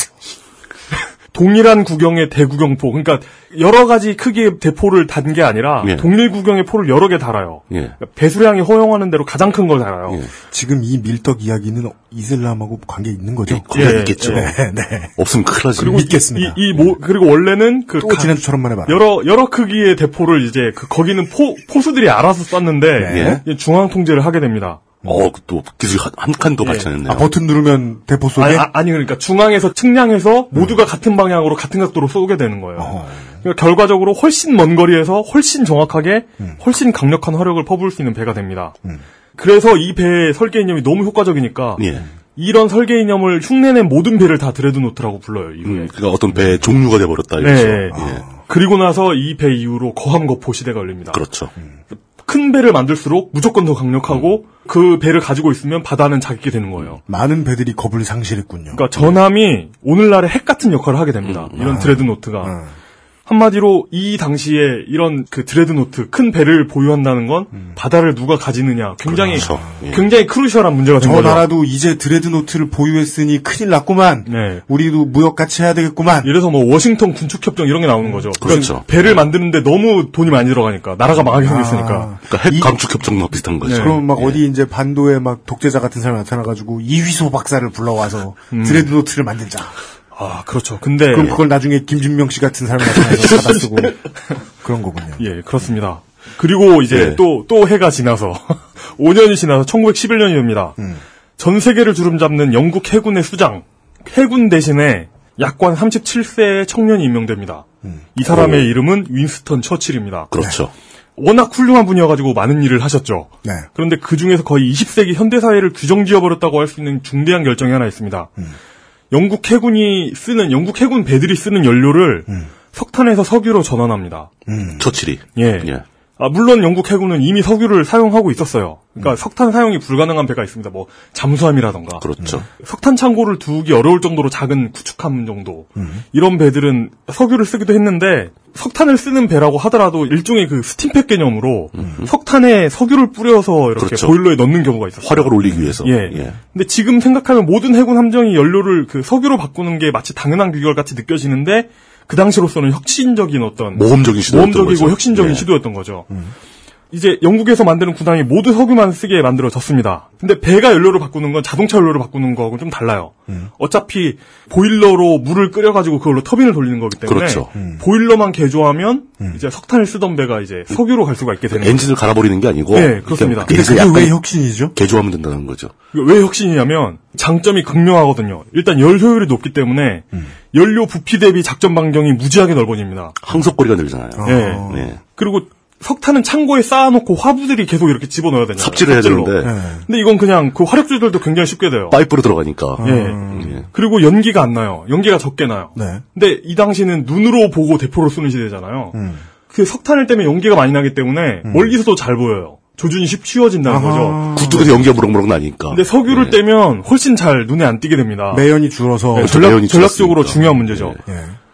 C: 동일한 구경의 대구경포. 그러니까 여러 가지 크기의 대포를 단 게 아니라
D: 예.
C: 동일 구경의 포를 여러 개 달아요.
D: 예.
C: 그러니까 배수량이 허용하는 대로 가장 큰 걸 달아요.
B: 지금 이 밀떡 이야기는 이슬람하고 관계 있는 거죠?
C: 관계가 예, 있겠죠.
B: 네, 네.
D: 없으면 큰일 나지.
B: 그리고 믿겠습니다.
C: 이, 이 모, 그리고 원래는 그
B: 또
C: 가-
B: 지난주처럼만 해봐라.
C: 여러 여러 크기의 대포를 이제 그 거기는 포 포수들이 알아서
D: 네.
C: 쐈는데 이제 중앙 통제를 하게 됩니다.
D: 어, 또 기술 한- 한
C: 예.
D: 칸도 같이 했네요.
B: 아, 버튼 누르면 대포 쏘게?
C: 아니, 아- 아니, 그러니까 중앙에서 측량해서
B: 음.
C: 모두가 같은 방향으로 같은 각도로 쏘게 되는 거예요.
B: 어.
C: 그러니까 결과적으로 훨씬 먼 거리에서 훨씬 정확하게
B: 음.
C: 훨씬 강력한 화력을 퍼부을 수 있는 배가 됩니다. 그래서 이 배의 설계 이념이 너무 효과적이니까
D: 예.
C: 이런 설계 이념을 흉내낸 모든 배를 다 드레드노트라고 불러요. 이후에.
D: 음, 그러니까 어떤 배의 종류가 돼버렸다.
C: 네.
D: 이거죠. 예.
C: 그리고 나서 이 배 이후로 거함거포 시대가 열립니다.
D: 그렇죠.
C: 음. 큰 배를 만들수록 무조건 더 강력하고 그 배를 가지고 있으면 바다는 자기게 되는 거예요.
B: 많은 배들이 겁을 상실했군요.
C: 그러니까 전함이 오늘날의 핵 같은 역할을 하게 됩니다. 이런 드레드노트가 한마디로 이 당시에 이런 그 드레드노트 큰 배를 보유한다는 건 바다를 누가 가지느냐 굉장히 굉장히 크루셜한 문제가 된
B: 저
C: 거죠.
B: 나라도 이제 드레드노트를 보유했으니 큰일 났구만.
C: 네.
B: 우리도 무역 같이 해야 되겠구만.
C: 이래서 뭐 워싱턴 군축 협정 이런 게 나오는 거죠. 그러니까
D: 그렇죠.
C: 배를 만드는데 너무 돈이 많이 들어가니까 나라가 망하게 생겼으니까.
D: 그러니까 핵 감축 협정과 비슷한 거죠.
C: 네.
B: 그럼
C: 예.
B: 막 어디 이제 반도에 막 독재자 같은 사람이 나타나가지고 이휘소 박사를 불러와서
C: 음.
B: 드레드노트를 만들자.
C: 아 그렇죠. 근데
B: 그럼 그걸 나중에 김준명 씨 같은 사람이 나타나서 받아쓰고 그런 거군요.
C: 예, 그렇습니다. 그리고 이제
D: 네.
B: 예.
C: 또 또 해가 지나서 *laughs* 5년이 지나서 1911년이 됩니다.
D: 음.
C: 전 세계를 주름잡는 영국 해군의 수장, 해군 대신에 약관 37세의 청년이 임명됩니다. 이 사람의
D: 음. 오.
C: 이름은 윈스턴 처칠입니다.
D: 그렇죠.
C: 워낙 훌륭한 분이어가지고 많은 일을 하셨죠.
B: 네.
C: 그런데 그 중에서 거의 20세기 현대사회를 규정지어버렸다고 할 수 있는 중대한 결정이 하나 있습니다.
D: 음.
C: 영국 해군이 쓰는, 영국 해군 배들이 쓰는 연료를
D: 음.
C: 석탄에서 석유로 전환합니다.
D: 처칠이.
C: 예. 아, 물론 영국 해군은 이미 석유를 사용하고 있었어요. 그러니까 석탄 사용이 불가능한 배가 있습니다. 뭐, 잠수함이라던가.
D: 음. 그렇죠.
C: 석탄 창고를 두기 어려울 정도로 작은 구축함 정도.
D: 음.
C: 이런 배들은 석유를 쓰기도 했는데 석탄을 쓰는 배라고 하더라도 일종의 그 스팀팩 개념으로 석탄에 석유를 뿌려서 이렇게
D: 음. 그렇죠.
C: 보일러에 넣는 경우가 있어요.
D: 화력을 올리기 위해서.
C: 예. 근데 지금 생각하면 모든 해군 함정이 연료를 그 석유로 바꾸는 게 마치 당연한 비결 같이 느껴지는데 그 당시로서는 혁신적인 어떤
D: 모험적인 시도였던
C: 모험적이고
D: 거죠.
C: 혁신적인
D: 예.
C: 시도였던 거죠. 이제 영국에서 만드는 군함이 모두 석유만 쓰게 만들어졌습니다. 근데 배가 연료로 바꾸는 건 자동차 연료로 바꾸는 거하고는 좀 달라요.
D: 음.
C: 어차피 보일러로 물을 끓여가지고 그걸로 터빈을 돌리는 거기 때문에 음.
D: 그렇죠. 음.
C: 보일러만 개조하면 이제 석탄을 쓰던 배가 이제 석유로 갈 수가 있게 되는 거죠.
D: 엔진을 갈아버리는 게 아니고.
C: 예, 그렇습니다.
D: 그러니까
C: 근데 그게
D: 약간
C: 왜
B: 혁신이죠?
D: 개조하면 된다는 거죠.
C: 왜 혁신이냐면 장점이 극명하거든요. 일단 열 효율이 높기 때문에
D: 음.
C: 연료 부피 대비 작전 반경이 무지하게 넓어집니다.
D: 항속거리가 늘잖아요.
C: 예.
D: 예.
C: 그리고 석탄은 창고에 쌓아놓고 화부들이 계속 이렇게 집어넣어야 되잖아요.
D: 삽질을 해야
C: 삽질로. 예.
D: 되는데.
B: 예.
C: 근데 이건 그냥 그 화력 조절도 굉장히 쉽게 돼요.
B: 아,
D: 파이프로 들어가니까.
C: 예. 그리고 연기가 안 나요. 연기가 적게 나요.
B: 네.
C: 근데 이 당시는 눈으로 보고 대포를 쏘는 시대잖아요.
B: 음.
C: 그 석탄을 때문에 연기가 많이 나기 때문에 멀리서도 잘 보여요. 조준이 쉽 쉬워진다는 거죠.
D: 굴뚝에서 연기가 무럭무럭 나니까. 예.
C: 근데 석유를 떼면 훨씬 잘 눈에 안 띄게 됩니다.
B: 매연이 네. 네, 줄어서 예.
C: 네, 전략, 전략적으로 중요한 문제죠.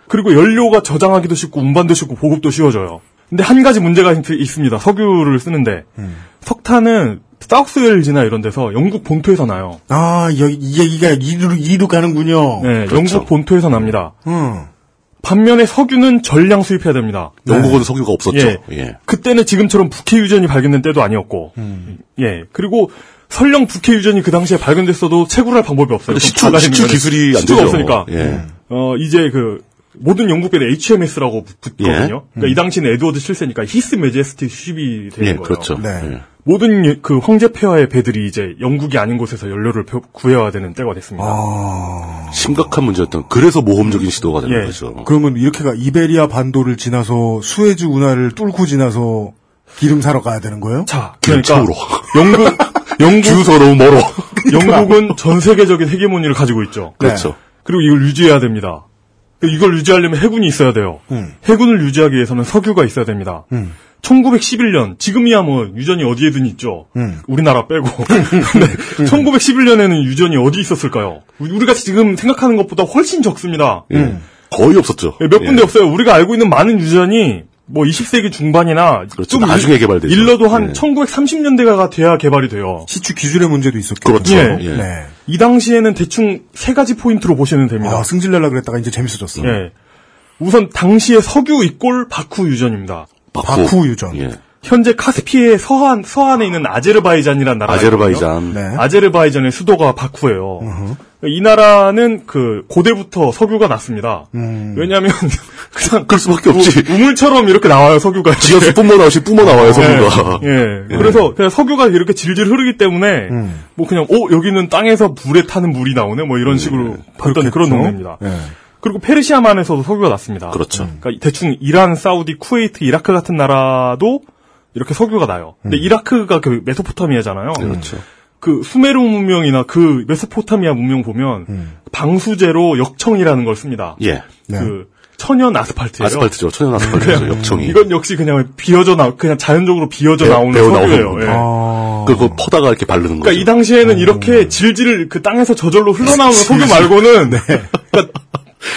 C: 그리고 연료가 저장하기도 쉽고 운반도 쉽고 보급도 쉬워져요. 근데 한 가지 문제가 있- 있습니다. 석유를 쓰는데
B: 음.
C: 석탄은 사우스웨일즈나 이런 데서 영국 본토에서 나요.
B: 아, 여기, 이 얘기가 이리로, 이리로 가는군요. 음.
C: 네, 영국 본토에서 납니다. 반면에 석유는 전량 수입해야 됩니다.
D: 영국은 석유가 없었죠.
C: 예.
D: 예.
C: 그때는 지금처럼 북해 유전이 발견된 때도 아니었고,
D: 음.
C: 예 그리고 설령 북해 유전이 그 당시에 발견됐어도 채굴할 방법이 없어요.
D: 근데
C: 좀
D: 시추-
C: 바다에
D: 시추
C: 있는
D: 기술이 안
C: 시추가
D: 되죠.
C: 없으니까.
D: 예.
C: 어 이제 그 모든 영국배는 HMS라고 붙거든요.
D: 예.
C: 그러니까 이 당시는 에드워드 7세니까 히스 메제스티 쉽이 되는 거예요.
D: 예,
C: 네.
D: 그렇죠. 예.
C: 모든 유- 그 황제 폐하의 배들이 이제 영국이 아닌 곳에서 연료를 펴- 구해와야 되는 때가 됐습니다.
D: 아,
B: 아,
D: 심각한 문제였던. 그래서 모험적인 시도가 되는
C: 어. 예.
D: 거죠.
B: 그러면 이렇게가 이베리아 반도를 지나서 수에즈 운하를 뚫고 지나서 기름 사러 가야 되는 거예요?
C: 자, 그러니까
D: *laughs*
C: 영국 영국
D: 그 주소가
C: *laughs*
D: 너무 멀어.
C: 네. 영국은 전 세계적인 헤게모니를 가지고 있죠.
D: 그렇죠. 네.
C: 그리고 이걸 유지해야 됩니다. 그러니까 이걸 유지하려면 해군이 있어야 돼요.
D: 음.
C: 해군을 유지하기 위해서는 석유가 있어야 됩니다. 1911년 지금이야 뭐 유전이 어디에든 있죠.
D: 음.
C: 우리나라 빼고. *laughs* 근데 1911년에는 유전이 어디 있었을까요? 우- 우리가 지금 생각하는 것보다 훨씬 적습니다.
D: 예. 거의 없었죠.
C: 예, 몇 군데
D: 예.
C: 없어요. 우리가 알고 있는 많은 유전이 뭐 20세기 중반이나
D: 그렇죠. 나중에 개발되죠.
C: 일러도 한
D: 예.
C: 1930년대가 돼야 개발이 돼요.
B: 시추 기술의 문제도 있었고.
D: 그렇죠.
C: 예.
D: 예.
B: 네.
C: 이 당시에는 대충 세 가지 포인트로 보시면 됩니다.
B: 아, 네. 승질내려 그랬다가 이제 재밌어졌어.
C: 예. 우선 당시의 석유 이꼴 바쿠 유전입니다.
B: 바쿠. 바쿠 유전. 예.
C: 현재 카스피의 서한 서안에 있는 아제르바이잔이라는 나라.
D: 아제르바이잔.
C: 네. 아제르바이잔의 수도가 바쿠예요. 이 나라는 그 고대부터 석유가 났습니다. 왜냐하면 그냥
D: 그럴 수밖에 없지.
C: 우- 우물처럼 이렇게 나와요 석유가.
D: 지어서 뿜어 나오시 뿜어 나와요 석유가.
C: 예. 예. 그래서 그냥 석유가 이렇게 질질 흐르기 때문에 뭐 그냥 오 여기는 땅에서 불에 타는 물이 나오네 뭐 이런 식으로 봤던 그런 동네입니다. 그리고 페르시아만에서도 석유가 났습니다.
D: 그렇죠.
C: 예. 그러니까 대충 이란, 사우디, 쿠웨이트, 이라크 같은 나라도 이렇게 석유가 나요. 근데 이라크가 그 메소포타미아잖아요.
D: 그렇죠.
C: 그 수메르 문명이나 그 메소포타미아 문명 보면 방수제로 역청이라는 걸 씁니다.
D: 예.
C: 그 천연 아스팔트예요.
D: 아스팔트죠. 천연 아스팔트죠. *laughs* 역청이.
C: 네. 이건 역시 그냥 비어져 나 그냥 자연적으로 비어져 나오는
D: 네, 배어
C: 석유예요.
D: 나오는 아,
C: 예.
B: 아,
D: 그거 퍼다가 이렇게 바르는
C: 그러니까
D: 거죠.
C: 이 당시에는
D: 음.
C: 이렇게 질질 그 땅에서 저절로
D: *laughs*
C: 흘러나오는 석유 말고는
D: 네.
C: 그러니까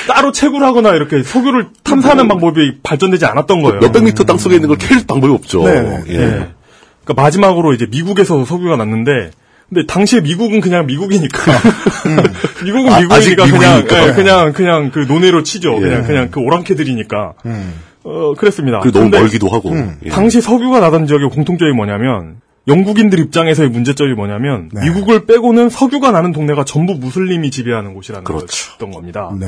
C: 따로 채굴 하거나 이렇게 석유를
D: 음.
C: 탐사하는 방법이 발전되지 않았던 거예요.
D: 몇백 미터 땅 속에 있는 걸 캘 방법이 없죠.
C: 네,
D: 예.
C: 네. 그러니까 마지막으로 이제 미국에서 석유가 났는데 근데 당시에 미국은 그냥 미국이니까 *laughs* 미국은
D: 아, 아직
C: 미국이니까 그냥
D: 미국이니까.
C: 예, 그냥 그냥 그 논외로 치죠.
D: 예. 음.
C: 그냥 그냥 그 오랑캐들이니까. 어, 그랬습니다.
D: 그리고 너무
C: 근데 음,
D: 멀기도 하고. 예.
C: 당시 석유가 나던 지역의 공통점이 뭐냐면 영국인들 입장에서의 문제점이 뭐냐면
D: 네.
C: 미국을 빼고는 석유가 나는 동네가 전부 무슬림이 지배하는 곳이라는
D: 그렇죠.
C: 거였던 겁니다.
B: 네.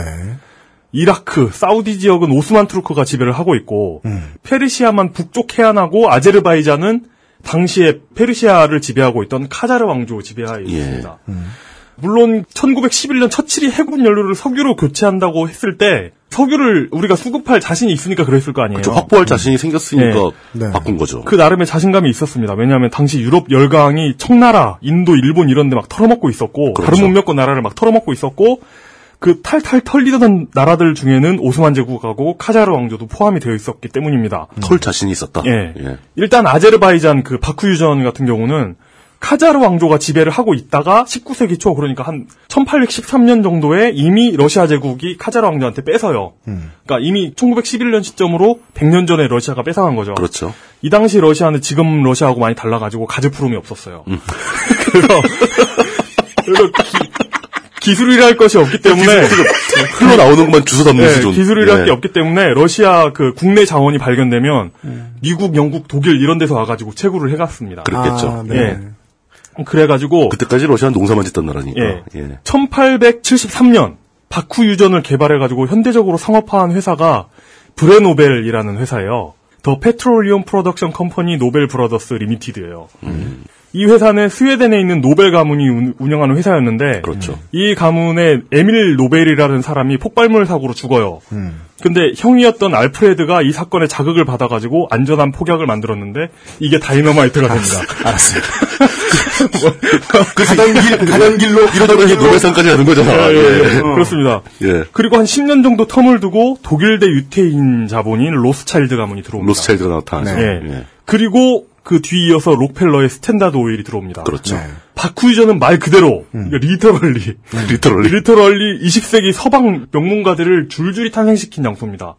C: 이라크, 사우디 지역은 오스만 투르크가 지배를 하고 있고
D: 음.
C: 페르시아만 북쪽 해안하고 아제르바이잔은 당시에 페르시아를 지배하고 있던 카자르 왕조 지배하에 있습니다.
D: 예.
C: 음. 물론 1911년 처칠이 해군 연료를 석유로 교체한다고 했을 때 석유를 우리가 수급할 자신이 있으니까 그랬을 거 아니에요.
D: 그렇죠. 확보할 자신이 생겼으니까
C: 어. 네. 네.
D: 바꾼 거죠.
C: 그 나름의 자신감이 있었습니다. 왜냐하면 당시 유럽 열강이 청나라, 인도, 일본 이런 데 막 털어먹고 있었고 다른 몇몇 나라를 막 털어먹고 있었고 그 탈탈 털리던 나라들 중에는 오스만 제국하고 카자르 왕조도 포함이 되어 있었기 때문입니다.
D: 털 자신이 있었다.
C: 예.
D: 예.
C: 일단 아제르바이잔 그 바쿠 유전 같은 경우는 카자르 왕조가 지배를 하고 있다가 19세기 초 그러니까 한 1813년 정도에 이미 러시아 제국이 카자르 왕조한테 뺏어요. 그러니까 이미 1911년 시점으로 100년 전에 러시아가 뺏어간 거죠.
D: 그렇죠.
C: 이 당시 러시아는 지금 러시아하고 많이 달라가지고 가즈프롬이 없었어요. *laughs* 그래서 그래서 기, 술이랄 것이 없기 때문에
D: 흘러나오는 것만 주워 담는
C: 네,
D: 수준.
C: 기술이랄
D: 예.
C: 게 없기 때문에 러시아 그 국내 자원이 발견되면 미국, 영국, 독일 이런 데서 와가지고 채굴을 해갔습니다.
D: 그랬겠죠. 아, 네.
C: 예. 그래가지고
D: 그때까지 러시아는 농사만 짓던 나라니까.
C: 예.
D: 예.
C: 1873년 바쿠 유전을 개발해가지고 현대적으로 상업화한 회사가 브레노벨이라는 회사예요. 더 페트롤리움 프로덕션 컴퍼니 노벨 브라더스 리미티드예요. 이 회사는 스웨덴에 있는 노벨 가문이 운- 운영하는 회사였는데 이 가문의 에밀 노벨이라는 사람이 폭발물 사고로 죽어요. 근데 형이었던 알프레드가 이 사건에 자극을 받아가지고 안전한 폭약을 만들었는데 이게 다이너마이트가 됩니다.
D: 알았어요. 그 가던 길, 가던 길로 이러다가 이제 노벨상까지 가는 거잖아.
C: 예, 예, 예.
D: 예.
C: 그렇습니다.
D: 예.
C: 그리고 한 10년 정도 텀을 두고 독일대 유태인 자본인 로스차일드 가문이 들어옵니다.
D: 로스차일드가 나타나죠.
C: 네.
D: 예.
C: 그리고 그 뒤이어서 록펠러의 스탠다드 오일이 들어옵니다.
D: 그렇죠. 음.
C: 바쿠유전은 말 그대로 그러니까 리터럴리
D: 리터럴리.
C: 리터럴리 20세기 서방 명문가들을 줄줄이 탄생시킨 장소입니다.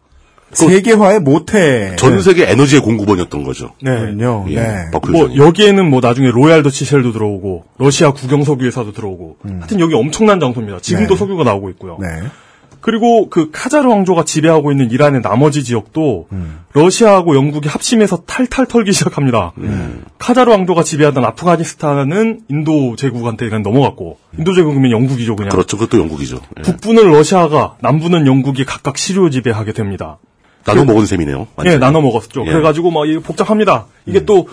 B: 세계화의
C: 네.
B: 모태.
D: 전 세계 에너지의 공급원이었던 거죠.
B: 네요.
D: 예.
B: 네.
D: 바꾸죠.
C: 뭐 여기에는 뭐 나중에 로얄 더치쉘도 들어오고 러시아 국영석유 회사도 들어오고
D: 음.
C: 하여튼 여기 엄청난 장소입니다. 지금도
B: 네.
C: 석유가 나오고 있고요.
B: 네.
C: 그리고 그 카자르 왕조가 지배하고 있는 이란의 나머지 지역도
D: 음.
C: 러시아하고 영국이 합심해서 탈탈 털기 시작합니다.
D: 음.
C: 카자르 왕조가 지배하던 아프가니스탄은 인도 제국한테 그냥 넘어갔고 인도 제국이면 영국이죠 그냥.
D: 음. 그렇죠. 그것도 영국이죠. 예.
C: 북부는 러시아가 남부는 영국이 각각 시료 지배하게 됩니다.
D: 나눠 먹은 셈이네요.
C: 예, 나눠 먹었죠.
D: 예. 음.
C: 그래가지고 막 이게 복잡합니다. 이게 또,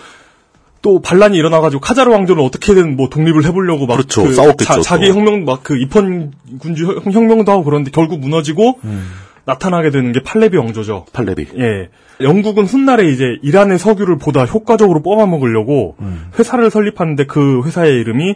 C: 또 반란이 일어나가지고 카자르 왕조를 어떻게든 뭐 독립을 해보려고 막.
D: 그렇죠.
C: 그
D: 싸웠겠죠,
C: 자, 기
D: 또.
C: 혁명, 막 그 입헌 군주 혁- 혁명도 하고 그러는데 결국 무너지고 나타나게 되는 게 팔레비 왕조죠.
D: 음. 팔레비.
C: 예. 영국은 훗날에 이제 이란의 석유를 보다 효과적으로 뽑아먹으려고
D: 음.
C: 회사를 설립하는데 그 회사의 이름이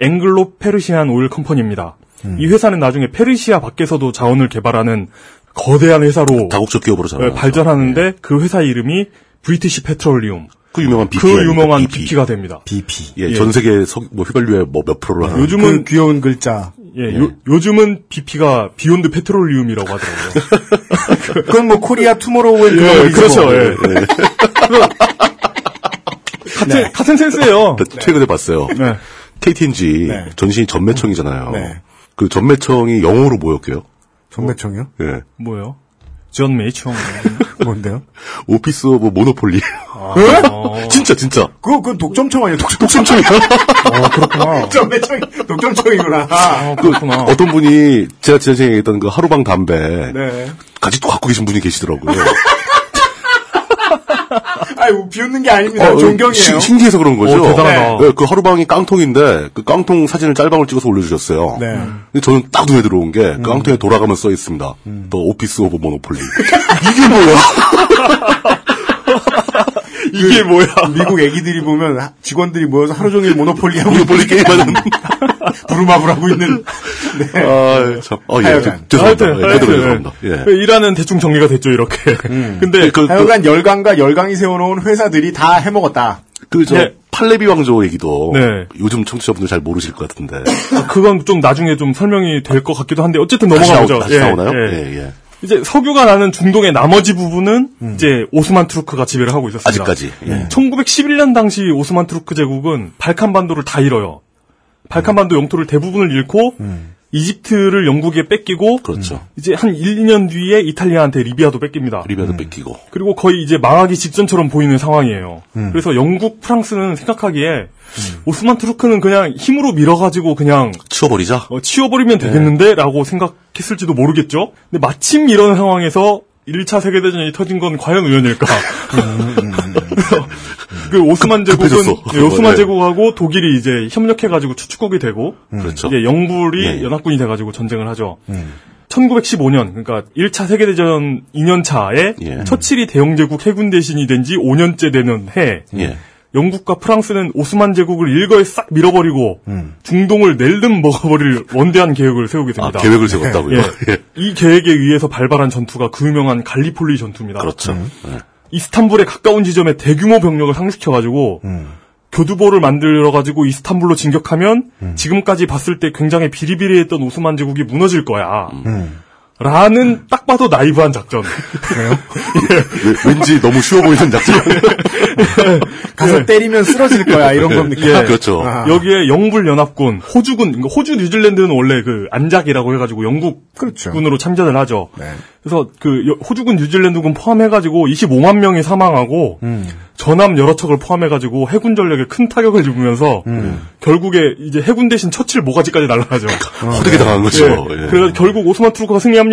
C: 앵글로 페르시안 오일 컴퍼니입니다.
D: 음.
C: 이 회사는 나중에 페르시아 밖에서도 자원을 개발하는 거대한 회사로
D: 다국적 기업으로
C: 예,
D: 자라.
C: 발전하는데 그 회사 이름이 브리티시 페트롤리움.
D: 그 유명한 BP.
C: 그
D: 아닙니까?
C: 유명한
D: BP.
C: BP가 됩니다.
B: BP.
D: 예,
C: 예. 네,
D: 전 세계 석, 뭐 휘발유의 뭐 몇 프로를 하는.
C: 요즘은
B: 그 귀여운 글자.
C: 예, 요, 요즘은 BP가 비욘드 페트롤리움이라고
D: *laughs* 네.
C: 하더라고요.
B: 그건 뭐 코리아 투모로우의
C: 예,
B: 글로벌이지
C: 그렇죠.
B: 뭐.
C: 예. 같은 같은
D: *laughs*
C: 센스예요.
D: 최근에 봤어요.
C: 네.
D: KTNG
B: 네.
D: 전신이 전매청이잖아요. 그 전매청이 영어로 뭐였게요?
B: 전매청이요?
D: 예.
C: 뭐요? 존 메이청.
B: 뭔데요?
D: 오피스 오브 모노폴리.
B: 예?
D: *laughs* 진짜 진짜.
B: 그거 그건 독점청 아니에요? 독점,
D: 독점청이요?
B: *laughs* 그렇구나. 독점청 독점청이구나.
D: 그 어떤 분이 제가 지난주에 얘기했던 그 하루방 담배
B: 네.
D: 아직도 갖고 계신 분이 계시더라고요.
B: *laughs* 아유 비웃는 게 아닙니다.
D: 어,
B: 존경이에요.
D: 신- 신기해서 그런 거죠.
B: 오, 어, 대단하다.
D: 네, 그 하루방이 깡통인데 그 깡통 사진을 짤방을 찍어서 올려주셨어요.
B: 네. 음.
D: 근데 저는 딱 눈에 들어온 게 그 깡통에 돌아가면서 써 있습니다. 더 오피스 오브 모노폴리. 이게 뭐야?
B: 이게 뭐야? 그 미국 애기들이 보면 하- 직원들이 모여서 하루 종일 모노폴리 하고 모노폴리 *laughs*
D: 게임하는
B: 부루마블 하고 있는. 네.
D: 아, 참. 어, 예.
B: 하여간.
D: 죄- 죄송합니다.
C: 아, 네.
B: 하여튼,
D: 예,
B: 하여튼.
D: 그래도 죄송합니다. 예. 음. 네,
C: 일하는 대충 정리가 됐죠 이렇게. 근데 그
B: 하여간 열강과 열강이 세워놓은 회사들이 다 해먹었다.
D: 그저
B: 네.
D: 팔레비 왕조 얘기도
C: 네.
D: 요즘 청취자분들 잘 모르실 것 같은데
C: 아, 그건 좀 나중에 좀 설명이 될 것 같기도 한데 어쨌든
D: 다시,
C: 넘어가보죠.
D: 나오, 다시 나오나요? 예, 예.
C: 이제 석유가 나는 중동의 나머지 부분은 이제 오스만 투르크가 지배를 하고 있었습니다.
D: 음. 아직까지, 예.
C: 1911년 당시 오스만 투르크 제국은 발칸반도를 다 잃어요. 발칸반도
D: 음.
C: 영토를 대부분을 잃고 이집트를 영국에 뺏기고 이제 한 1, 2년 뒤에 이탈리아한테 리비아도 뺏깁니다.
D: 그렇죠. 리비아도 뺏기고
C: 그리고 거의 이제 망하기 직전처럼 보이는 상황이에요.
D: 음.
C: 그래서 영국, 프랑스는 생각하기에 오스만 투르크는 그냥 힘으로 밀어가지고 그냥
D: 치워버리자.
C: 어, 치워버리면
D: 네.
C: 되겠는데라고 생각했을지도 모르겠죠. 근데 마침 이런 상황에서 1차 세계대전이 터진 건 과연 우연일까?
D: 음,
C: 그 오스만
D: 급-
C: 제국은
D: 급해졌어.
C: 예, 오스만
D: 네.
C: 제국하고 독일이 이제 협력해가지고 추축국이 되고
D: 그렇죠. 음.
C: 이제 영불이 연합군이 돼가지고 전쟁을 하죠. 1915년, 그러니까 1차 세계대전 2년차에
D: 예.
C: 처칠이 대영제국 해군 대신이 된 지 5년째 되는 해,
D: 예.
C: 영국과 프랑스는 오스만 제국을 일거에 싹 밀어버리고
D: 음.
C: 중동을 낼름 먹어버릴 원대한 계획을 세우게 됩니다.
D: 아, 계획을 세웠다고요?
C: 예.
D: *laughs* 예.
C: 이 계획에 의해서 발발한 전투가 그 유명한 갈리폴리 전투입니다.
D: 그렇죠.
C: 이스탄불에 가까운 지점에 대규모 병력을 상륙시켜가지고
D: 음.
C: 교두보를 만들어가지고 이스탄불로 진격하면
D: 음.
C: 지금까지 봤을 때 굉장히 비리비리했던 오스만 제국이 무너질 거야.
D: 음.
C: 라는 딱 봐도 나이브한 작전.
D: 왜- 왠지 너무 쉬워 보이는 작전.
B: 가서 때리면 쓰러질 거야 이런 겁니까?
C: 예.
D: 그렇죠.
C: 아. 여기에 영불 연합군, 호주군, 그러니까 호주 뉴질랜드는 원래 그 안작이라고 해가지고 영국 군으로 참전을 하죠. 그래서 그 여- 호주군, 뉴질랜드군 포함해가지고 25만 명이 사망하고 전함 여러 척을 포함해가지고 해군 전력에 큰 타격을 입으면서 결국에 이제 해군 대신 처칠 모가지까지 날아가죠.
D: 호되게 당한 거죠. 예.
C: 그래서 결국 오스만 투르크가 승리합니다.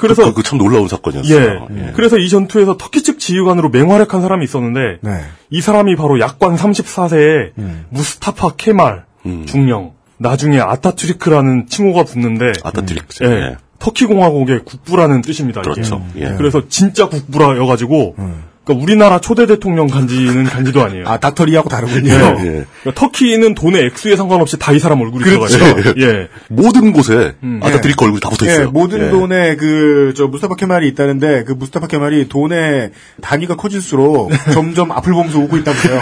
D: 그래서 그, 그참 놀라운 사건이었어요.
C: 예. 그래서 이 전투에서 터키 측 지휘관으로 맹활약한 사람이 있었는데
B: 네.
C: 이 사람이 바로 약관 34세의
D: 음.
C: 무스타파 케말 중령. 나중에 아타투르크라는 칭호가 붙는데
D: 아타투르크.
C: 예. 터키 공화국의 국부라는 뜻입니다. 이게. 음.
D: 그렇죠. 예. 음.
C: 그래서 진짜 국부라여 가지고 그러니까 우리나라 초대 대통령 간지는 간지도 아니에요.
B: 아, 다터리하고 다르군요.
D: 예.
C: 그러니까 터키는 돈의 액수에 상관없이 다 이 사람 얼굴이
D: 그렇죠.
C: 들어가죠. 예.
D: 모든 곳에
C: 음.
D: 아타트리크 얼굴이 다 붙어
B: 예,
D: 있어요.
B: 모든
D: 예.
B: 돈에 그 저 무스타파 케말이 있다는데 그 무스타파 케말이 돈의 단위가 커질수록 점점 앞을 보면서 웃고 있다고요.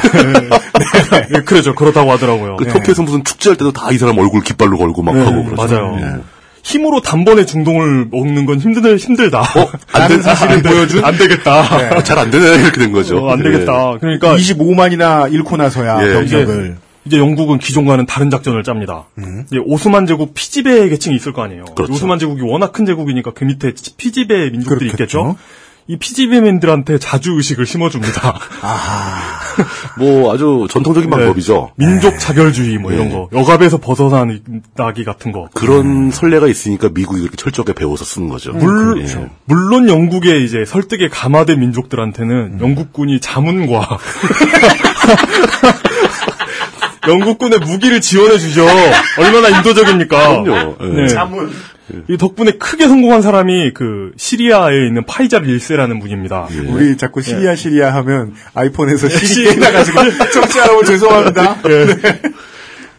C: 예, 그러죠. 그렇다고 하더라고요.
D: 그 터키에서 무슨 축제할 때도 다 이 사람 얼굴 깃발로 걸고 막
C: 예,
D: 하고 그러죠.
C: 맞아요. 힘으로 단번에 중동을 먹는 건 힘들 힘들다.
D: 어? 안
C: 라는
D: 된-
C: 사실을
D: 안 된-
C: 보여준 안 되겠다.
D: *laughs* 잘 안 되네 이렇게 된 거죠. 예.
C: 어, 안 되겠다. 그러니까
B: 25만이나 잃고 나서야
C: 이제,
B: 병력을
C: 이제 영국은 기존과는 다른 작전을 짭니다. 이제 오스만 제국 피지배 계층이 있을 거 아니에요.
B: 그렇죠.
C: 오스만 제국이 워낙 큰 제국이니까 그 밑에 치- 피지배 민족들이 있겠죠. 이 피지배민들한테 자주 의식을 심어줍니다.
D: 뭐 아주 전통적인
C: 네.
D: 방법이죠.
C: 민족 자결주의 뭐 이런
D: 네.
C: 거, 억압에서 벗어나기 같은 거.
D: 그런 설레가 있으니까 미국이 그렇게 철저하게 배워서 쓰는 거죠.
C: 음. 물, 그렇죠.
D: 예.
C: 물론 영국의 이제 설득에 감화된 민족들한테는 영국군이 자문과 *laughs* 영국군의 무기를 지원해 주죠. 얼마나 인도적입니까?
D: 그럼요. 예.
C: 네.
D: 자문.
C: 이 덕분에 크게 성공한 사람이 그 시리아에 있는 파이잡 일세라는 분입니다.
B: 우리 자꾸 시리아 시리아 하면 아이폰에서 시리
C: 시리.
B: 깨나가지고 정치 여러분 죄송합니다.
C: 예.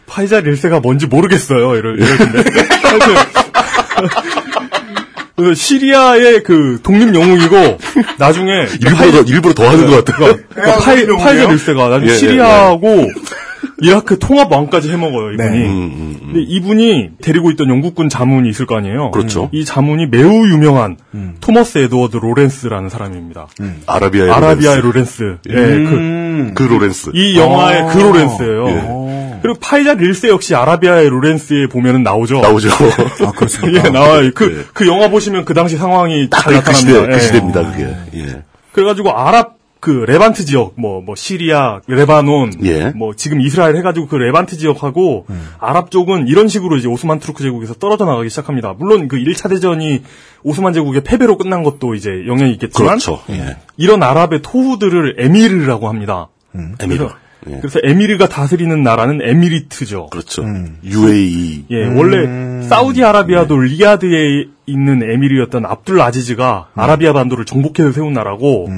C: 파이자 일세가 뭔지 모르겠어요. 이럴 이럴텐데. 하여튼 그래서 시리아의 그 독립 영웅이고 나중에
D: 일부러 더- 일부러 더 하는 것 같아요.
C: 네. 그러니까 파이
D: 독립 영웅이에요?
C: 파이자 일세가 나중에
D: 예, 예,
C: 시리아하고 이라크 통합왕까지 해먹어요, 이분이.
D: 음, 네.
C: 근데 이분이 데리고 있던 영국군 자문이 있을 거 아니에요? 음.
D: 그렇죠.
C: 이 자문이 매우 유명한 토머스 에드워드 로렌스라는 사람입니다.
D: 음. 아라비아의,
C: 아라비아의 로렌스. 예,
B: 음. 네,
D: 그, 로렌스.
C: 이 영화의 그 로렌스예요. 그리고 파이자 릴세 역시 아라비아의 로렌스에 보면은 나오죠.
D: 나오죠.
C: 아,
D: *laughs*
C: 그렇습니다. *laughs* 예, 나와요. 그, 그 영화 보시면 그 당시 상황이 잘
D: 그 시대,
C: 나타납니다.
D: 그
C: 예.
D: 시대입니다, 그게. 예.
C: 그래가지고 아랍 그 레반트 지역 뭐 뭐 시리아 레바논
D: 예. 음.
C: 뭐 지금 이스라엘 해가지고 그 레반트 지역하고 아랍 쪽은 이런 식으로 이제 오스만 투르크 제국에서 떨어져 나가기 시작합니다. 물론 그 1차 대전이 오스만 제국의 패배로 끝난 것도 이제 영향이 있겠지만 음.
D: 그렇죠. 예.
C: 이런 아랍의 토후들을 에미르라고 합니다.
D: 음. 에미르. 예.
C: 그래서, 그래서 에미르가 다스리는 나라는 에미리트죠.
D: 그렇죠. 음. UAE.
C: 음. 예,
B: 음.
C: 원래 사우디아라비아도
B: 네.
C: 리야드에 있는 에미리였던 압둘 아지즈가
B: 음.
C: 아라비아 반도를 정복해서 세운 나라고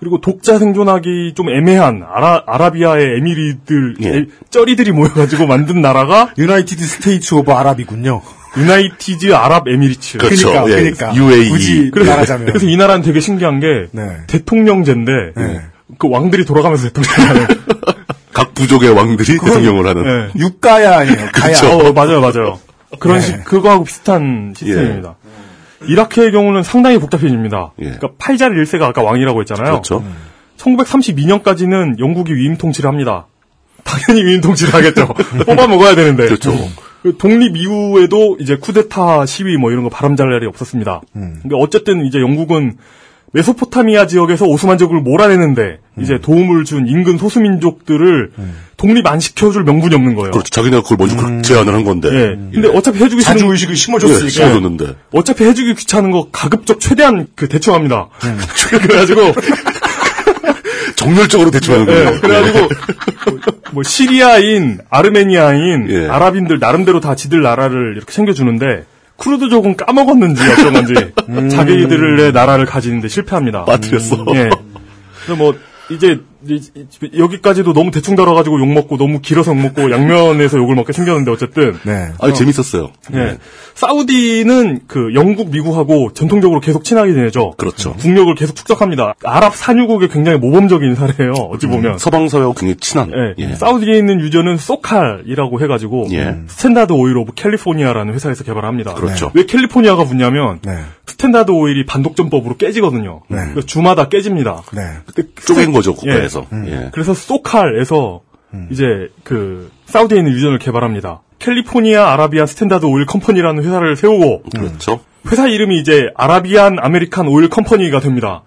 C: 그리고 독자 생존하기 좀 애매한 아라, 아라비아의 에미리들
B: 예.
C: 에- 쩌리들이 모여가지고 만든 나라가
B: 그 유나이티드 스테이츠 오브 아랍이군요.
C: 유나이티즈 아랍 에미리츠.
B: 그렇죠. 그러니까, 예. 그러니까. UAE. 굳이
C: 그래서,
B: 말하자면. 네.
C: 그래서 이 나라는 되게 신기한 게 대통령제인데 그 왕들이 돌아가면서 대통령을
B: *laughs*
D: 각 부족의 왕들이 대통령을
C: 네.
D: 하는.
B: 네. 육가야 아니에요.
D: 그렇죠. 예.
C: 어, 맞아요, 맞아요. 그런 식 그거하고 비슷한 시스템입니다. 이라크의 경우는 상당히 복잡해집니다. 그러니까 팔자리 1세가 아까 왕이라고 했잖아요.
D: 예. 그렇죠.
C: 음. 1932년까지는 영국이 위임 통치를 합니다. 당연히 위임 통치를 하겠죠.
D: *laughs*
C: 뽑아 먹어야 되는데.
D: 그렇죠.
C: 그 독립 이후에도 이제 쿠데타 시위 뭐 이런 거 바람잘 날이 없었습니다.
D: 음.
C: 그러니까 어쨌든 이제 영국은 메소포타미아 지역에서 오스만 제국을 몰아내는데
D: 음.
C: 이제 도움을 준 인근 소수민족들을 독립 안 시켜줄 명분이 없는 거예요.
D: 그렇죠. 자기네가 그걸 먼저 그 제안을 한 건데.
C: 음. 예. 근데 어차피 해주기 싫은
B: 자주의식을
D: 심어줬으니까. 예, 심어줬는데.
C: 어차피 해주기 귀찮은 거 가급적 최대한 그 대충합니다. *laughs* 그래가지고
D: 정렬적으로 대충하는 거예요.
C: 예, 그래가지고 뭐 시리아인, 아르메니아인, 아랍인들 나름대로 다 지들 나라를 이렇게 챙겨주는데 쿠르드족은 까먹었는지 어쩐건지 자기들의 나라를 가지는데 실패합니다.
D: 빠뜨렸어.
C: 예. 그래서 뭐 이제 이- 이- 여기까지도 너무 대충 다뤄가지고 욕 먹고 너무 길어서 욕 먹고 양면에서 욕을 먹게 생겼는데 어쨌든
B: 네,
D: 아, 재밌었어요.
C: 예. 사우디는 그 영국, 미국하고 전통적으로 계속 친하게 지내죠.
D: 그렇죠.
C: 국력을 계속 축적합니다. 아랍 산유국의 굉장히 모범적인 사례예요. 어찌 보면.
D: 음, 서방 사회하고 굉장히 친한.
C: 예.
D: 예.
C: 사우디에 있는 유저는 소칼이라고 해가지고
D: 예.
C: 스탠다드 오일 오브 캘리포니아라는 회사에서 개발합니다.
D: 그렇죠. 네.
C: 왜 캘리포니아가 붙냐면 스탠다드 오일이 반독점법으로 깨지거든요. 그래서 주마다 깨집니다.
D: 네.
B: 네,
D: 쪼갠 거죠, 국가에서.
C: 음.
D: 예.
C: 그래서 소칼에서
D: 음.
C: 이제 그 사우디에 있는 유전을 개발합니다. 캘리포니아 아라비안 스탠다드 오일 컴퍼니라는 회사를 세우고
D: 그렇죠.
C: 회사 이름이 이제 아라비안 아메리칸 오일 컴퍼니가 됩니다.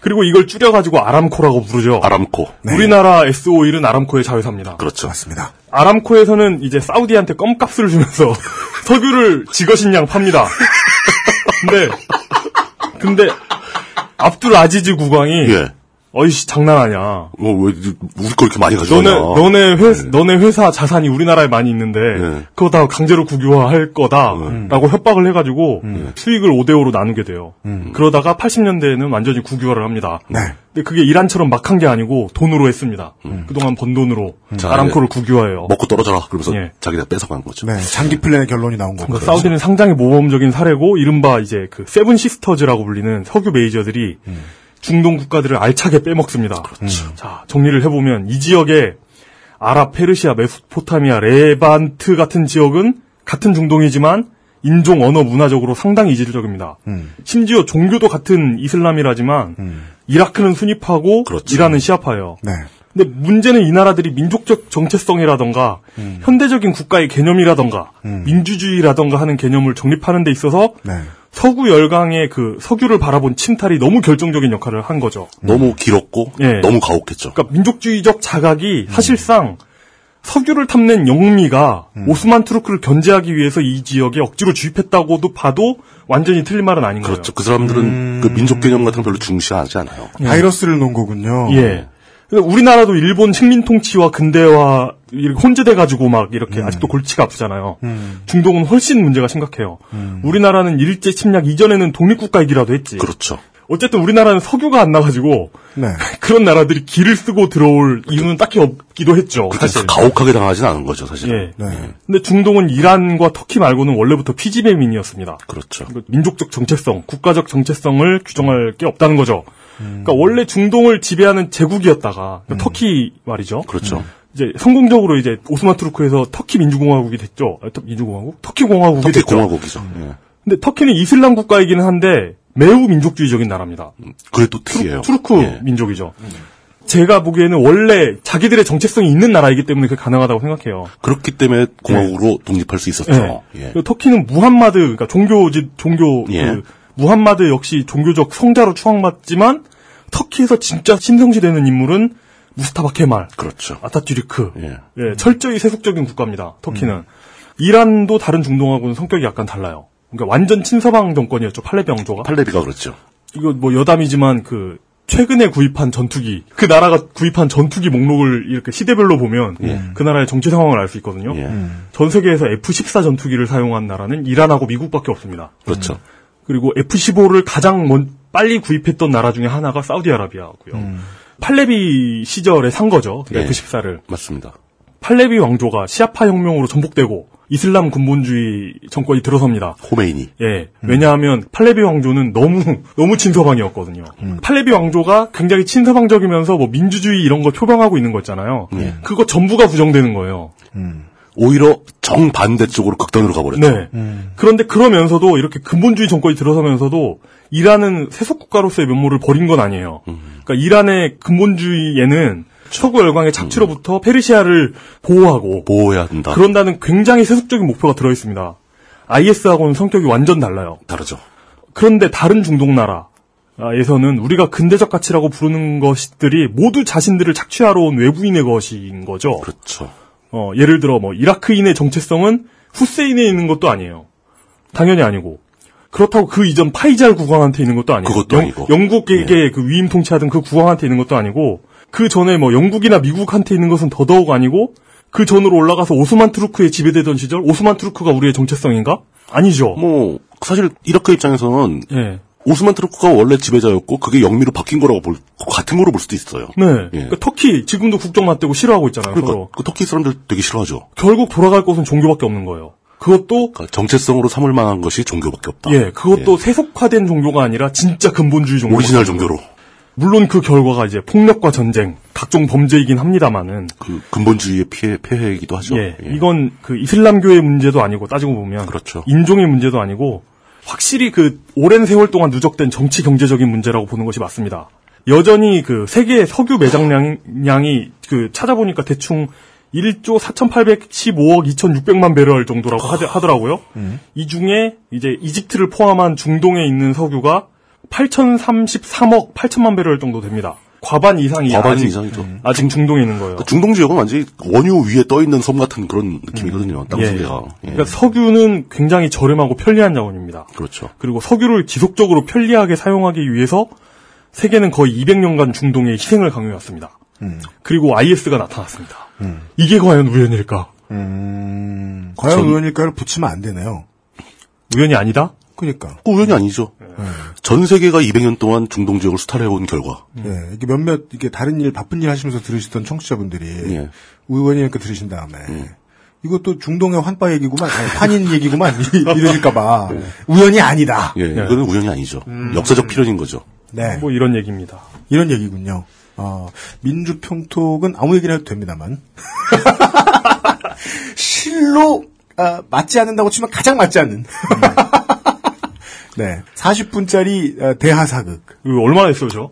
C: 그리고 이걸 줄여가지고 아람코라고 부르죠.
D: 아람코. 네.
C: 네. 우리나라 S 오일은 아람코의 자회사입니다.
D: 그렇죠. 맞습니다.
C: 아람코에서는 이제 사우디한테 껌값을 주면서 *laughs* 석유를 지거신 양 팝니다. 근데 근데 압둘 아지즈 국왕이 어이씨 장난하냐.
D: 예. 어, 왜, 우리 걸 이렇게 많이 가져가냐.
C: 너네 너네 네. 회 너네 회사 자산이 우리나라에 많이 있는데 그거 다 강제로 국유화할 거다라고 협박을 해가지고 수익을 5대 5로 나누게 돼요. 그러다가 80년대에는 완전히 국유화를 합니다.
B: 네,
C: 근데 그게 이란처럼 막 한 게 아니고 돈으로 했습니다. 그동안 번 돈으로
D: 자,
C: 아람코를 국유화해요.
D: 먹고 떨어져라. 그러면서
C: 예.
D: 자기가 뺏어간 거죠.
B: 네, 장기 플랜의 결론이 나온 거고.
C: 그러니까 사우디는 상당히 모범적인 사례고 이른바 이제 그 세븐 시스터즈라고 불리는 석유 메이저들이 중동 국가들을 알차게 빼먹습니다. 음. 자 정리를 해보면 이 지역에 아랍, 페르시아, 메소포타미아, 레반트 같은 지역은 같은 중동이지만 인종, 언어, 문화적으로 상당히 이질적입니다. 심지어 종교도 같은 이슬람이라지만 이라크는 순위파고 이란은 시아파예요.
B: 네,
C: 근데 문제는 이 나라들이 민족적 정체성이라던가
D: 음.
C: 현대적인 국가의 개념이라던가 민주주의라던가 하는 개념을 정립하는 데 있어서
D: 네.
B: 네.
C: 서구 열강의 그 석유를 바라본 침탈이 너무 결정적인 역할을 한 거죠.
D: 너무 길었고,
C: 예.
D: 너무 가혹했죠.
C: 그러니까 민족주의적
D: 음.
C: 자각이 사실상 석유를 탐낸 영미가
D: 음.
C: 오스만 투르크를 견제하기 위해서 이 지역에 억지로 주입했다고도 봐도 완전히 틀린 말은 아닌 거예요.
D: 그렇죠. 그 사람들은 그
C: 음.
D: 민족 개념 같은 걸 별로 중시하지 않아요.
B: 바이러스를 놓은 거군요.
D: 어.
C: 예. 근데 우리나라도 일본 식민 통치와 근대화 이렇게 혼재돼 가지고 막 이렇게
D: 음.
C: 아직도 골치가 아프잖아요. 중동은 훨씬 문제가 심각해요. 우리나라는 일제 침략 이전에는 독립국가이기라도 했지.
D: 음. 그렇죠.
C: 어쨌든 우리나라는 석유가 안 나가지고
B: 네.
C: 그런 나라들이 길을 쓰고 들어올 이유는 딱히 없기도 했죠. 사실.
D: 그렇죠. 가혹하게 네. 당하진 않은 거죠, 사실.
C: 예. 근데 중동은 이란과 터키 말고는 원래부터 피지배민이었습니다.
D: 그렇죠.
C: 민족적 정체성, 국가적 정체성을 규정할 게 없다는
D: 음.
C: 거죠. 그러니까 원래 중동을 지배하는 제국이었다가 그러니까 터키 말이죠.
D: 그렇죠.
C: 이제 성공적으로 이제 오스만 투르크에서 터키 민주공화국이 됐죠. 아, 터- 민주공화국? 터키 공화국이
D: 터키
C: 됐죠.
D: 공화국이죠. 예.
C: 근데 터키는 이슬람 국가이기는 한데 매우 민족주의적인 나라입니다.
D: 그래도 특이해요.
C: 투르크
D: 음. 예.
C: 민족이죠. 제가 보기에는 원래 자기들의 정체성이 있는 나라이기 때문에 그게 가능하다고 생각해요.
D: 그렇기 때문에 공화국으로
C: 예.
D: 독립할 수 있었죠.
C: 네.
D: 예.
C: 그리고 터키는 무함마드 그러니까 종교지 종교
D: 예.
C: 그 무함마드 역시 종교적 성자로 추앙받지만 터키에서 진짜 신성시되는 인물은 무스타바 케말,
D: 그렇죠.
C: 아타튀르크, 예. 철저히 세속적인 국가입니다. 터키는
D: 음.
C: 이란도 다른 중동하고는 성격이 약간 달라요. 그러니까 완전 친서방 정권이었죠 팔레병조가.
D: 팔레비가 그렇죠.
C: 이거 뭐 여담이지만 그 최근에 구입한 전투기 그 나라가 구입한 전투기 목록을 이렇게 시대별로 보면
D: 예.
C: 그 나라의 정치 상황을 알 수 있거든요. 전 세계에서 F-14 전투기를 사용한 나라는 이란하고 미국밖에 없습니다. 음.
D: 그렇죠.
C: 그리고 F-15를 가장 먼- 빨리 구입했던 나라 중에 하나가 사우디아라비아고요.
D: 음.
C: 팔레비 시절에 산 거죠. 그
D: 예.
C: F-14를.
D: 맞습니다.
C: 팔레비 왕조가 시아파 혁명으로 전복되고 이슬람 군본주의 정권이 들어섭니다.
D: 호메이니.
C: 예. 왜냐하면 팔레비 왕조는 너무 *laughs* 너무 친서방이었거든요.
D: 음.
C: 팔레비 왕조가 굉장히 친서방적이면서 뭐 민주주의 이런 거 표방하고 있는 거 있잖아요.
D: 예.
C: 그거 전부가 부정되는 거예요.
D: 오히려 정반대 쪽으로 극단으로 가버렸죠.
C: 네.
D: 음.
C: 그런데 그러면서도 이렇게 근본주의 정권이 들어서면서도 이란은 세속 국가로서의 면모를 버린 건 아니에요.
D: 음.
C: 그러니까 이란의 근본주의에는 서구 열강의 착취로부터
D: 음.
C: 페르시아를 보호하고
D: 보호해야 한다.
C: 그런다는 굉장히 세속적인 목표가 들어 있습니다. IS하고는 성격이 완전 달라요.
D: 다르죠.
C: 그런데 다른 중동 나라에서는 우리가 근대적 가치라고 부르는 것들이 모두 자신들을 착취하러 온 외부인의 것인 거죠.
D: 그렇죠.
C: 어, 예를 들어 뭐 이라크인의 정체성은 후세인에 있는 것도 아니에요. 당연히 아니고. 그렇다고 그 이전 파이잘 국왕한테 있는 것도 아니에요.
D: 그것도
C: 영,
D: 아니고. 네.
C: 영국에게 그 위임 통치하던 그 국왕한테 있는 것도 아니고 그 전에 뭐 영국이나 미국한테 있는 것은 더더욱 아니고 그 전으로 올라가서 오스만 투르크에 지배되던 시절 오스만 투르크가 우리의 정체성인가? 아니죠.
D: 뭐 사실 이라크 입장에서는
C: 예.
D: 오스만 트루크가 원래 지배자였고 그게 영미로 바뀐 거라고 볼 같은 거로 볼 수도 있어요.
C: 네.
D: 예.
C: 그러니까 터키 지금도 국정 맞대고 싫어하고 있잖아요. 서로.
D: 그러니까 그 터키 사람들 되게 싫어하죠.
C: 결국 돌아갈 곳은 종교밖에 없는 거예요. 그것도
D: 그러니까 정체성으로 삼을 만한 것이 종교밖에 없다.
C: 예, 그것도 세속화된 종교가 아니라 진짜 근본주의 종교.
D: 오리지널 종교로.
C: 물론 그 결과가 이제 폭력과 전쟁, 각종 범죄이긴 합니다만은
D: 그 근본주의의 피해 폐해이기도 하죠.
C: 예, 이건 그 이슬람교의 문제도 아니고 따지고 보면 그렇죠. 인종의 문제도 아니고 확실히 그 오랜 세월 동안 누적된 정치 경제적인 문제라고 보는 것이 맞습니다. 여전히 그 세계 석유 매장량이 그 찾아보니까 대충 1조 4,815억 2,600만 배럴 정도라고 하드- 하더라고요.
D: 음.
C: 이 중에 이제 이집트를 포함한 중동에 있는 석유가 8,033억 8천만 배럴 정도 됩니다. 과반 이상이
D: 과반
C: 아직, 음,
D: 이상이죠.
C: 아직 중동에 있는 거예요.
D: 그러니까 중동 지역은 완전히 원유 위에 떠 있는 섬 같은 그런 느낌이거든요. 땅
C: 예.
D: 속에가. 예.
C: 그러니까 석유는 굉장히 저렴하고 편리한 자원입니다.
D: 그렇죠.
C: 그리고 석유를 지속적으로 편리하게 사용하기 위해서 세계는 거의 200년간 중동에 희생을 강요했습니다. 그리고 IS가 나타났습니다. 이게 과연 우연일까?
B: 음, 과연
C: 전-
B: 우연일까를 붙이면 안 되네요.
C: 우연이 아니다?
B: 그러니까.
D: 그 우연이 아니죠.
C: 예.
D: 전 세계가 200년 동안 중동 지역을 수탈해온 결과.
B: 예, 이게 몇몇 이게 다른 일 바쁜 일 하시면서 들으시던 청취자분들이 우연이니까 들으신 다음에 이것도 중동의 환빠 얘기구만, 아니, 환인 얘기구만 *laughs* 이- 이러실까봐 우연이 아니다.
D: 예, 이거는 우연이 아니죠.
C: 음.
D: 역사적 필연인 거죠.
B: 네.
C: 뭐 이런 얘기입니다.
B: 이런 얘기군요. 어, 민주평톡은 아무 얘기나 해도 됩니다만. *laughs* 실로, 아, 맞지 않는다고 치면 가장 맞지 않는. 음. *laughs* 네. 40분짜리 어, 대하사극.
C: 이거 그 얼마나 했어요, 저?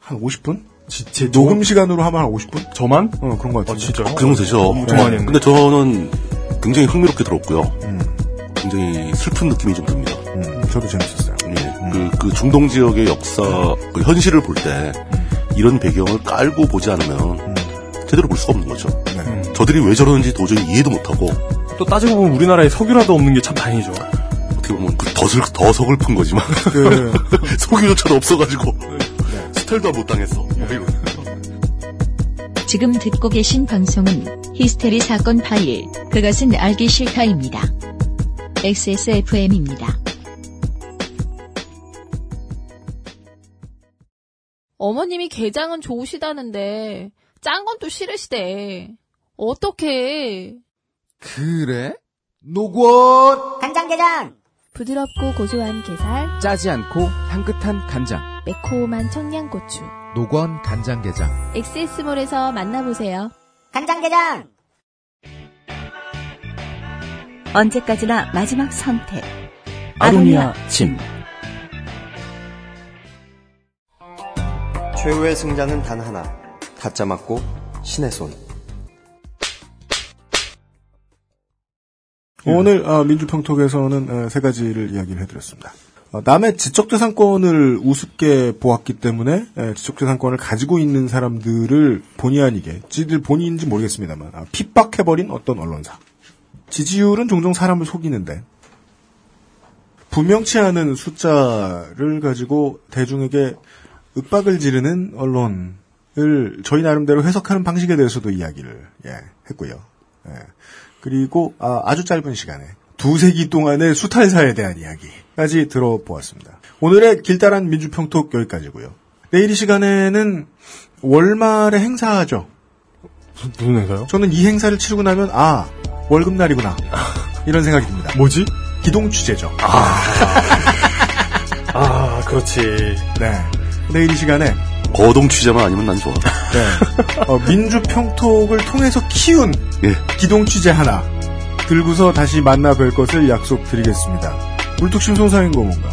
B: 한 50분?
C: 진짜
B: 녹음 시간으로 하면 한 50분?
C: 저만?
B: 어, 그런 것 같아요.
C: 진짜요?
D: 그 정도 되죠.
C: 엄청
D: 저만-
C: 많이 했네.
D: 근데 저는 굉장히 흥미롭게 들었고요.
B: 음.
D: 굉장히 슬픈 느낌이 좀 듭니다.
B: 저도 재밌었어요.
D: 예,
C: 음.
D: 그, 그 중동 지역의 역사, 그 현실을 볼 때, 이런 배경을 깔고 보지 않으면,
C: 음.
D: 제대로 볼 수가 없는 거죠.
C: 네.
D: 저들이 왜 저러는지 도저히 이해도 못하고,
C: 또 따지고 보면 우리나라에 석유라도 없는 게 참 다행이죠.
D: 어떻게 보면 그 덫을, 더 서글픈 거지만, *laughs*
B: 그 *laughs*
D: 속유조차도 없어가지고, 스텔도 못 당했어. 뭐 이런.
A: 지금 듣고 계신 방송은 히스테리 사건 파일, 그것은 알기 싫다입니다. XSFM입니다.
L: 어머님이 게장은 좋으시다는데 짠 건 또 싫으시대. 어떻게?
K: 그래? 노곤!
P: 간장게장!
L: 부드럽고 고소한 게살,
K: 짜지 않고 향긋한 간장.
P: 매콤한 청양고추.
E: 노건 간장게장.
P: 엑세스몰에서 만나보세요. 간장게장!
N: 언제까지나 마지막 선택.
M: 아로니아 침.
F: 최후의 승자는 단 하나. 가짜 맞고 신의 손.
B: 오늘 아, 민주평톡에서는 에, 세 가지를 이야기를 해드렸습니다. 어, 남의 지적재산권을 우습게 보았기 때문에 에, 지적재산권을 가지고 있는 사람들을 본의 아니게 지들 본의인지 모르겠습니다만 아, 핍박해버린 어떤 언론사. 지지율은 종종 사람을 속이는데 분명치 않은 숫자를 가지고 대중에게 윽박을 지르는 언론을 저희 나름대로 해석하는 방식에 대해서도 이야기를 예, 했고요. 예. 그리고 아, 주 짧은 시간에 두 세기 동안의 수탈사에 대한 이야기까지 들어보았습니다. 오늘의 길다란 민주평톡 여기까지고요. 내일 이 시간에는 월말에 행사하죠.
C: 무슨 회사요?
B: 저는 이 행사를 치르고 나면 아 월급날이구나 이런 생각이 듭니다.
C: 뭐지?
B: 기동 취재죠.
C: 아, 그렇지.
B: 네. 내일 이 시간에
D: 거동 취재만 아니면 난 좋아.
B: 네. 어, 민주평톡을 통해서 키운 기동 취재 하나 들고서 다시 만나 뵐 것을 약속드리겠습니다. 물뚝심 송상인고문가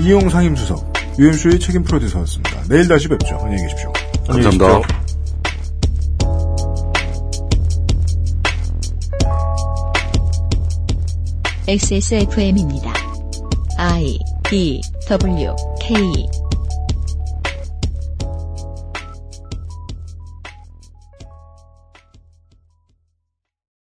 B: 이용 상임수석 유엠쇼의 책임 프로듀서였습니다. 내일 다시 뵙죠. 안녕히 계십시오.
D: 감사합니다.
A: XSFM입니다. I D W K